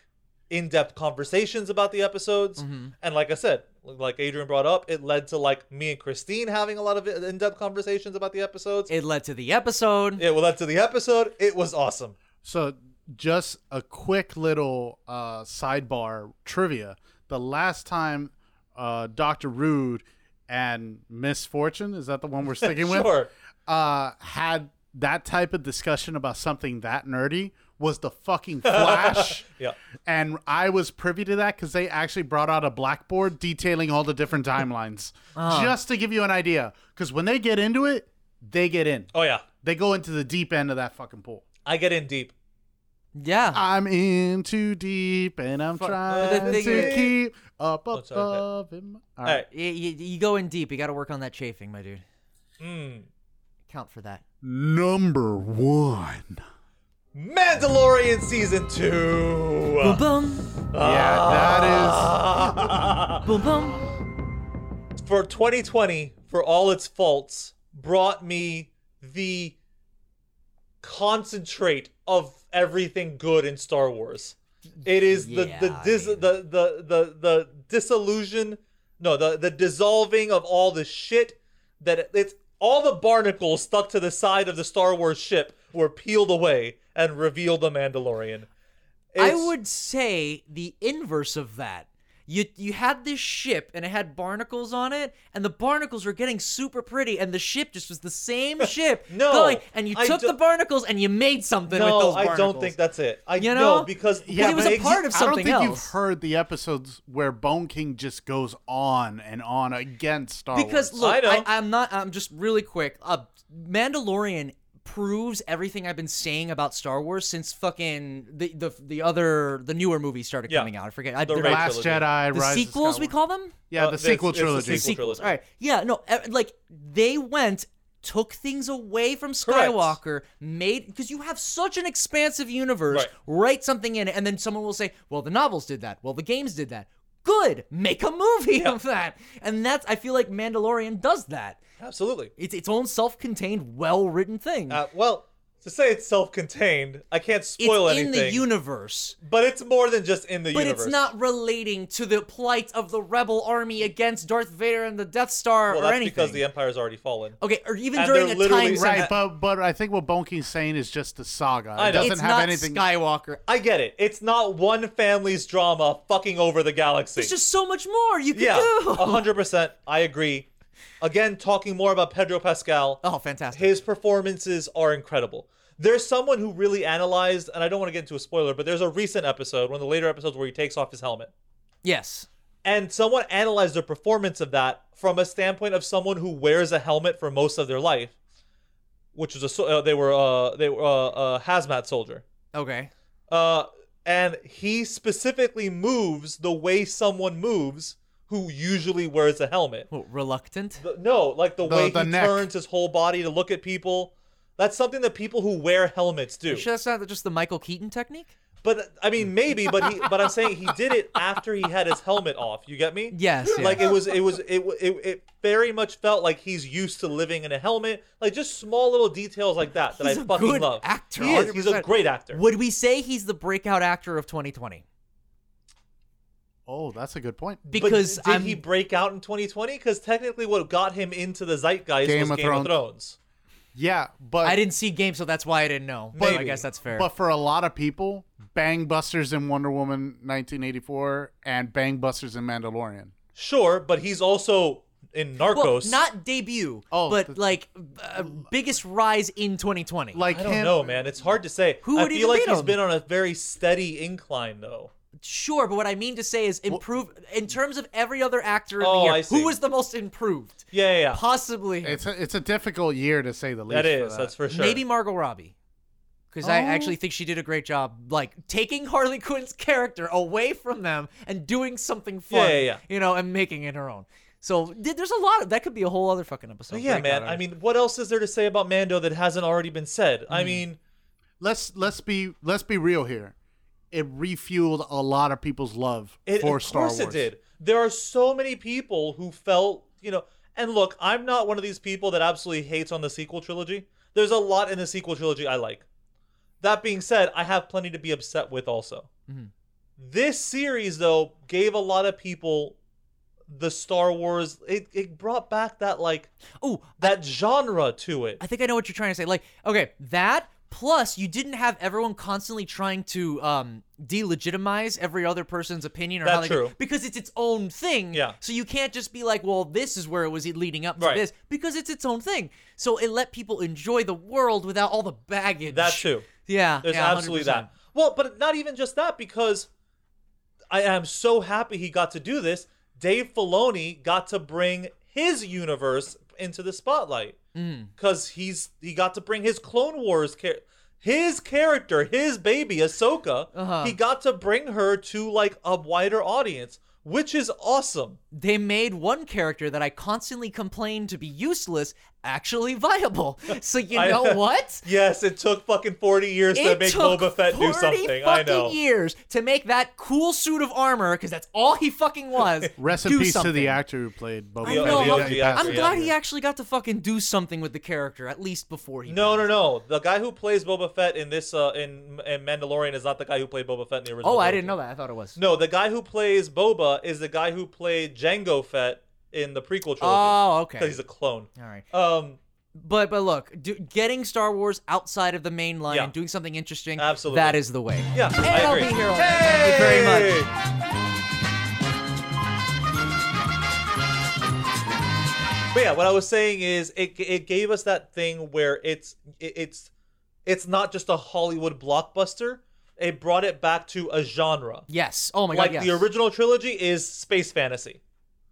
in-depth conversations about the episodes. And like I said, like Adrian brought up, it led to like me and Christine having a lot of uh, in-depth conversations about the episodes.
It led to the episode.
It led to the episode. It was awesome.
So, just a quick little uh, sidebar trivia. The last time uh, Dr. Rude and Misfortune, is that the one we're sticking with?
Sure.
Uh, had that type of discussion about something that nerdy was the fucking Flash.
Yeah.
And I was privy to that because they actually brought out a blackboard detailing all the different timelines
Oh.
just to give you an idea. Because when they get into it, they get in.
Oh yeah.
They go into the deep end of that fucking pool.
I get in deep. Ah.
yeah.
I'm in too deep and I'm
the
trying
thing
to
is- Oh,
keep up above.
sorry,
in my-
All right.
You, you, you go in deep. You got to work on that chafing, my dude.
Mm.
Count for that.
Number one.
Mandalorian season two.
Boom, boom.
Yeah, that
Boom, boom.
for 2020, for all its faults, brought me the concentrate of everything good in Star Wars. It is the the
Yeah, I
dis-
mean-
the, the the the disillusion, no, the the dissolving of all the shit that it- it's all the barnacles stuck to the side of the Star Wars ship were peeled away and revealed the Mandalorian.
I
It's-
would say the inverse of that. You you had this ship and it had barnacles on it, and the barnacles were getting super pretty, and the ship just was the same ship
No,
going. And you
I
took
do-
the barnacles and you made something
no,
with those
I
barnacles.
don't think that's it. I
You
no,
know?
because
Yeah, it was
what
a
makes-
part of
I don't
something
think you've
else.
heard the episodes where Bone King just goes on and on against Star
because
Wars.
look,
I
I
know.
I, am not. I'm just really quick. Uh, Mandalorian proves everything I've been saying about Star Wars since fucking the the, the other the newer movies started
Yeah.
coming out. I forget. I,
The
they're
Ray
like-
Last
trilogy.
Jedi,
the
Rise of
sequels we
Skywalker.
call them.
Yeah,
Uh,
the
it's-
sequel
it's the
trilogy.
sequel.
sequels.
trilogy.
All right. Yeah. No. e- Like they went, took things away from
Correct.
Skywalker, made because you have such an expansive universe.
Right.
Write something in, it, and then someone will say, "Well, the novels did that. Well, the games did that." Good. Make a movie of that. And that's I feel like Mandalorian does that.
Absolutely.
It's its own self-contained, well-written thing.
Uh, well, to say it's self-contained, I can't
it's
spoil
in
anything.
the universe,
but it's more than just in the
but
universe.
it's not relating to the plight of the rebel army against Darth Vader and the Death Star
Well,
or
that's
anything.
because the empire's already fallen.
okay, or even
And
during
they're
a time
literally-
span-
Right, but but I think what Bone King's saying is just the saga.
I
It
know.
doesn't
it's
have
not
anything.
Skywalker.
I get it. It's not one family's drama fucking over the galaxy.
There's just so much more you can
yeah, Uh-huh.
do.
hundred percent. I agree. Again, talking more about Pedro Pascal.
Oh, fantastic.
His performances are incredible. There's someone who really analyzed, and I don't want to get into a spoiler, but there's a recent episode, one of the later episodes, where he takes off his helmet.
yes.
and someone analyzed the performance of that from a standpoint of someone who wears a helmet for most of their life, which was a so- uh, they were uh, they were uh, a hazmat soldier,
Okay.
uh, and he specifically moves the way someone moves who usually wears a helmet.
Well, reluctant.
The- no, like the,
The-
way
the
he
neck.
turns his whole body to look at people. That's something that people who wear helmets do.
Should that's not just the Michael Keaton technique?
But I
Mm.
mean, maybe. But he, but I'm saying he did it after he had his helmet off. You get me?
Yes, yes.
Like it was, it was, it, wa- it, it very much felt like he's used to living in a helmet. Like just small little details like that that
He's
I
a
fucking
good
love.
actor,
He is. He's
100%.
a great actor.
Would we say he's the breakout actor of 2020?
Oh, that's a good point.
Because
but did
I'm
he break out in 2020? Because technically, what got him into the zeitgeist
Game
was
of
Game
Thrones.
of Thrones.
Yeah, but
I didn't see game, so that's why I didn't know. But I
Maybe.
guess that's fair.
But for a lot of people, Bang Busters in Wonder Woman 1984 and Bang Busters in Mandalorian.
Sure, but he's also in
well,
Narcos.
not debut,
Oh,
but
the-
like uh, biggest rise in 2020.
Like
I don't
him,
know, man. It's hard to say.
Who
I
would
feel
even
like
beat
he's
him?
been on a very steady incline, though.
sure, but what I mean to say is improve in terms of every other actor in
Oh,
the
I
year. Who
see.
was the most improved?
Yeah, yeah, yeah.
Possibly him.
It's a, it's a difficult year to say the least.
that
for
is. That's for sure.
Maybe Margot Robbie. Because I actually think she did a great job, like taking Harley Quinn's character away from them and doing something fun,
Yeah, yeah, yeah.
you know, and making it her own. So th- there's a lot of that could be a whole other fucking episode.
Oh, yeah,
Breakout
man. I
artist.
mean, what else is there to say about
Hmm.
Mando that hasn't already been said? I mean,
let's let's be let's be real here. it refueled a lot of people's love
It,
for
of
Star
course
Wars.
it did. There are so many people who felt, you know, and look, I'm not one of these people that absolutely hates on the sequel trilogy. There's a lot in the sequel trilogy I like. That being said, I have plenty to be upset with also.
Mm-hmm.
This series though gave a lot of people the Star Wars it, it brought back that like
Oh,
that genre to it.
I think I know what you're trying to say. Like, okay, that plus you didn't have everyone constantly trying to um delegitimize every other person's opinion or how
That's
they
true.
because it's its own thing.
Yeah.
So you can't just be like, well, this is where it was leading up to
Right.
this because it's its own thing. So it let people enjoy the world without all the baggage.
That too.
Yeah.
There's
yeah,
absolutely
100%.
that. Well, but not even just that, because I am so happy he got to do this. Dave Filoni got to bring his universe into the spotlight
Mm.
because he's he got to bring his Clone Wars char- his character, his baby Ahsoka.
Uh-huh.
He got to bring her to like a wider audience, which is awesome.
they made one character that I constantly complained to be useless actually viable. So you
I-
know what?
Yes, it took fucking forty years to
It
make
took
Boba Fett do
40
something. I
fucking
know.
years to make that cool suit of armor because that's all he fucking was.
Rest in
do
peace to
something.
the actor who played Boba.
I
Fett.
know,
He-
I'm-
he passed
I'm
away.
glad he actually got to fucking do something with the character at least before he.
No,
died.
no, no. The guy who plays Boba Fett in this uh, in in Mandalorian is not the guy who played Boba Fett in the original.
Oh, I
trilogy.
didn't know that. I thought it was.
No, the guy who plays Boba is the guy who played Django Fett in the prequel trilogy.
Oh, okay.
'Cause he's a clone.
all right.
Um,
But but look, do, getting Star Wars outside of the main line
Yeah.
and doing something interesting.
Absolutely.
That is the way.
yeah,
And
I
will
agree.
be here. all-
Hey!
Thank you very much.
But yeah, what I was saying is it it gave us that thing where it's it, it's it's not just a Hollywood blockbuster. It brought it back to a genre.
Yes. Oh my
like
god. Yes.
the original trilogy is space fantasy.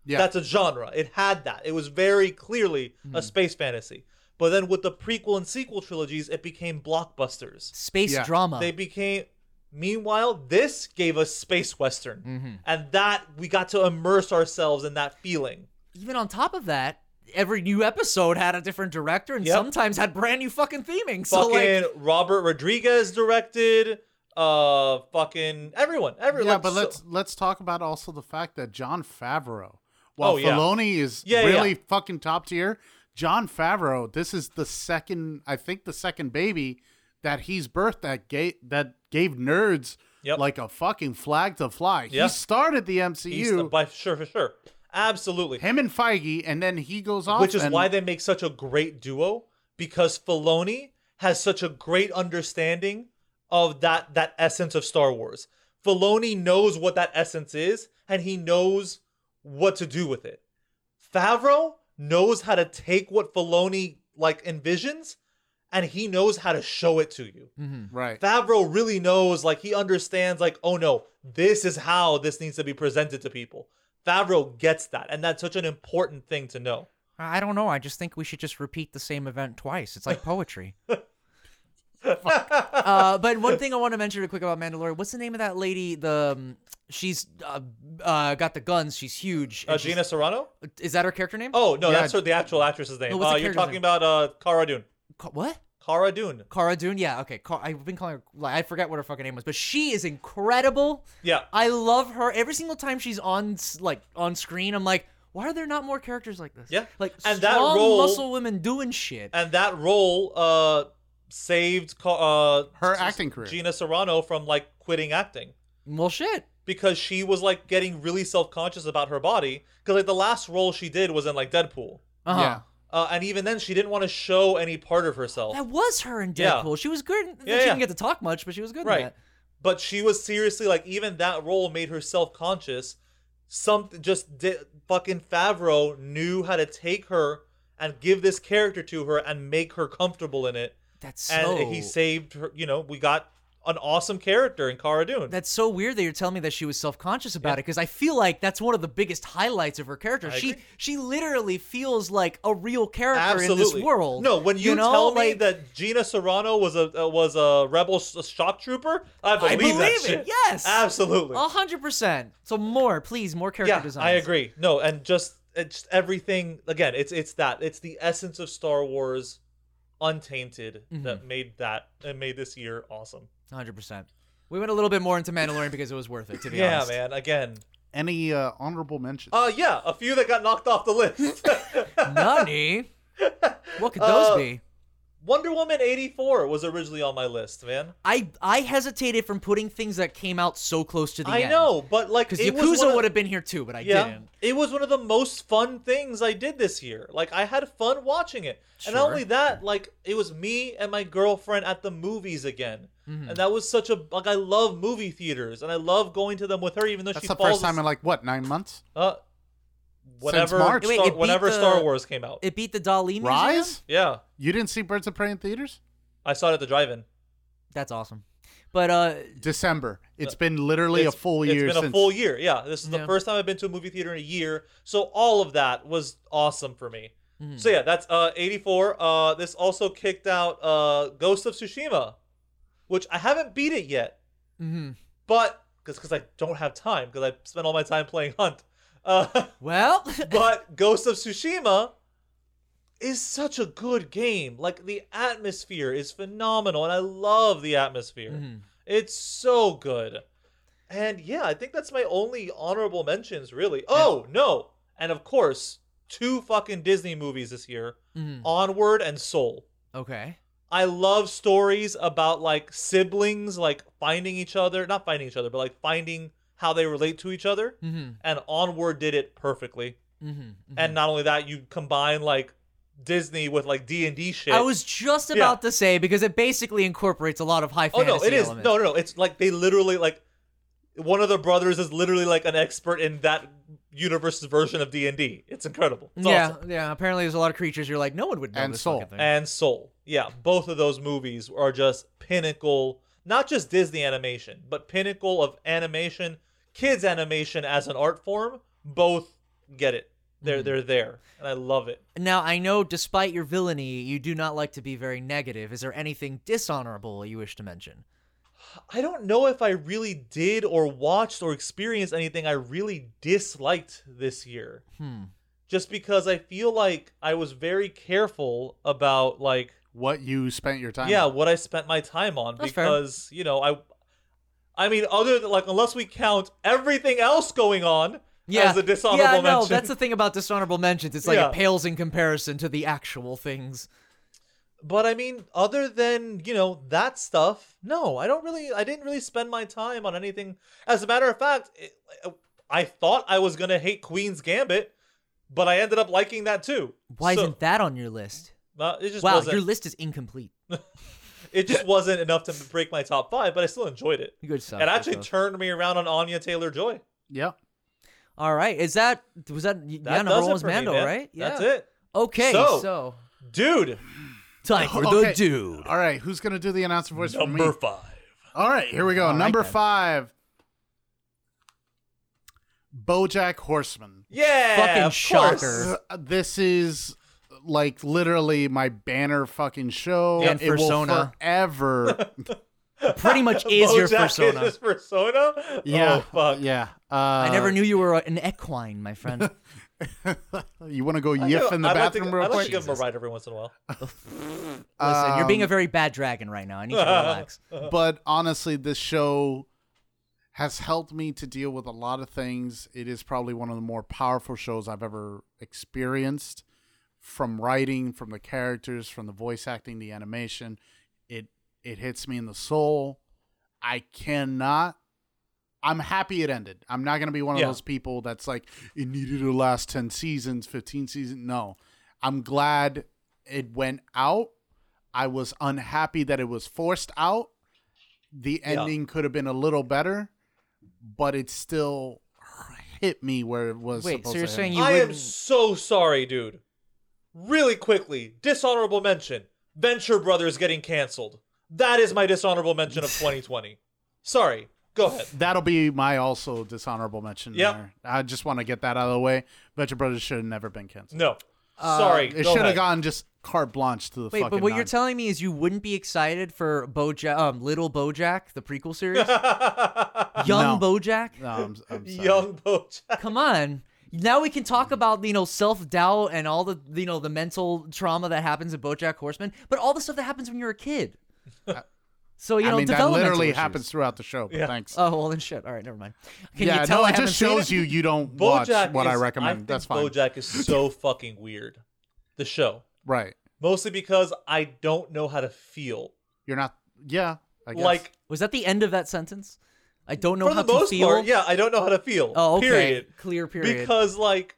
Yeah.
That's a genre. It had that. It was very clearly
Hmm.
a space fantasy. But then with the prequel and sequel trilogies, it became blockbusters.
Space
Yeah.
drama.
They became. Meanwhile, this gave us space western,
Mm-hmm.
and that we got to immerse ourselves in that feeling.
Even on top of that. Every new episode had a different director and
Yep.
sometimes had brand new fucking theming. So
fucking
like,
Robert Rodriguez directed. Uh, fucking everyone, everyone.
Yeah, but let's let's talk about also the fact that John Favreau, while
Oh, yeah.
Filoni is
Yeah, yeah,
really
yeah.
fucking top tier, John Favreau, this is the second, I think, the second baby that he's birthed that gave that gave nerds
Yep.
like a fucking flag to fly.
Yeah.
He started the
He's
MCU,
the- by sure, for sure, absolutely.
him and Feige, and then he goes off,
which is
and-
why they make such a great duo because Filoni has such a great understanding of that that essence of Star Wars. Filoni knows what that essence is, and he knows what to do with it. Favreau knows how to take what Filoni like envisions, and he knows how to show it to you.
Hmm. right.
Favreau really knows, like he understands, like, oh no, this is how this needs to be presented to people. Favreau gets that, and that's such an important thing to know.
I don't know. I just think we should just repeat the same event twice. It's like poetry. uh, but one thing I want to mention real quick about Mandalorian. What's the name of that lady? The um, she's uh, uh, got the guns. She's huge. and
Uh,
she's-
Gina Serrano?
Is that her character name?
Oh no,
Yeah.
that's her, the actual actress's name.
No, what's
uh,
the
you're
character's name?
talking about uh, Cara Dune.
Ca- what?
Cara Dune.
Cara Dune. Yeah. Okay. Ca- I've been calling her. Like, I forget what her fucking name was, but she is incredible.
Yeah.
I love her. Every single time she's on s- like on screen, I'm like, why are there not more characters like this?
Yeah.
Like
And that
strong
role-
muscle women doing shit.
And that role uh, saved Ca- uh,
Her
s-
acting career.
Gina Serrano from like quitting acting
well, shit.
because she was like getting really self conscious about her body because like the last role she did was in like Deadpool.
Uh-huh.
Yeah.
Uh, and even then, she didn't want to show any part of herself.
That was her in
Yeah.
Deadpool. She was good. in-
Yeah,
she
yeah.
didn't get to talk much, but she was good. In
right
that.
but she was seriously like even that role made her self-conscious some just di- fucking favreau knew how to take her and give this character to her and make her comfortable in it
That's
and
so.
he saved her you know we got an awesome character in Cara Dune.
that's so weird that you're telling me that she was self-conscious about it because I feel like that's one of the biggest highlights of her character.
I
she
agree.
she literally feels like a real character
Absolutely.
in this world.
No, when you,
know?
tell me
Like,
that Gina Serrano was a uh, was a rebel s- a shock trooper, I believe, that
believe it,
shit.
yes.
absolutely.
a hundred percent. So more, please, more character
yeah,
designs.
I agree. No, and just it's everything again. It's it's that it's the essence of Star Wars,
Mm-hmm.
untainted, that made that and made this year awesome.
Hundred percent. We went a little bit more into Mandalorian because it was worth it, to be
yeah,
honest.
man. Again.
Any uh, honorable mentions?
Uh, yeah, a few that got knocked off the list.
Nani? What could those
Uh,
be?
Wonder Woman 84 was originally on my list, man.
I I hesitated from putting things that came out so close to the
I
end.
know, but like
Because
it was one
Yakuza
of-
would have been here too, but I
yeah,
didn't.
it was one of the most fun things I did this year. Like I had fun watching it, and not
Sure.
only that, like it was me and my girlfriend at the movies again,
Mm-hmm.
and that was such a like I love movie theaters, and I love going to them with her, even though
That's
she
the
falls.
first time in like what nine months?
uh, whenever
March.
Wait,
Star,
it beat
whenever
the-
Star Wars came out,
It beat the Darlene Museum?
Rise?
yeah,
You didn't see Birds of Prey in theaters?
I saw it at the drive-in.
That's awesome. But uh
December. It's been literally a
Uh, It's-
full year
It's been
since
a full year. Yeah, this is the
Yeah.
first time I've been to a movie theater in a year, so all of that was awesome for me. So yeah, that's uh 84. Uh, this also kicked out uh Ghost of Tsushima, which I haven't beat it yet,
mhm.
but because because I don't have time because I spent all my time playing Hunt. Uh,
well
but Ghost of Tsushima is such a good game. Like the atmosphere is phenomenal, and I love the atmosphere.
Mm-hmm.
It's so good. And yeah, I think that's my only honorable mentions, really. Oh no, and of course, two fucking Disney movies this year:
Mhm.
Onward and Soul.
Okay.
I love stories about like siblings like finding each other, not finding each other, but like finding how they relate to each other.
Mhm.
And Onward did it perfectly
Mhm.
and not only that you combine like disney with like d&d shit
I was just
Yeah.
about to say because it basically incorporates a lot of high
oh
fantasy
no it is
elements.
no no no it's like they literally like one of the brothers is literally like an expert in that universe's version of d&d it's incredible it's
yeah,
awesome.
yeah. Apparently, there's a lot of creatures you're like, no one would know
And
this
Soul.
fucking thing.
and soul yeah both of those movies are just pinnacle not just disney animation but pinnacle of animation kids animation as an art form both get it they're
Mm-hmm.
they're there and i love it
Now, I know despite your villainy, you do not like to be very negative. Is there anything dishonorable you wish to mention?
I don't know if I really did or watched or experienced anything I really disliked this year.
Hmm.
Just because I feel like I was very careful about like
what you spent your time.
yeah,
on.
what I spent my time on
That's fair.
because, you know, I I mean other than like unless we count everything else going on as a dishonorable
yeah, no,
mention.
that's the thing about dishonorable mentions. It's like
Yeah.
it pales in comparison to the actual things.
But I mean, other than, you know, that stuff, no, I don't really, I didn't really spend my time on anything. As a matter of fact, it, I thought I was going to hate Queen's Gambit, but I ended up liking that too.
Why
So,
isn't that on your list?
uh, it just
Wow,
wasn't,
your list is incomplete.
it just wasn't enough to break my top five, but I still enjoyed it.
Good stuff.
It
good
actually
stuff.
turned me around on Anya Taylor-Joy.
Yep.
All right, is that was that?
That
yeah, number
does
one
it
was
for me,
Mando,
man.
right? Yeah.
That's it.
Okay, so,
So- Dude,
time for
Okay.
the dude.
All right. Who's gonna do the announcer voice for
number
me?
five.
All right. Here we go.
All right,
number
then.
five. BoJack Horseman. Uh,
Yeah,
Fucking
of course.
shocker.
This is like literally my banner fucking show.
And
it will
persona.
forever.
Pretty much is your
Bojack is
persona.
his persona?
yeah.
Oh, fuck.
Yeah. Uh,
I never knew you were an equine, my friend.
Uh, You want to go
I
yiff
give-
in the
I'd like to-
bathroom real
I'd like
quick?
to give him a ride every once in a while.
Listen, you're being a
Um,
very bad dragon right now. I need you to relax.
but honestly, this show has helped me to deal with a lot of things. It is probably one of the more powerful shows I've ever experienced from writing, from the characters, from the voice acting, the animation. It it hits me in the soul. I cannot I'm happy it ended. I'm not going to be one of
Yeah.
those people that's like it needed to last 10 seasons, 15 seasons. No. I'm glad it went out. I was unhappy that it was forced out. The
Yeah.
ending could have been a little better, but it still hit me where it was
Wait, so
supposed
you're
to hit
saying
me.
you
I am
wouldn't-
so sorry, dude. Really quickly, dishonorable mention. Venture Brothers getting canceled. That is my dishonorable mention of 2020. Sorry. Go ahead.
That'll be my also dishonorable mention.
Yep.
there. I just want to get that out of the way. Venture Brothers should have never been canceled.
No. sorry.
It
go
should have
ahead.
gone just carte blanche to the
Wait,
fucking.
but what you're
non-
telling me is you wouldn't be excited for BoJack, um, Little BoJack, the prequel series, Young
No.
BoJack.
No, I'm, I'm sorry.
Young Bojack.
Come on. Now we can talk about you know self doubt and all the you know the mental trauma that happens in BoJack Horseman, but all the stuff that happens when you're a kid. So you know,
Uh, I mean, that
developmental
literally
issues.
happens throughout the show. But
Yeah.
Thanks.
Oh well, then shit. All right, never mind. Can
yeah,
you tell
no,
I
it
haven't
just
seen
shows you you don't watch
BoJack
what I
is-
recommend.
think
That's fine.
BoJack is so fucking weird. The show,
Right.
mostly because I don't know how to feel.
You're not. Yeah. I guess.
Like
Was that the end of that sentence? I don't know
for
how
the most
to feel.
part, yeah, I don't know how to feel.
Oh, okay.
Period.
Clear period.
Because like,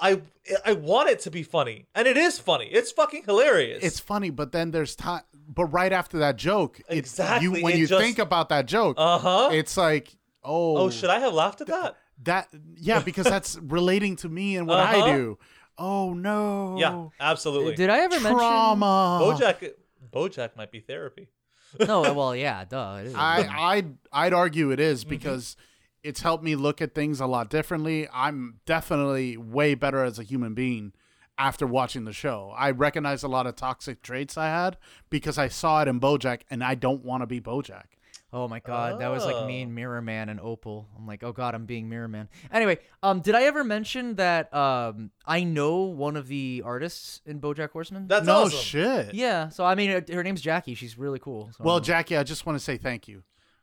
I I want it to be funny, and it is funny. It's fucking hilarious.
it's funny, but then there's time. But right after that joke, it-
Exactly,
You, when
it
you
just-
think about that joke,
uh huh.
it's like, oh,
oh, should I have laughed at that?
that? Yeah, because that's relating to me and what I
Uh-huh.
do. Oh no.
yeah, absolutely.
Did I ever
Trauma.
BoJack BoJack might be therapy.
mention? No. Well, yeah. Duh. It is.
I I'd I'd argue it
Mm-hmm.
is because it's helped me look at things a lot differently. I'm definitely way better as a human being after watching the show. I recognize a lot of toxic traits I had because I saw it in BoJack, and I don't want to be BoJack.
Oh my god, that was like me
Oh.
and Mirror Man and Opal. I'm like, oh god, I'm being Mirror Man. Anyway, um, did I ever mention that um I know one of the artists in BoJack Horseman?
That's
no
awesome.
shit.
yeah. So I mean, uh, her- her name's Jackie. She's really cool. So.
Well, Jackie, I just want to say thank you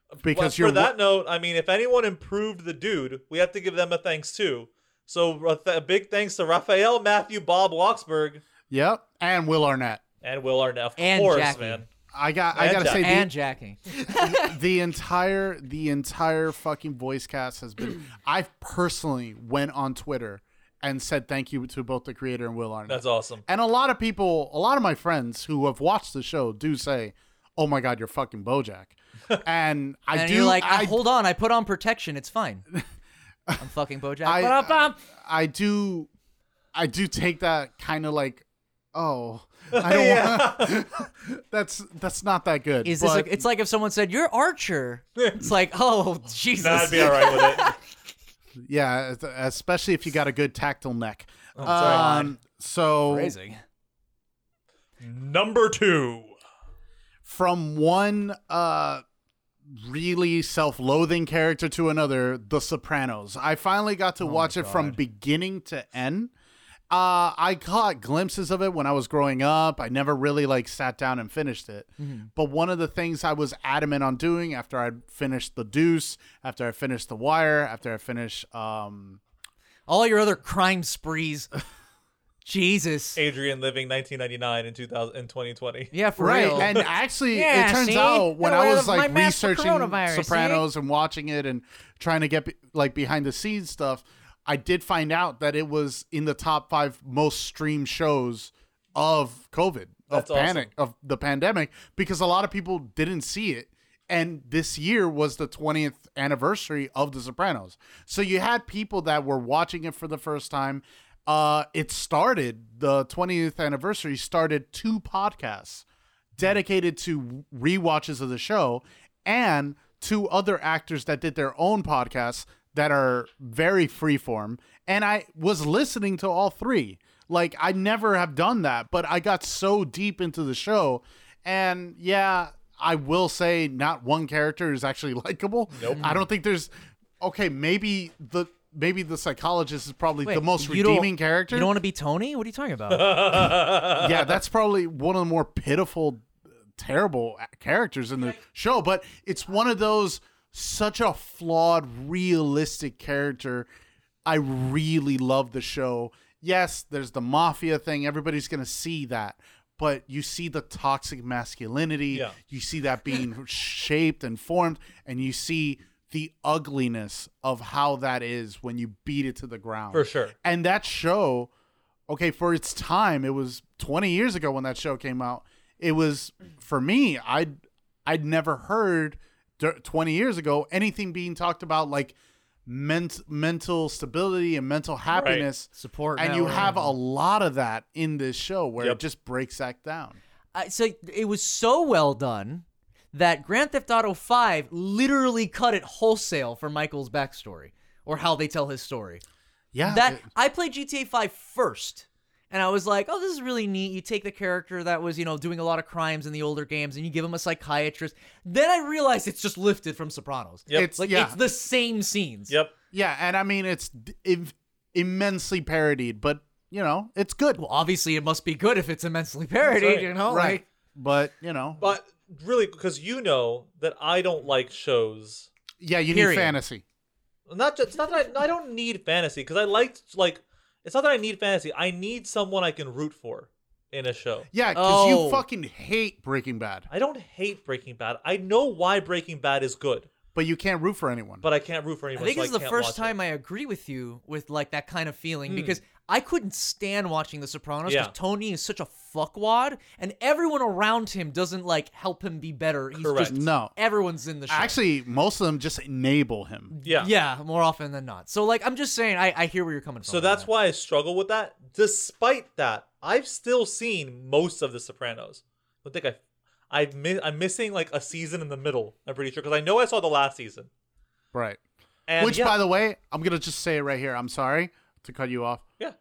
Well,
because
for
you're wa-
that note, I mean, if anyone improved the dude, we have to give them a thanks too. So a, th- a big thanks to Raphael, Matthew, Bob Loxberg,
Yep, and Will Arnett.
and Will Arnett, of
And
course,
Jackie.
man.
I got. I
And
gotta
Jack-
say, the,
and Jackie.
the entire the entire fucking voice cast has been i personally went on twitter and said thank you to both the creator and will arnett
That's awesome.
and a lot of people a lot of my friends who have watched the show do say oh my god you're fucking bojack and i
and
do
you're like, I,
I,
hold on, I put on protection. It's fine. I'm fucking BoJack.
I- uh,
Ba-da-bum.
I do i do take that kind of like oh i don't want that's that's not that good
Is this?
but
like it's like if someone said you're Archer. It's like, oh Jesus.
Nah, I'd be all right with it.
yeah especially if you got a good tactile neck
Oh, sorry.
um so
Amazing.
Number two.
from one uh really self-loathing character to another the sopranos i finally got to watch it from beginning to end uh i caught glimpses of it when i was growing up i never really like sat down and finished it but one of the things i was adamant on doing after i finished the deuce after i finished the wire after i finished um
All your other crime sprees. Jesus.
Adrian living 1999 and 2000 and 2020.
Yeah, for
right
real.
and actually
Yeah,
it turns
see?
out when
Got
i
rid
was
of my
like
master
researching
coronavirus, see?
sopranos and watching it and trying to get be- like behind the scenes stuff i did find out that it was in the top five most streamed shows of covid
That's
of
awesome.
panic of the pandemic because a lot of people didn't see it and this year was the 20th anniversary of the sopranos so you had people that were watching it for the first time uh, it started the 20th anniversary started two podcasts dedicated to rewatches of the show and two other actors that did their own podcasts that are very freeform and I was listening to all three like I never have done that but I got so deep into the show and yeah I will say not one character is actually likable nope. I don't think there's okay maybe the maybe the psychologist is probably
Wait,
the most
you don't-
redeeming character
You don't want to be Tony? What are you talking about?
yeah, that's probably one of the more pitiful, terrible characters in the show. But it's one of those such a flawed, realistic character. I really love the show. Yes, there's the mafia thing. Everybody's gonna see that, but you see the toxic masculinity.
Yeah.
You see that being shaped and formed, and you see the ugliness of how that is when you beat it to the ground
For sure.
and that show okay for its time it was 20 years ago when that show came out it was for me i'd i'd never heard dur- 20 years ago anything being talked about like ment- mental stability and mental happiness
Support.
and you
network.
have a lot of that in this show where
Yep.
it just breaks that down
I, so it was so well done that Grand Theft Auto 5 literally cut it wholesale for Michael's backstory or how they tell his story.
yeah
Ah,
That
it-
I played GTA 5 first. And I was like, oh, this is really neat. You take the character that was, you know, doing a lot of crimes in the older games and you give him a psychiatrist. Then I realized it's just lifted from Sopranos.
Yep.
it's
Like,
yeah
it's the same scenes.
Yep.
yeah and i mean it's d- im- immensely parodied but you know it's good
Well, obviously, it must be good if it's immensely parodied,
right.
you know?
right
Like,
but you know
But really because you know that I don't like shows.
Yeah, you
Period.
need fantasy.
Not just it's not that I, I don't need fantasy because I liked like it's not that I need fantasy. I need someone I can root for in a show.
Yeah, because
Oh.
you fucking hate Breaking Bad,
I don't hate Breaking Bad. I know why Breaking Bad is good,
but you can't root for anyone.
but I can't root for
I
anyone.
think
so
this is the
can't
first
watch it. Hmm.
time I agree with you with like that kind of feeling because I couldn't stand watching The Sopranos because
Yeah.
Tony is such a fuckwad and everyone around him doesn't like help him be better. He's
Correct.
just
No.
everyone's in the show.
Actually, most of them just enable him.
Yeah.
yeah, more often than not. So like I'm just saying, I, I hear where you're coming from.
So
on
that's
that.
why I struggle with that. Despite that, I've still seen most of The Sopranos. I think I, I've mi- I'm missing like a season in the middle. I'm pretty sure because I know I saw the last season.
Right.
And
Which,
yeah,
by the way, I'm gonna just say it right here. I'm sorry to cut you off.
yeah,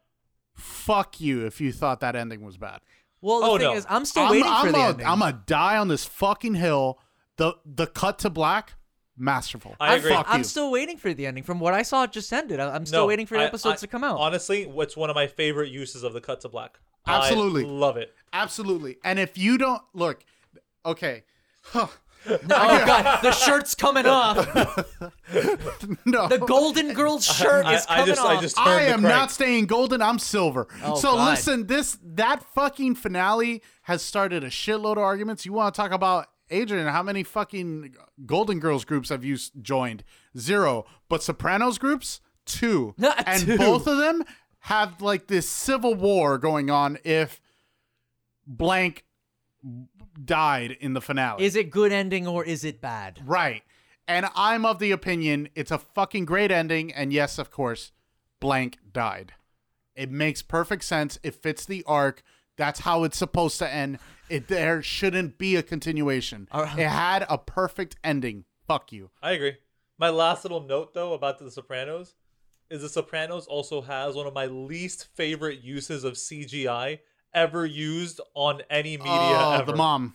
Fuck you if you thought that ending was bad.
Well, the
Oh,
thing
no.
is, I'm still
I'm,
waiting
I'm
for the
a,
ending.
am a die on this fucking hill. The the cut to black, masterful.
I
I'm-
agree.
Fuck
I'm
you.
still waiting for the ending. From what I saw, it just ended. I- I'm still
No,
waiting for the
I-
episodes
I-
to come out.
Honestly, it's one of my favorite uses of the cut to black. I
Absolutely.
love it.
Absolutely. And if you don't look, okay. Huh.
oh god, the shirt's coming off.
no.
The Golden Girls shirt
I,
is coming
I just
off.
I just turned
I
the
am
crank.
not staying golden. I'm silver.
Oh,
so
God.
listen, this that fucking finale has started a shitload of arguments. You want to talk about Adrian? How many fucking Golden Girls groups have you s- joined? Zero. But Sopranos groups, two.
Not
and
two.
both of them have like this civil war going on. If blank died in the finale,
Is it good ending or is it bad?
Right. And I'm of the opinion it's a fucking great ending. And yes, of course, blank died. It makes perfect sense. It fits the arc. That's how it's supposed to end. It there shouldn't be a continuation.
Uh,
All right.
It had a perfect ending. Fuck you.
I agree. My last little note though about the Sopranos is the Sopranos also has one of my least favorite uses of CGI ever used on any media
oh,
ever.
the mom.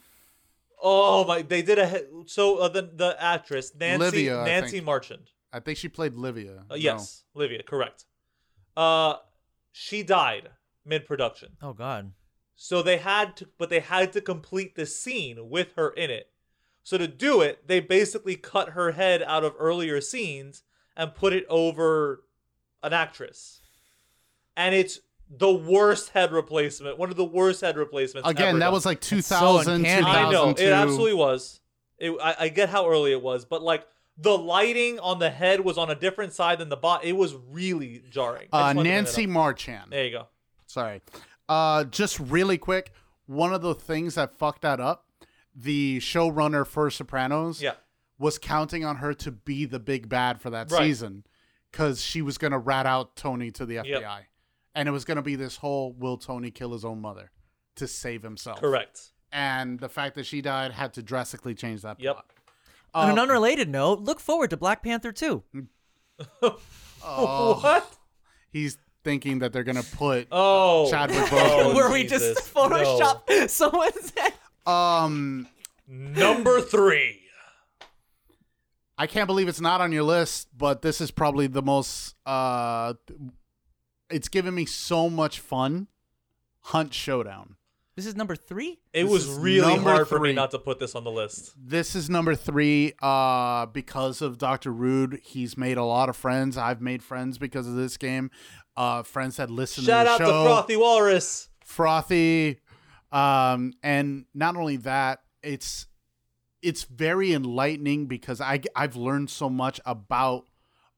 Oh my! They did a he- so uh, the the actress Nancy
Livia, I
Nancy
think.
Marchand.
I think she played Livia. No.
Uh, yes, Livia, correct. Uh, she died mid production,
Oh god.
so they had to, but they had to complete the scene with her in it. So to do it, they basically cut her head out of earlier scenes and put it over an actress, and it's the worst head replacement. One of the worst head replacements.
Again,
ever
that
done.
was like
It's so
2000,
uncanny.
I know it
2002.
absolutely was. It, I, I get how early it was, but like the lighting on the head was on a different side than the bot. It was really jarring. I
Uh,
just wanted to bring
Nancy
that up.
Marchand.
There you go.
Sorry. Uh, just really quick, one of the things that fucked that up, the showrunner for Sopranos
Yeah.
was counting on her to be the big bad for that
Right.
season because she was going to rat out Tony to the FBI. And it was going to be this whole will Tony kill his own mother to save himself?
Correct.
And the fact that she died had to drastically change that
Yep.
plot.
On
Um,
an unrelated note, look forward to Black Panther 2.
what?
He's thinking that they're going to put.
Oh,
Chadwick
Oh,
Boseman.
Where we
Jesus.
just Photoshop someone's head.
Oh.
Um,
No. number three.
I can't believe it's not on your list, but this is probably the most. Uh, it's given me so much fun. Hunt Showdown.
This is number three?
It
This
was
is
really
number
hard for me
three.
not to put this on the list.
This is number three. Uh, because of Doctor Rude, he's made a lot of friends. I've made friends because of this game. Uh, friends that listen
Shout
to the
out
show.
to Frothy Walrus.
frothy um and not only that it's it's very enlightening because i i've learned so much about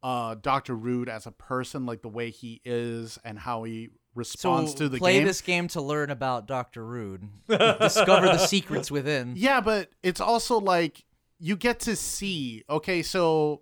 uh dr rude as a person like the way he is and how he
So
responds to the
play
game
this game to learn about Dr. Rude. Discover the secrets within.
yeah but it's also like you get to see okay so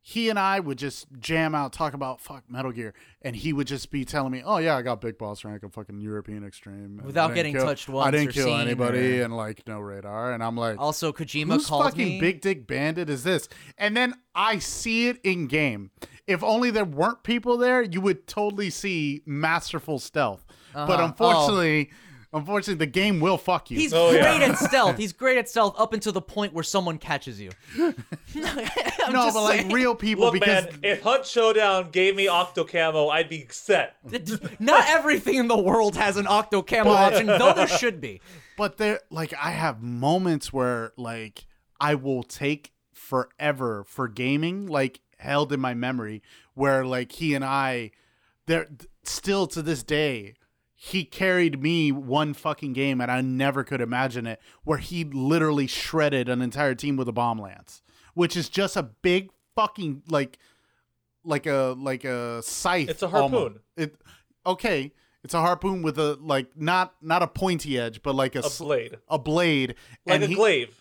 he and I would just jam out, talk about fuck Metal Gear, and he would just be telling me, "Oh yeah, I got big boss rank of fucking European extreme and I
Without
didn't
getting
kill-
touched
I
once
didn't
or
kill
seen
anybody,
or-
and like no radar." And I'm like,
Also, Kojima
Who's
called
fucking
me.
big dick bandit is this? And then I see it in game. If only there weren't people there, you would totally see masterful stealth. But
Uh-huh.
unfortunately, Unfortunately, the game will fuck you.
He's
Oh, yeah.
great at stealth. He's great at stealth up until the point where someone catches you. no, I'm
no,
just
but
saying.
like real people
Look,
because
man, if Hunt Showdown gave me Octocamo, I'd be set.
Not everything in the world has an octo camel option, though there should be.
but there like I have moments where like I will take forever for gaming like held in my memory where like he and I there still to this day he carried me one fucking game and I never could imagine it where he literally shredded an entire team with a bomb lance which is just a big fucking like like a like a scythe
It's a harpoon.
almo- it okay it's a harpoon with a like not not a pointy edge but like a,
A
sl-
blade.
a blade
Like
and
a
he-
glaive.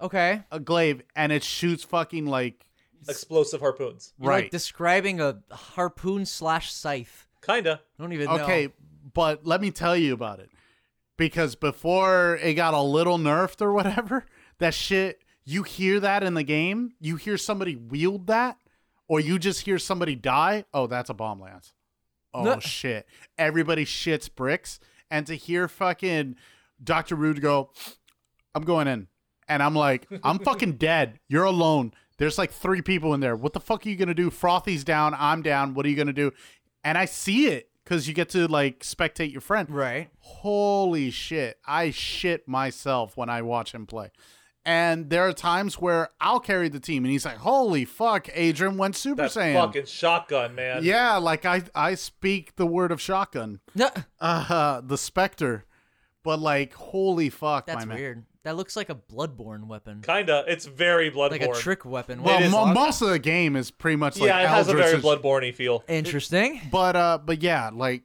Okay.
a glaive and it shoots fucking like
Explosive harpoons.
You're,
right
Like describing a harpoon slash scythe.
Kinda.
I don't even know.
okay but let me tell you about it because before it got a little nerfed or whatever that shit you hear that in the game you hear somebody wield that or you just hear somebody die oh that's a bomb lance oh
No.
shit everybody shits bricks and to hear fucking dr rude go i'm going in and i'm like i'm fucking dead you're alone there's like three people in there what the fuck are you gonna do frothy's down i'm down what are you gonna do and i see it because you get to like spectate your friend
Right.
holy shit i shit myself when i watch him play and there are times where i'll carry the team and he's like holy fuck adrian went super
That
saiyan
fucking shotgun, man.
yeah like i i speak the word of shotgun
No,
uh the specter but like holy fuck my
that's
man
weird. That looks like a bloodborne weapon.
Kinda. It's very bloodborne.
Like a trick weapon.
well
Wow.
is
mo-
awesome.
most of the game is pretty much like
yeah, it has a very
Eldritch's-
bloodborne feel.
Interesting.
but uh but yeah like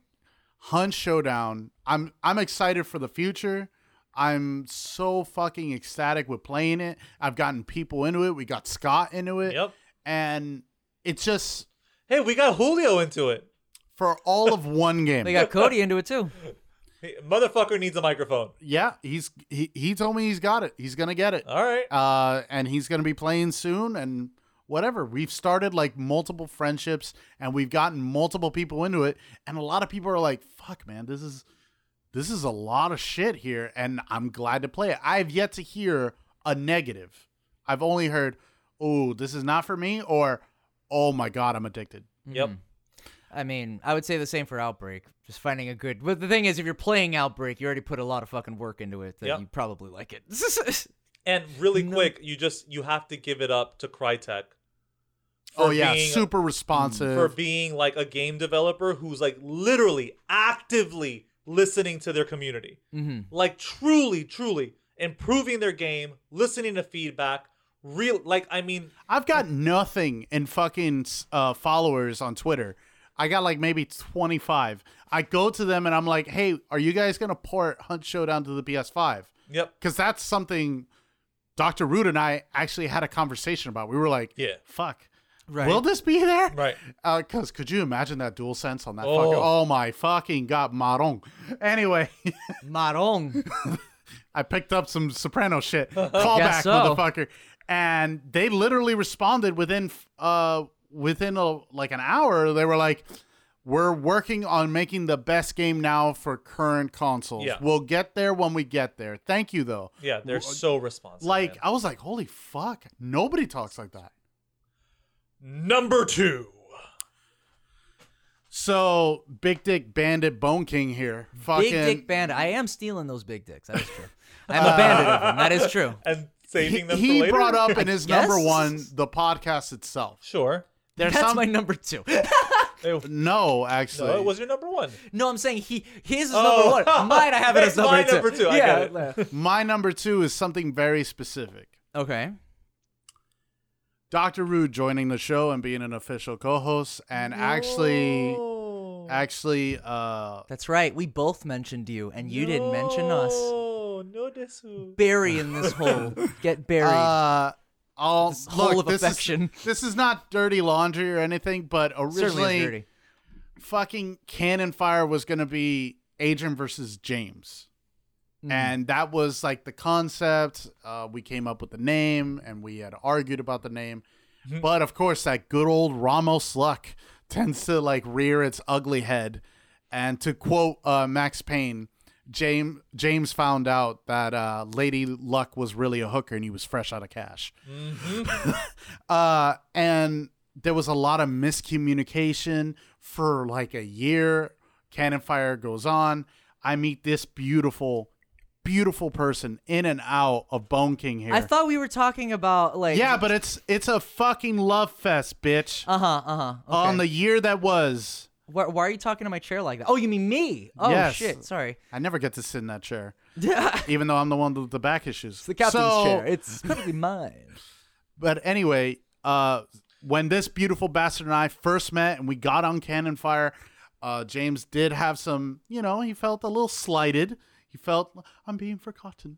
hunt showdown i'm i'm excited for the future i'm so fucking ecstatic with playing it i've gotten people into it we got scott into it
Yep.
and it's just
Hey, we got Julio into it.
for all of one game
They got Cody into it too.
Hey, Motherfucker needs a microphone.
yeah he's he, he told me he's got it he's gonna get it
All right.
uh and he's gonna be playing soon and whatever we've started like multiple friendships and we've gotten multiple people into it and a lot of people are like fuck man this is this is a lot of shit here and i'm glad to play it i've yet to hear a negative i've only heard oh this is not for me or oh my god i'm addicted
Mm.
Yep.
I mean, I would say the same for Outbreak. Just finding a good. But the thing is, if you're playing Outbreak, you already put a lot of fucking work into it. Then
Yep.
you probably like it.
And really
No.
quick, you just you have to give it up to Crytek.
oh
for
yeah
being-
super responsive
for being like a game developer who's like literally actively listening to their community.
mm-hmm.
Like truly, truly improving their game, listening to feedback, real like I mean
I've got nothing in fucking uh, followers on Twitter. I got like maybe 25. I go to them and I'm like, hey, are you guys going to port Hunt Showdown to the PS5?
Yep.
Because that's something Dr. Root and I actually had a conversation about. We were like,
Yeah.
fuck,
Right.
will this be there?
Right.
Because could you imagine that dual sense on that
Oh.
fucking, oh my fucking God, marong. Anyway,
Marong.
I picked up some soprano shit. Callback,
Guess so.
motherfucker. And they literally responded within uh within a, like an hour. They were like, "We're working on making the best game now for current consoles.
Yeah.
We'll get there when we get there." Thank you though.
Yeah, they're so responsive.
uh, Like
man.
I was like, "Holy fuck! Nobody talks like that."
number 2.
So big dick bandit bone king here. Fucking
Big dick bandit. I am stealing those big dicks. That is true. I'm a bandit of them. That is true.
And
he,
saving them
he
for later.
brought up in his number
guess.
one the podcast itself.
Sure.
There's
That's
some
my number two.
no actually.
No, it was your number 1.
No, I'm saying he. His is
Oh.
number one. Mine, I have it as number
Mine
two.
number two, I
Yeah.
get
My number two is something very specific.
okay.
Dr. Rude joining the show and being an official co-host, and actually,
No.
actually, uh,
That's right. We both mentioned you, and you didn't mention us.
No, no desu.
Bury in this hole. Get buried.
uh, all
This
look,
hole of
this
affection.
Is, this is not dirty laundry or anything, but
Certainly is
originally,
dirty.
fucking Cannon Fire was gonna be Adrian versus James,
Mhm.
and that was like the concept. Uh, we came up with the name, and we had argued about the name, but of course, that good old Ramos luck tends to like rear its ugly head. And to quote uh, Max Payne, James James found out that uh, Lady Luck was really a hooker and he was fresh out of cash. uh, and there was a lot of miscommunication for like a year. Cannon fire goes on. I meet this beautiful, beautiful person in and out of Bone King here.
I thought we were talking about like
yeah, but it's it's a fucking love fest, bitch.
uh huh uh huh. Okay.
On the year that was,
why, why are you talking to my chair like that? Oh, you mean me? Oh
Yes.
shit, sorry.
I never get to sit in that chair,
it's
even though I'm the one with the back issues.
the captain's
So-
chair. It's totally mine.
But anyway, uh, when this beautiful bastard and I first met and we got on cannon fire, uh, James did have some, you know, he felt a little slighted. He felt, I'm being forgotten.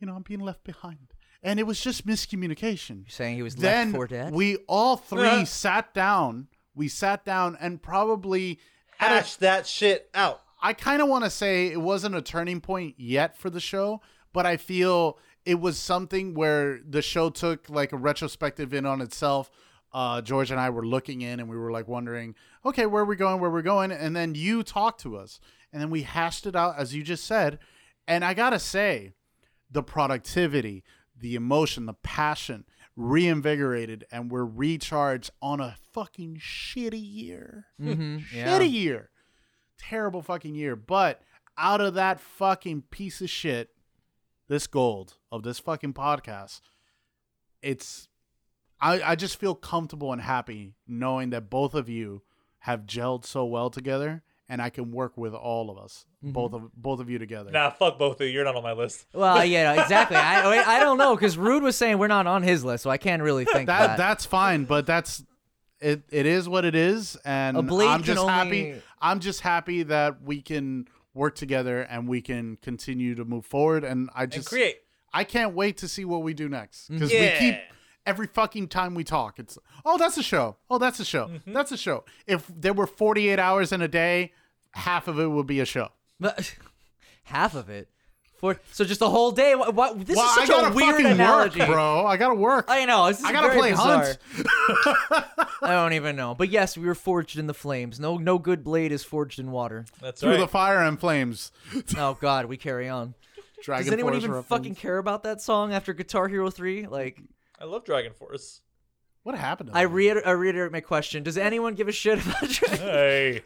You know, I'm being left behind. And it was just miscommunication.
You're saying he was
then
left for dead.
we all three
Yeah.
sat down. We sat down and probably had a
Hash that shit out.
I kind of want to say it wasn't a turning point yet for the show, but I feel it was something where the show took like a retrospective in on itself. Uh, George and I were looking in and we were like wondering, okay, where are we going? Where are we going? And then you talked to us and then we hashed it out, as you just said. And I got to say, the productivity, the emotion, the passion reinvigorated and we're recharged on a fucking shitty year. shitty year terrible fucking year. But out of that fucking piece of shit, this gold of this fucking podcast, it's I, I just feel comfortable and happy knowing that both of you have gelled so well together and I can work with all of us. Both of both of you together.
Nah, fuck both of you. You're not on my list.
Well, yeah, exactly. I wait, I don't know because Rude was saying we're not on his list, so I can't really think
that,
that.
that's fine, but that's it. It is what it is, and
A blade
I'm
can
just
only-
happy. I'm just happy that we can work together and we can continue to move forward. And I just
create.
I can't wait to see what we do next because
Yeah.
we keep every fucking time we talk. It's oh that's a show. Oh that's a show.
Mm-hmm.
That's a show. If there were 48 hours in a day, half of it would be a show.
But half of it. For so just a whole day. What, what this
well,
is such
I gotta
a weird
fucking
analogy,
work, bro. I gotta work.
I know. This is
I gotta
very
play
bizarre.
hunt.
I don't even know. But yes, we were forged in the flames. No, no good blade is forged in water.
That's
Through
right.
the fire and flames.
Oh God, we carry on.
Dragon
Does anyone
Force
even
reference.
fucking care about that song after Guitar Hero Three? Like,
I love Dragon Force.
What happened? To
I
them?
reiter- I reiterate my question. Does anyone give a shit about? Dragon-
Hey,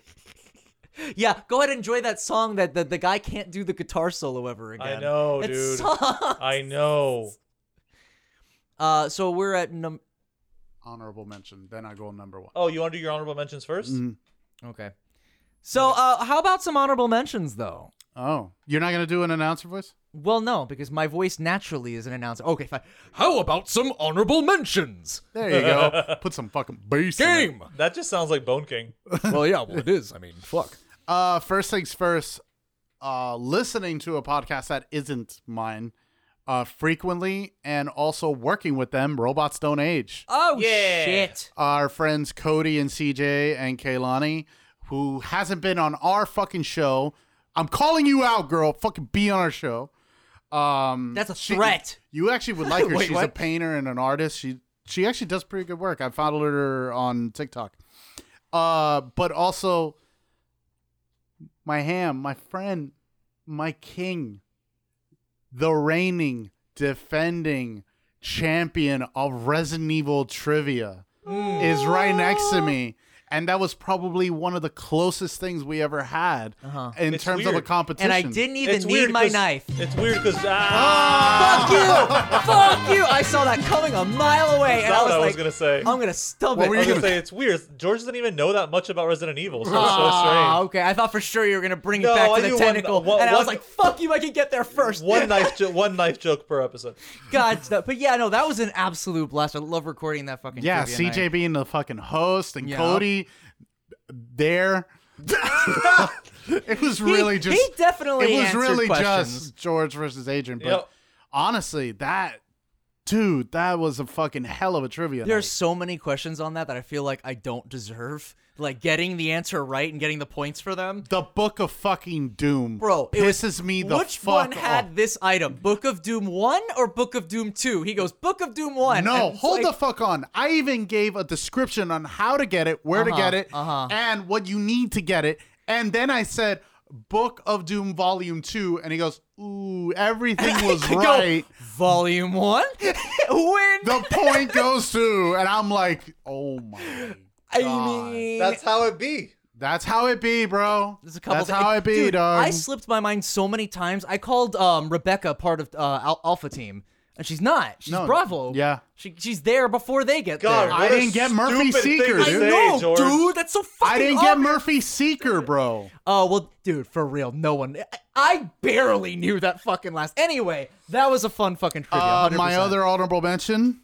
yeah, go ahead and enjoy that song that the, the guy can't do the guitar solo ever again.
I know,
It
dude.
sucks.
I know.
Uh, so we're at num.
honorable mention. Then I go number one.
Oh, you want to do your honorable mentions first?
Mm-hmm.
Okay. So, uh, how about some honorable mentions though?
Oh, you're not gonna do an announcer voice?
Well, no, because my voice naturally is an announcer. Okay, fine. How about some honorable mentions?
There you go. Put some fucking bass. in it.
Game.
That just sounds like Bone King.
well, yeah, well, it is. I mean, fuck.
Uh, first things first. Uh, listening to a podcast that isn't mine, uh, frequently, and also working with them. Robots don't age.
Oh
Yeah.
shit.
Our friends Cody and CJ and Kaylani, who hasn't been on our fucking show. I'm calling you out, girl. Fucking be on our show. Um,
That's a
she-
threat.
You actually would like her.
Wait,
She's a
what?
painter and an artist. She she actually does pretty good work. I followed her on TikTok. Uh, but also my ham, my friend, my king, the reigning, defending champion of Resident Evil trivia
Hmm.
is right next to me. And that was probably one of the closest things we ever had
Uh-huh.
in
It's
terms of a
weird.
And
competition.
I didn't even
It's
need
weird
my
'cause-
knife.
It's weird because ah,
Fuck you! Fuck you! I saw that coming a mile away, and
That's
I was
what I
like,
was gonna say.
I'm gonna stub
What
it.
were
I was
you
gonna say it's weird. George doesn't even know that much about Resident Evil, so it's so
Ah,
strange.
okay. I thought for sure you were gonna bring it
No,
back
I
to the
knew one-
tentacle,
one-
and I was
one-
like, "Fuck you! I can get there first.
One knife, jo- one knife joke per episode.
God, that- but yeah, no, that was an absolute blast. I love recording that fucking.
Yeah,
trivia
CJ
night.
being the fucking host and
Yeah.
Cody there. it was really
he
just
definitely
it was
answered
really
questions.
just George versus Adrian, but
Yep.
honestly, that dude, that was a fucking hell of a trivia.
There are
night.
so many questions on that that I feel like I don't deserve. Like getting the answer right and getting the points for them.
The Book of Fucking Doom,
Bro, it was-
pisses me the
Which
fuck
one had
off.
this item? Book of Doom 1 or Book of Doom 2? He goes, Book of Doom 1.
No,
And it's
hold
like,
the fuck on. I even gave a description on how to get it, where to
Uh-huh,
get it,
uh-huh.
and what you need to get it. And then I said, Book of Doom Volume 2, and he goes, Ooh, everything was
I go,
right.
Volume one. Win.
the point goes to, and I'm like, Oh my.
I
God.
mean,
That's how it be.
That's how it be, bro.
There's a couple.
That's
thi-
how it be,
Dude,
dog.
I slipped my mind so many times. I called um, Rebecca part of uh, Al- Alpha Team, and she's not. She's
No,
Bravo.
yeah.
she, she's there before they get
God,
there.
I
what a
didn't get Murphy
stupid thing
Seeker,
to
dude.
say,
know,
George.
dude. That's so fucking.
I didn't get
obvious.
Murphy Seeker, bro.
Oh well, dude, for real, no one. I, I barely knew that fucking last. Anyway, that was a fun fucking trivia.
Uh,
100%.
my other honorable mention.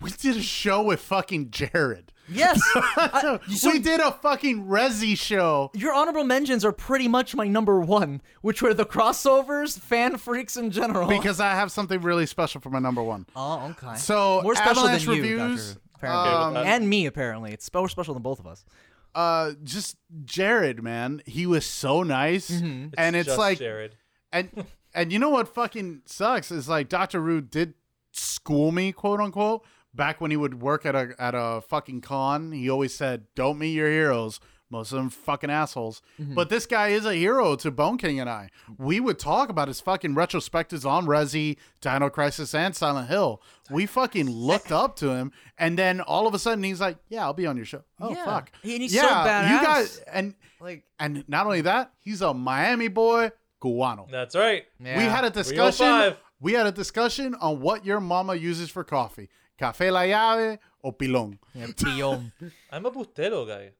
We did a show with fucking Jared.
yes, I- so
we did a fucking Resi show.
your honorable mentions are pretty much my number one, which were the crossovers, fan freaks in general.
Because I have something really special for my number one.
oh, okay.
So,
more special
Avalanche
than you,
reviews,
Doctor. Apparently.
Okay, with that.
and me apparently. It's more special than both of us.
Uh, just Jared, man. He was so nice, and it's
Just
like,
Jared.
and and you know what fucking sucks is like Doctor Rude did school me, quote unquote, back when he would work at a at a fucking con. He always said, "Don't meet your heroes." Most of them fucking assholes.
Mm-hmm.
But this guy is a hero to Bone King and I. We would talk about his fucking retrospectives on Resi, Dino Crisis, and Silent Hill. We fucking looked up to him, and then all of a sudden he's like, "Yeah, I'll be on your show." Oh
Yeah.
fuck,
And he's so
yeah,
badass.
You guys, and
Like
and not only that, he's a Miami boy, Guano.
That's right.
We had a discussion.
305.
We had a discussion on what your mama uses for coffee: cafe la llave or pilon.
Guillaume.
I'm a Butero guy.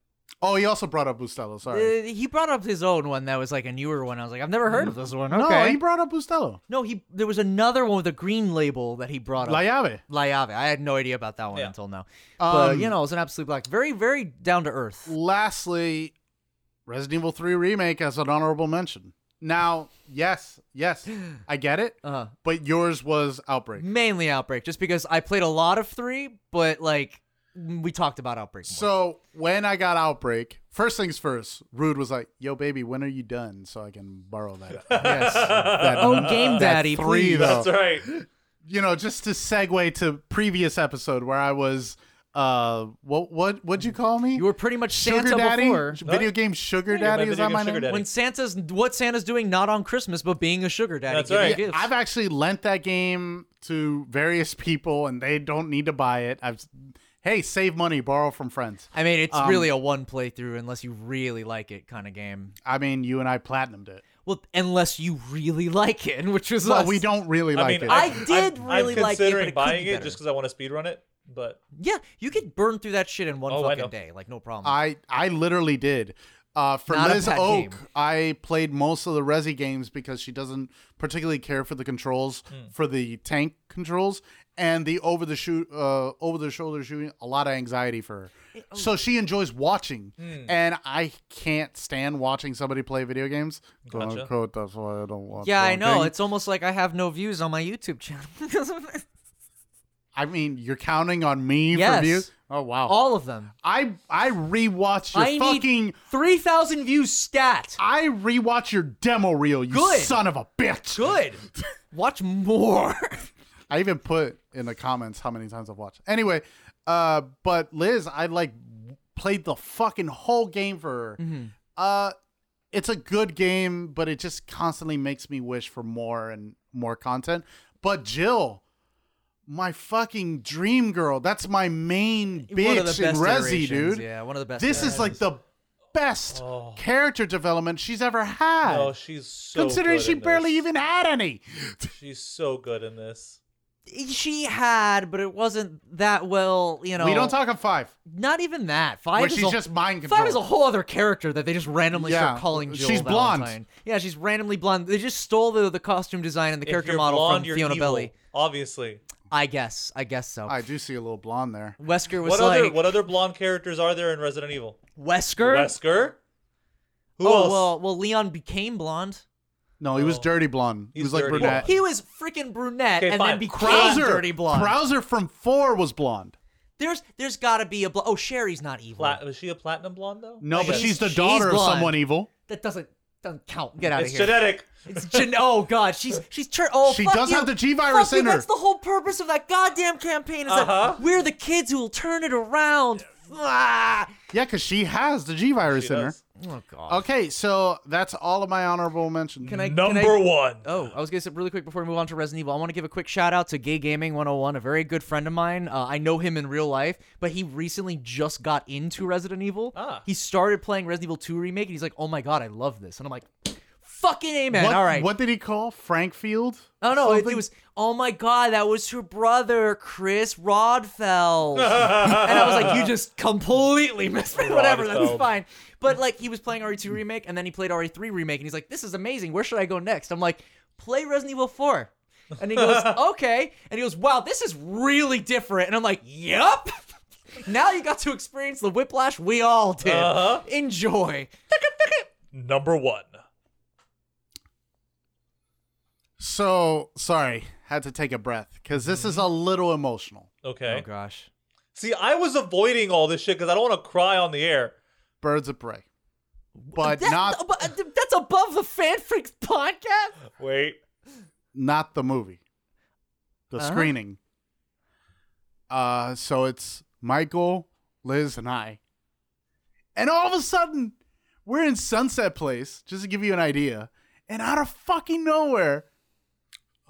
Oh, he also brought up Bustelo.
Uh,
Sorry, Mm,
he brought up his own one that was like a newer one. I was like, I've never heard of this one.
no,
Okay.
he brought up Bustelo.
No, he there was another one with a green label that he brought up.
La llave.
La Llave. I had no idea about that one
Yeah.
until now. But
Um,
you know, it was an absolute black. Very, very down to earth.
Lastly, Resident Evil Three remake as an honorable mention. Now, yes, yes, I get it,
Uh,
but yours was Outbreak.
mainly Outbreak, just because I played a lot of three, but like we talked about Outbreak. more.
So when I got Outbreak, first things first, Rude was like, "Yo, baby, when are you done so I can borrow that?"
yes.
that
Oh, Game
that
Daddy,
three
please.
though.
That's right.
you know, just to segue to previous episode where I was, uh, what what what'd you call me?
You were pretty much
sugar
Santa
daddy.
before.
Video game sugar
my
daddy is
video
that
game
my
sugar
name?
daddy.
When Santa's what Santa's doing not on Christmas but being a sugar daddy.
That's
giving
right.
gifts.
I've actually lent that game to various people, and they don't need to buy it. I've, hey, save money, borrow from friends.
I mean, it's really a one playthrough unless you really like it kind of game.
I mean, you and I platinumed it.
Well, unless you really like it, which was
Well,
us.
we don't really
I
like
mean,
it.
I
I'm-
did
I'm,
really
I'm
like it, but it could
considering
be
buying it
better.
just because I want to speedrun it. But
Yeah, you could burn through that shit in one
Oh, I
fucking
know.
day, like no problem.
I I literally did. Uh, for
Not a
Liz
bad
Oak,
game.
I played most of the Resi games because she doesn't particularly care for the controls,
Hmm.
for the tank controls, and the over the shoot, uh, over the shoulder shooting. A lot of anxiety for her,
oh.
so she enjoys watching,
Hmm.
and I can't stand watching somebody play video games. Quote,
Gotcha.
unquote, that's why I don't watch.
yeah, I
Lion
know.
King.
It's almost like I have no views on my YouTube channel.
Oh. I mean, you're counting on me
Yes.
for views. Oh wow!
All of them.
I I rewatched your
I
fucking.
need three thousand views stat.
I rewatch your demo reel, you
Good.
son of a bitch.
Good. Watch more.
I even put in the comments how many times I've watched. Anyway, uh, but Liz, I like played the fucking whole game for her.
Mm-hmm.
Uh, it's a good game, but it just constantly makes me wish for more and more content. But Jill, my fucking dream girl, that's my main bitch
one of the
in
best
Resi,
iterations.
dude.
Yeah, Oh. one of the best.
This is like the best character development she's ever had.
oh, she's so.
considering
good
she
in
barely
this.
even had any.
She's so good in this.
she had, but it wasn't that well. You know,
We don't talk of five.
Not even that. Five
Where
is
she's
a,
just mind
Five is a
controlled.
whole other character that they just randomly
Yeah.
start calling Jill.
She's blonde.
Valentine. Yeah, she's randomly blonde. They just stole the, the costume design and the
If
character
you're
model
blonde,
from
you're
Fiona
evil,
Belly.
Obviously.
I guess. I guess so.
I do see a little blonde there.
Wesker was
What
like
other what other blonde characters are there in Resident Evil?
Wesker.
Wesker. Who
oh
else?
well, well Leon became blonde.
No, he was dirty blonde. He
He's
was like
dirty
brunette.
blonde.
He was freaking brunette
Okay,
and then
fine.
became
Krauser,
dirty blonde.
Krauser from four was blonde.
There's there's gotta be a bl- oh Sherry's not evil.
Plat- was she a platinum blonde though?
No, but
She's-
she's the
she's
daughter of
blonde.
someone evil.
That doesn't doesn't count. Get out
it's
of here.
genetic.
It's gen- oh god, she's she's tur- oh
She
fuck
does
you.
have the G virus
Fuck you,
in her.
That's the whole purpose of that goddamn campaign is
Uh-huh.
that we're the kids who will turn it around. Ah.
Yeah, because she has the G virus
She
in
does.
her.
Oh god.
Okay, so that's all of my honorable mentions.
Can I can I-
Number one.
Oh, I was gonna say really quick before we move on to Resident Evil. I want to give a quick shout out to Gay Gaming 101, a very good friend of mine. Uh, I know him in real life, but he recently just got into Resident Evil.
Ah.
He started playing Resident Evil 2 remake, and he's like, "Oh my god, I love this!" And I'm like, "Fucking amen."
what,
All right.
What did he call Frank Field?
Oh no, it,
Something?
it was. Oh my god, that was her brother, Chris Rodfeld. and I was like, you just completely missed me. Whatever, that's
Rodfeld.
fine. But like, he was playing RE2 remake, and then he played RE3 remake, and he's like, this is amazing. Where should I go next? I'm like, play Resident Evil 4. And he goes, okay. And he goes, wow, this is really different. And I'm like, yup. now you got to experience the whiplash we all did.
Uh-huh.
Enjoy.
Number one.
So sorry, had to take a breath because this
Mm-hmm.
is a little emotional.
Okay.
Oh gosh.
See, I was avoiding all this shit because I don't want to cry on the air.
Birds of prey, but
That-
not
but, uh, that's above the fan freaks podcast.
Wait.
not the movie, the
Huh?
screening. Uh, so it's Michael, Liz, and I, and all of a sudden we're in Sunset Place. Just to give you an idea, and out of fucking nowhere,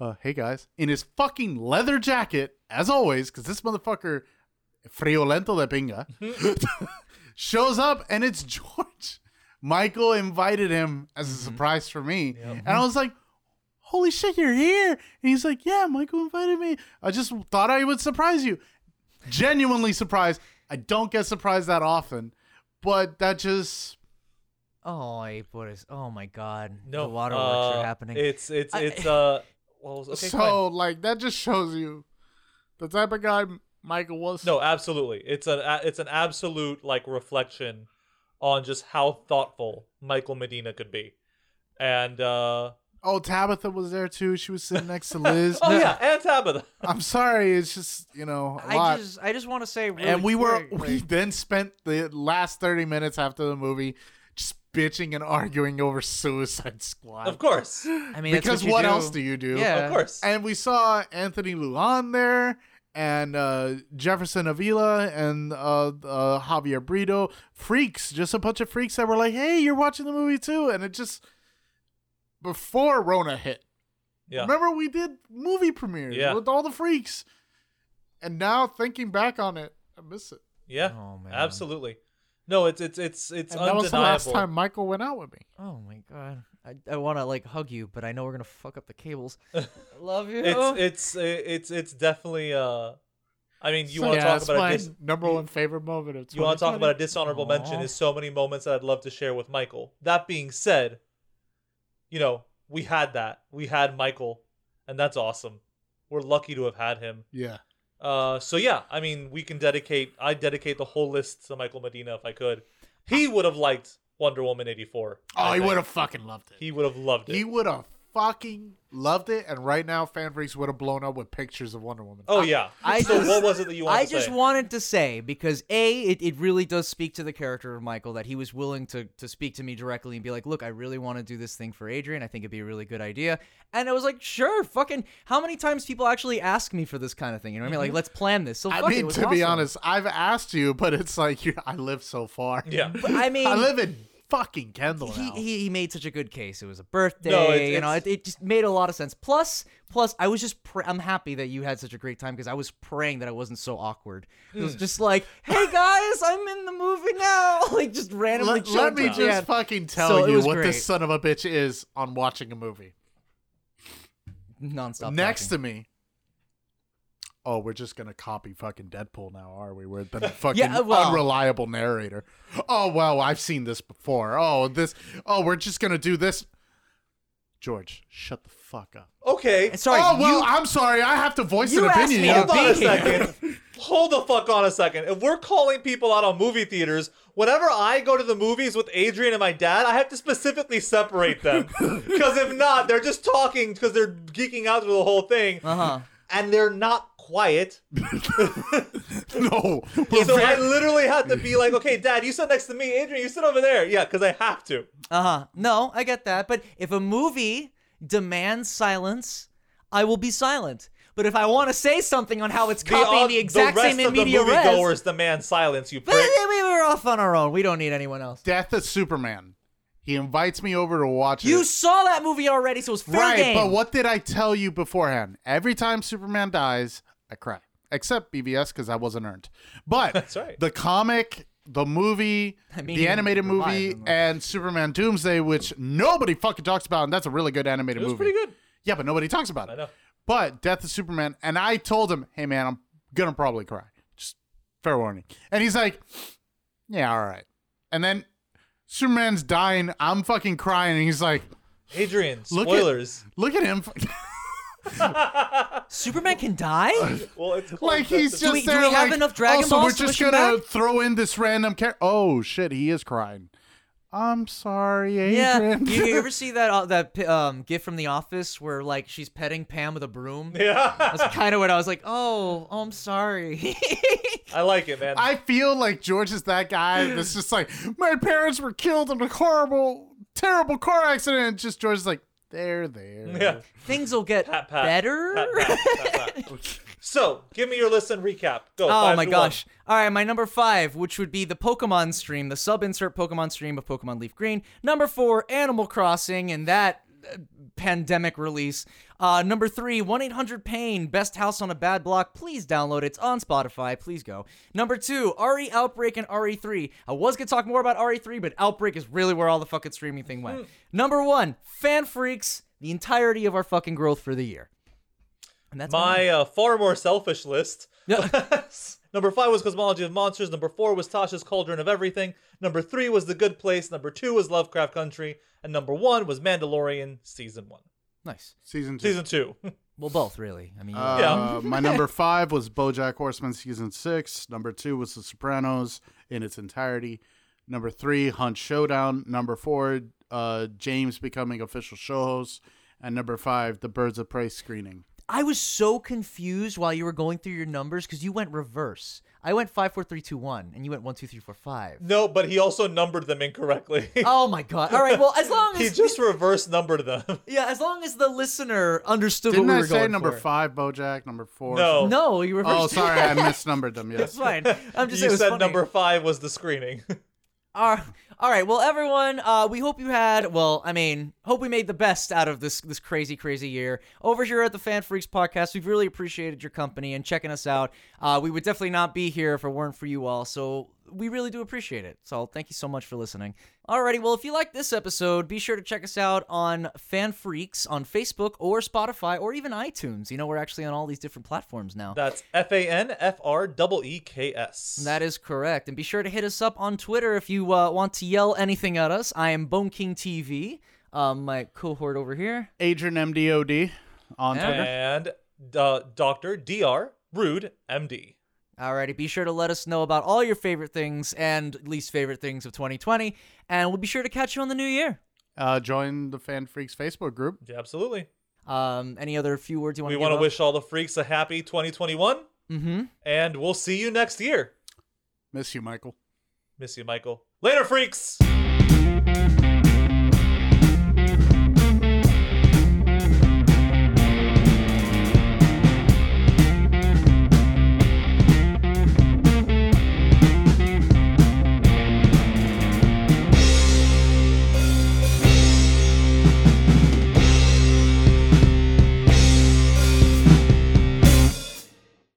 uh, hey guys, in his fucking leather jacket, as always, because this motherfucker, friolento de pinga, shows up and it's George. Michael invited him as a surprise for me. And I was like, holy shit, you're here. And he's like, yeah, Michael invited me. I just thought I would surprise you. Genuinely surprised. I don't get surprised that often, but that just.
Oh, what is? Oh my God!
No.
the waterworks
uh,
are happening.
It's it's
I-
it's uh. Well, okay.
so,
fine.
like, that just shows you the type of guy Michael was.
No, absolutely. It's an a- it's an absolute like reflection on just how thoughtful Michael Medina could be. And uh
Oh, Tabitha was there too. She was sitting next to Liz.
oh yeah, and Tabitha.
I'm sorry. It's just, you know, a
I
lot.
just, I just want to say, really
and we were
quick,
we
like,
then spent the last 30 minutes after the movie just bitching and arguing over Suicide Squad.
Of course.
I mean, that's
Because
what, you
what
do.
else do you do?
Yeah.
Of course.
And we saw Anthony Luan there and uh, Jefferson Avila and uh, uh, Javier Brito. Freaks, just a bunch of freaks that were like, hey, you're watching the movie too. And it just, before Rona hit,
yeah.
Remember, we did movie premieres
Yeah.
with all the freaks. And now thinking back on it, I miss it.
Yeah.
Oh, man.
Absolutely. No, it's it's it's it's
And that
undeniable.
was the last time Michael went out with me.
Oh my God! I, I want to like hug you, but I know we're gonna fuck up the cables. Love you.
Oh.
It's it's it's it's definitely uh I mean, you
So,
want to
yeah,
talk
that's
about
my
a dis-
number one favorite moment of
you want to talk
2020.
about a dishonorable mention
Aw.
is so many moments that I'd love to share with Michael. That being said, you know, we had that. We had Michael, and that's awesome. We're lucky to have had him.
Yeah.
Uh, so yeah, I mean, we can dedicate. I dedicate the whole list to Michael Medina if I could. He would have liked Wonder Woman eighty four.
Oh, he would have fucking loved it.
He would have loved it.
He would have fucking loved it. And right now, fan freaks would have blown up with pictures of Wonder Woman.
oh yeah.
I
so
just-
what was it that you wanted
I
to
just
say?
wanted to say because a it, it really does speak to the character of Michael that he was willing to to speak to me directly and be like, look, I really want to do this thing for Adrian. I think it'd be a really good idea. And I was like, sure, fucking. How many times people actually ask me for this kind of thing? You know what I mean? Like, let's plan this. So
Mm-hmm. I
fuck it, it
mean,
was
to be
awesome.
honest, I've asked you, but it's like you I live so far.
yeah.
But I mean,
I live in fucking Kendall
he,
now.
he he made such a good case. It was a birthday,
No, it's-
you know.
it's-
It, it just made a lot of sense. Plus, plus, I was just pr- I'm happy that you had such a great time because I was praying that I wasn't so awkward. It was just like, hey guys, I'm in the movie now. like just randomly.
let, let
chugged
me
it.
just
Yeah.
fucking
So
tell
it
you
was
what
great.
this son of a bitch is on watching a movie.
nonstop.
Next
talking.
to me. Oh, we're just gonna copy fucking Deadpool now, are we? We're the fucking
Yeah, well-
unreliable narrator. Oh wow, I've seen this before. Oh this. Oh, we're just gonna do this. George, shut the fuck up.
Okay.
Sorry,
oh well,
you,
I'm sorry. I have to voice
you
an
asked
opinion.
me
you
to
Hold
know?
on a
be here.
second. Hold the fuck on a second. If we're calling people out on movie theaters, whenever I go to the movies with Adrian and my dad, I have to specifically separate them. Because if not, they're just talking because they're geeking out through the whole thing.
Uh-huh.
And they're not quiet.
no, we're
So I
very-
literally had to be like, okay, dad, you sit next to me. Adrian, you sit over there. Yeah, because I have to.
Uh huh. No, I get that. But if a movie demands silence, I will be silent. But if I want to say something on how it's copying the,
odd-
exact
the rest
same in
of the
media res,
moviegoers demand silence, you
But
prick.
we were all off on our own. We don't need anyone else.
Death of Superman. He invites me over to watch
You
it.
saw that movie already, so it's fair
right,
game.
but what did I tell you beforehand? Every time Superman dies, I cry. Except BBS because I wasn't earned. But
That's right.
the comic, the movie,
I mean,
the animated
you're lying,
movie,
I'm not-
and Superman Doomsday, which nobody fucking talks about, and that's a really good
It
animated
was
movie.
pretty good.
Yeah, but nobody talks about it.
I know.
But Death of Superman, and I told him, hey man, I'm gonna probably cry. Just fair warning. And he's like, yeah, all right. And then Superman's dying. I'm fucking crying, and he's like,
Adrian,
Look at-
spoilers.
look at him.
Superman can die?
well, it's called
like
Death
he's
of-
just
we- do
there.
we have
like,
enough Dragon
also,
Balls to
we're just
push him
gonna
back?"
throw in this random character. Oh shit, he is crying. I'm sorry,
Yeah.
Adrian.
you, you ever see that uh, that pi- um, gift from The Office where like she's petting Pam with a broom?
Yeah,
That's kind of what I was like. Oh, oh I'm sorry.
I like it, man.
I feel like George is that guy that's just like, my parents were killed in a horrible, terrible car accident. Just George is like, they're there.
yeah.
Things will get
Pat, pat,
better.
pat, pat, pat, pat. so, give me your list and recap.
Oh
Go. five
my
through one.
gosh. All right, my number five, which would be the Pokemon stream, the sub insert Pokemon stream of Pokemon Leaf Green. Number four, Animal Crossing, and that uh, pandemic release. Uh, number three, 1 800 Pain, Best House on a Bad Block. Please download it. It's on Spotify. Please go. Number two, RE Outbreak and RE3. I was going to talk more about RE3, but Outbreak is really where all the fucking streaming thing
Hmm.
went. Number one, Fan Freaks, the entirety of our fucking growth for the year. And that's
My uh, far more selfish list.
Yeah.
Number five was Cosmology of Monsters. Number four was Tasha's Cauldron of Everything. Number three was The Good Place. Number two was Lovecraft Country. And number one was Mandalorian Season 1.
nice.
Season two.
Season 2.
Well, both really. I mean, you-
Uh,
Yeah.
my number five was BoJack Horseman season six. Number two was The Sopranos in its entirety. Number three, Hunt Showdown. Number four, uh, James becoming official show host. And number five, the Birds of Prey screening.
I was so confused while you were going through your numbers because you went reverse. I went five, four, three, two, one, and you went one, two, three, four, five.
no, but he also numbered them incorrectly.
Oh my god! All right. Well, as long
he
as
just reverse numbered them.
yeah, as long as the listener understood
Didn't
what we
I
were
say
going
number
for.
five, BoJack? Number four?
No.
No, you reversed.
Oh, sorry, I misnumbered them. Yes.
It's fine. I'm just saying it
you
was
said
funny.
number five was the screening.
All right. Uh, All right. Well, everyone, uh, we hope you had. Well, I mean, hope we made the best out of this this crazy, crazy year. Over here at the Fan Freaks podcast, we've really appreciated your company and checking us out. Uh, we would definitely not be here if it weren't for you all. So we really do appreciate it. So thank you so much for listening. Alrighty. Well, if you like this episode, be sure to check us out on Fan Freaks on Facebook or Spotify or even iTunes. You know, we're actually on all these different platforms now.
That's F A N F R E E K S.
That is correct. And be sure to hit us up on Twitter if you uh, want to yell anything at us. I am Bone King TV, um, my cohort over here.
Adrian MDOD on
Yeah.
Twitter.
and uh, Dr. DR Rude MD.
Alrighty, be sure to let us know about all your favorite things and least favorite things of 2020, and we'll be sure to catch you on the new year.
Uh, join the Fan Freaks Facebook group.
Yeah, absolutely.
Um, any other few words you want
We
to?
want to wish all the freaks a happy 2021,
Mm-hmm.
and we'll see you next year.
Miss you, Michael.
Miss you, Michael. Later, freaks.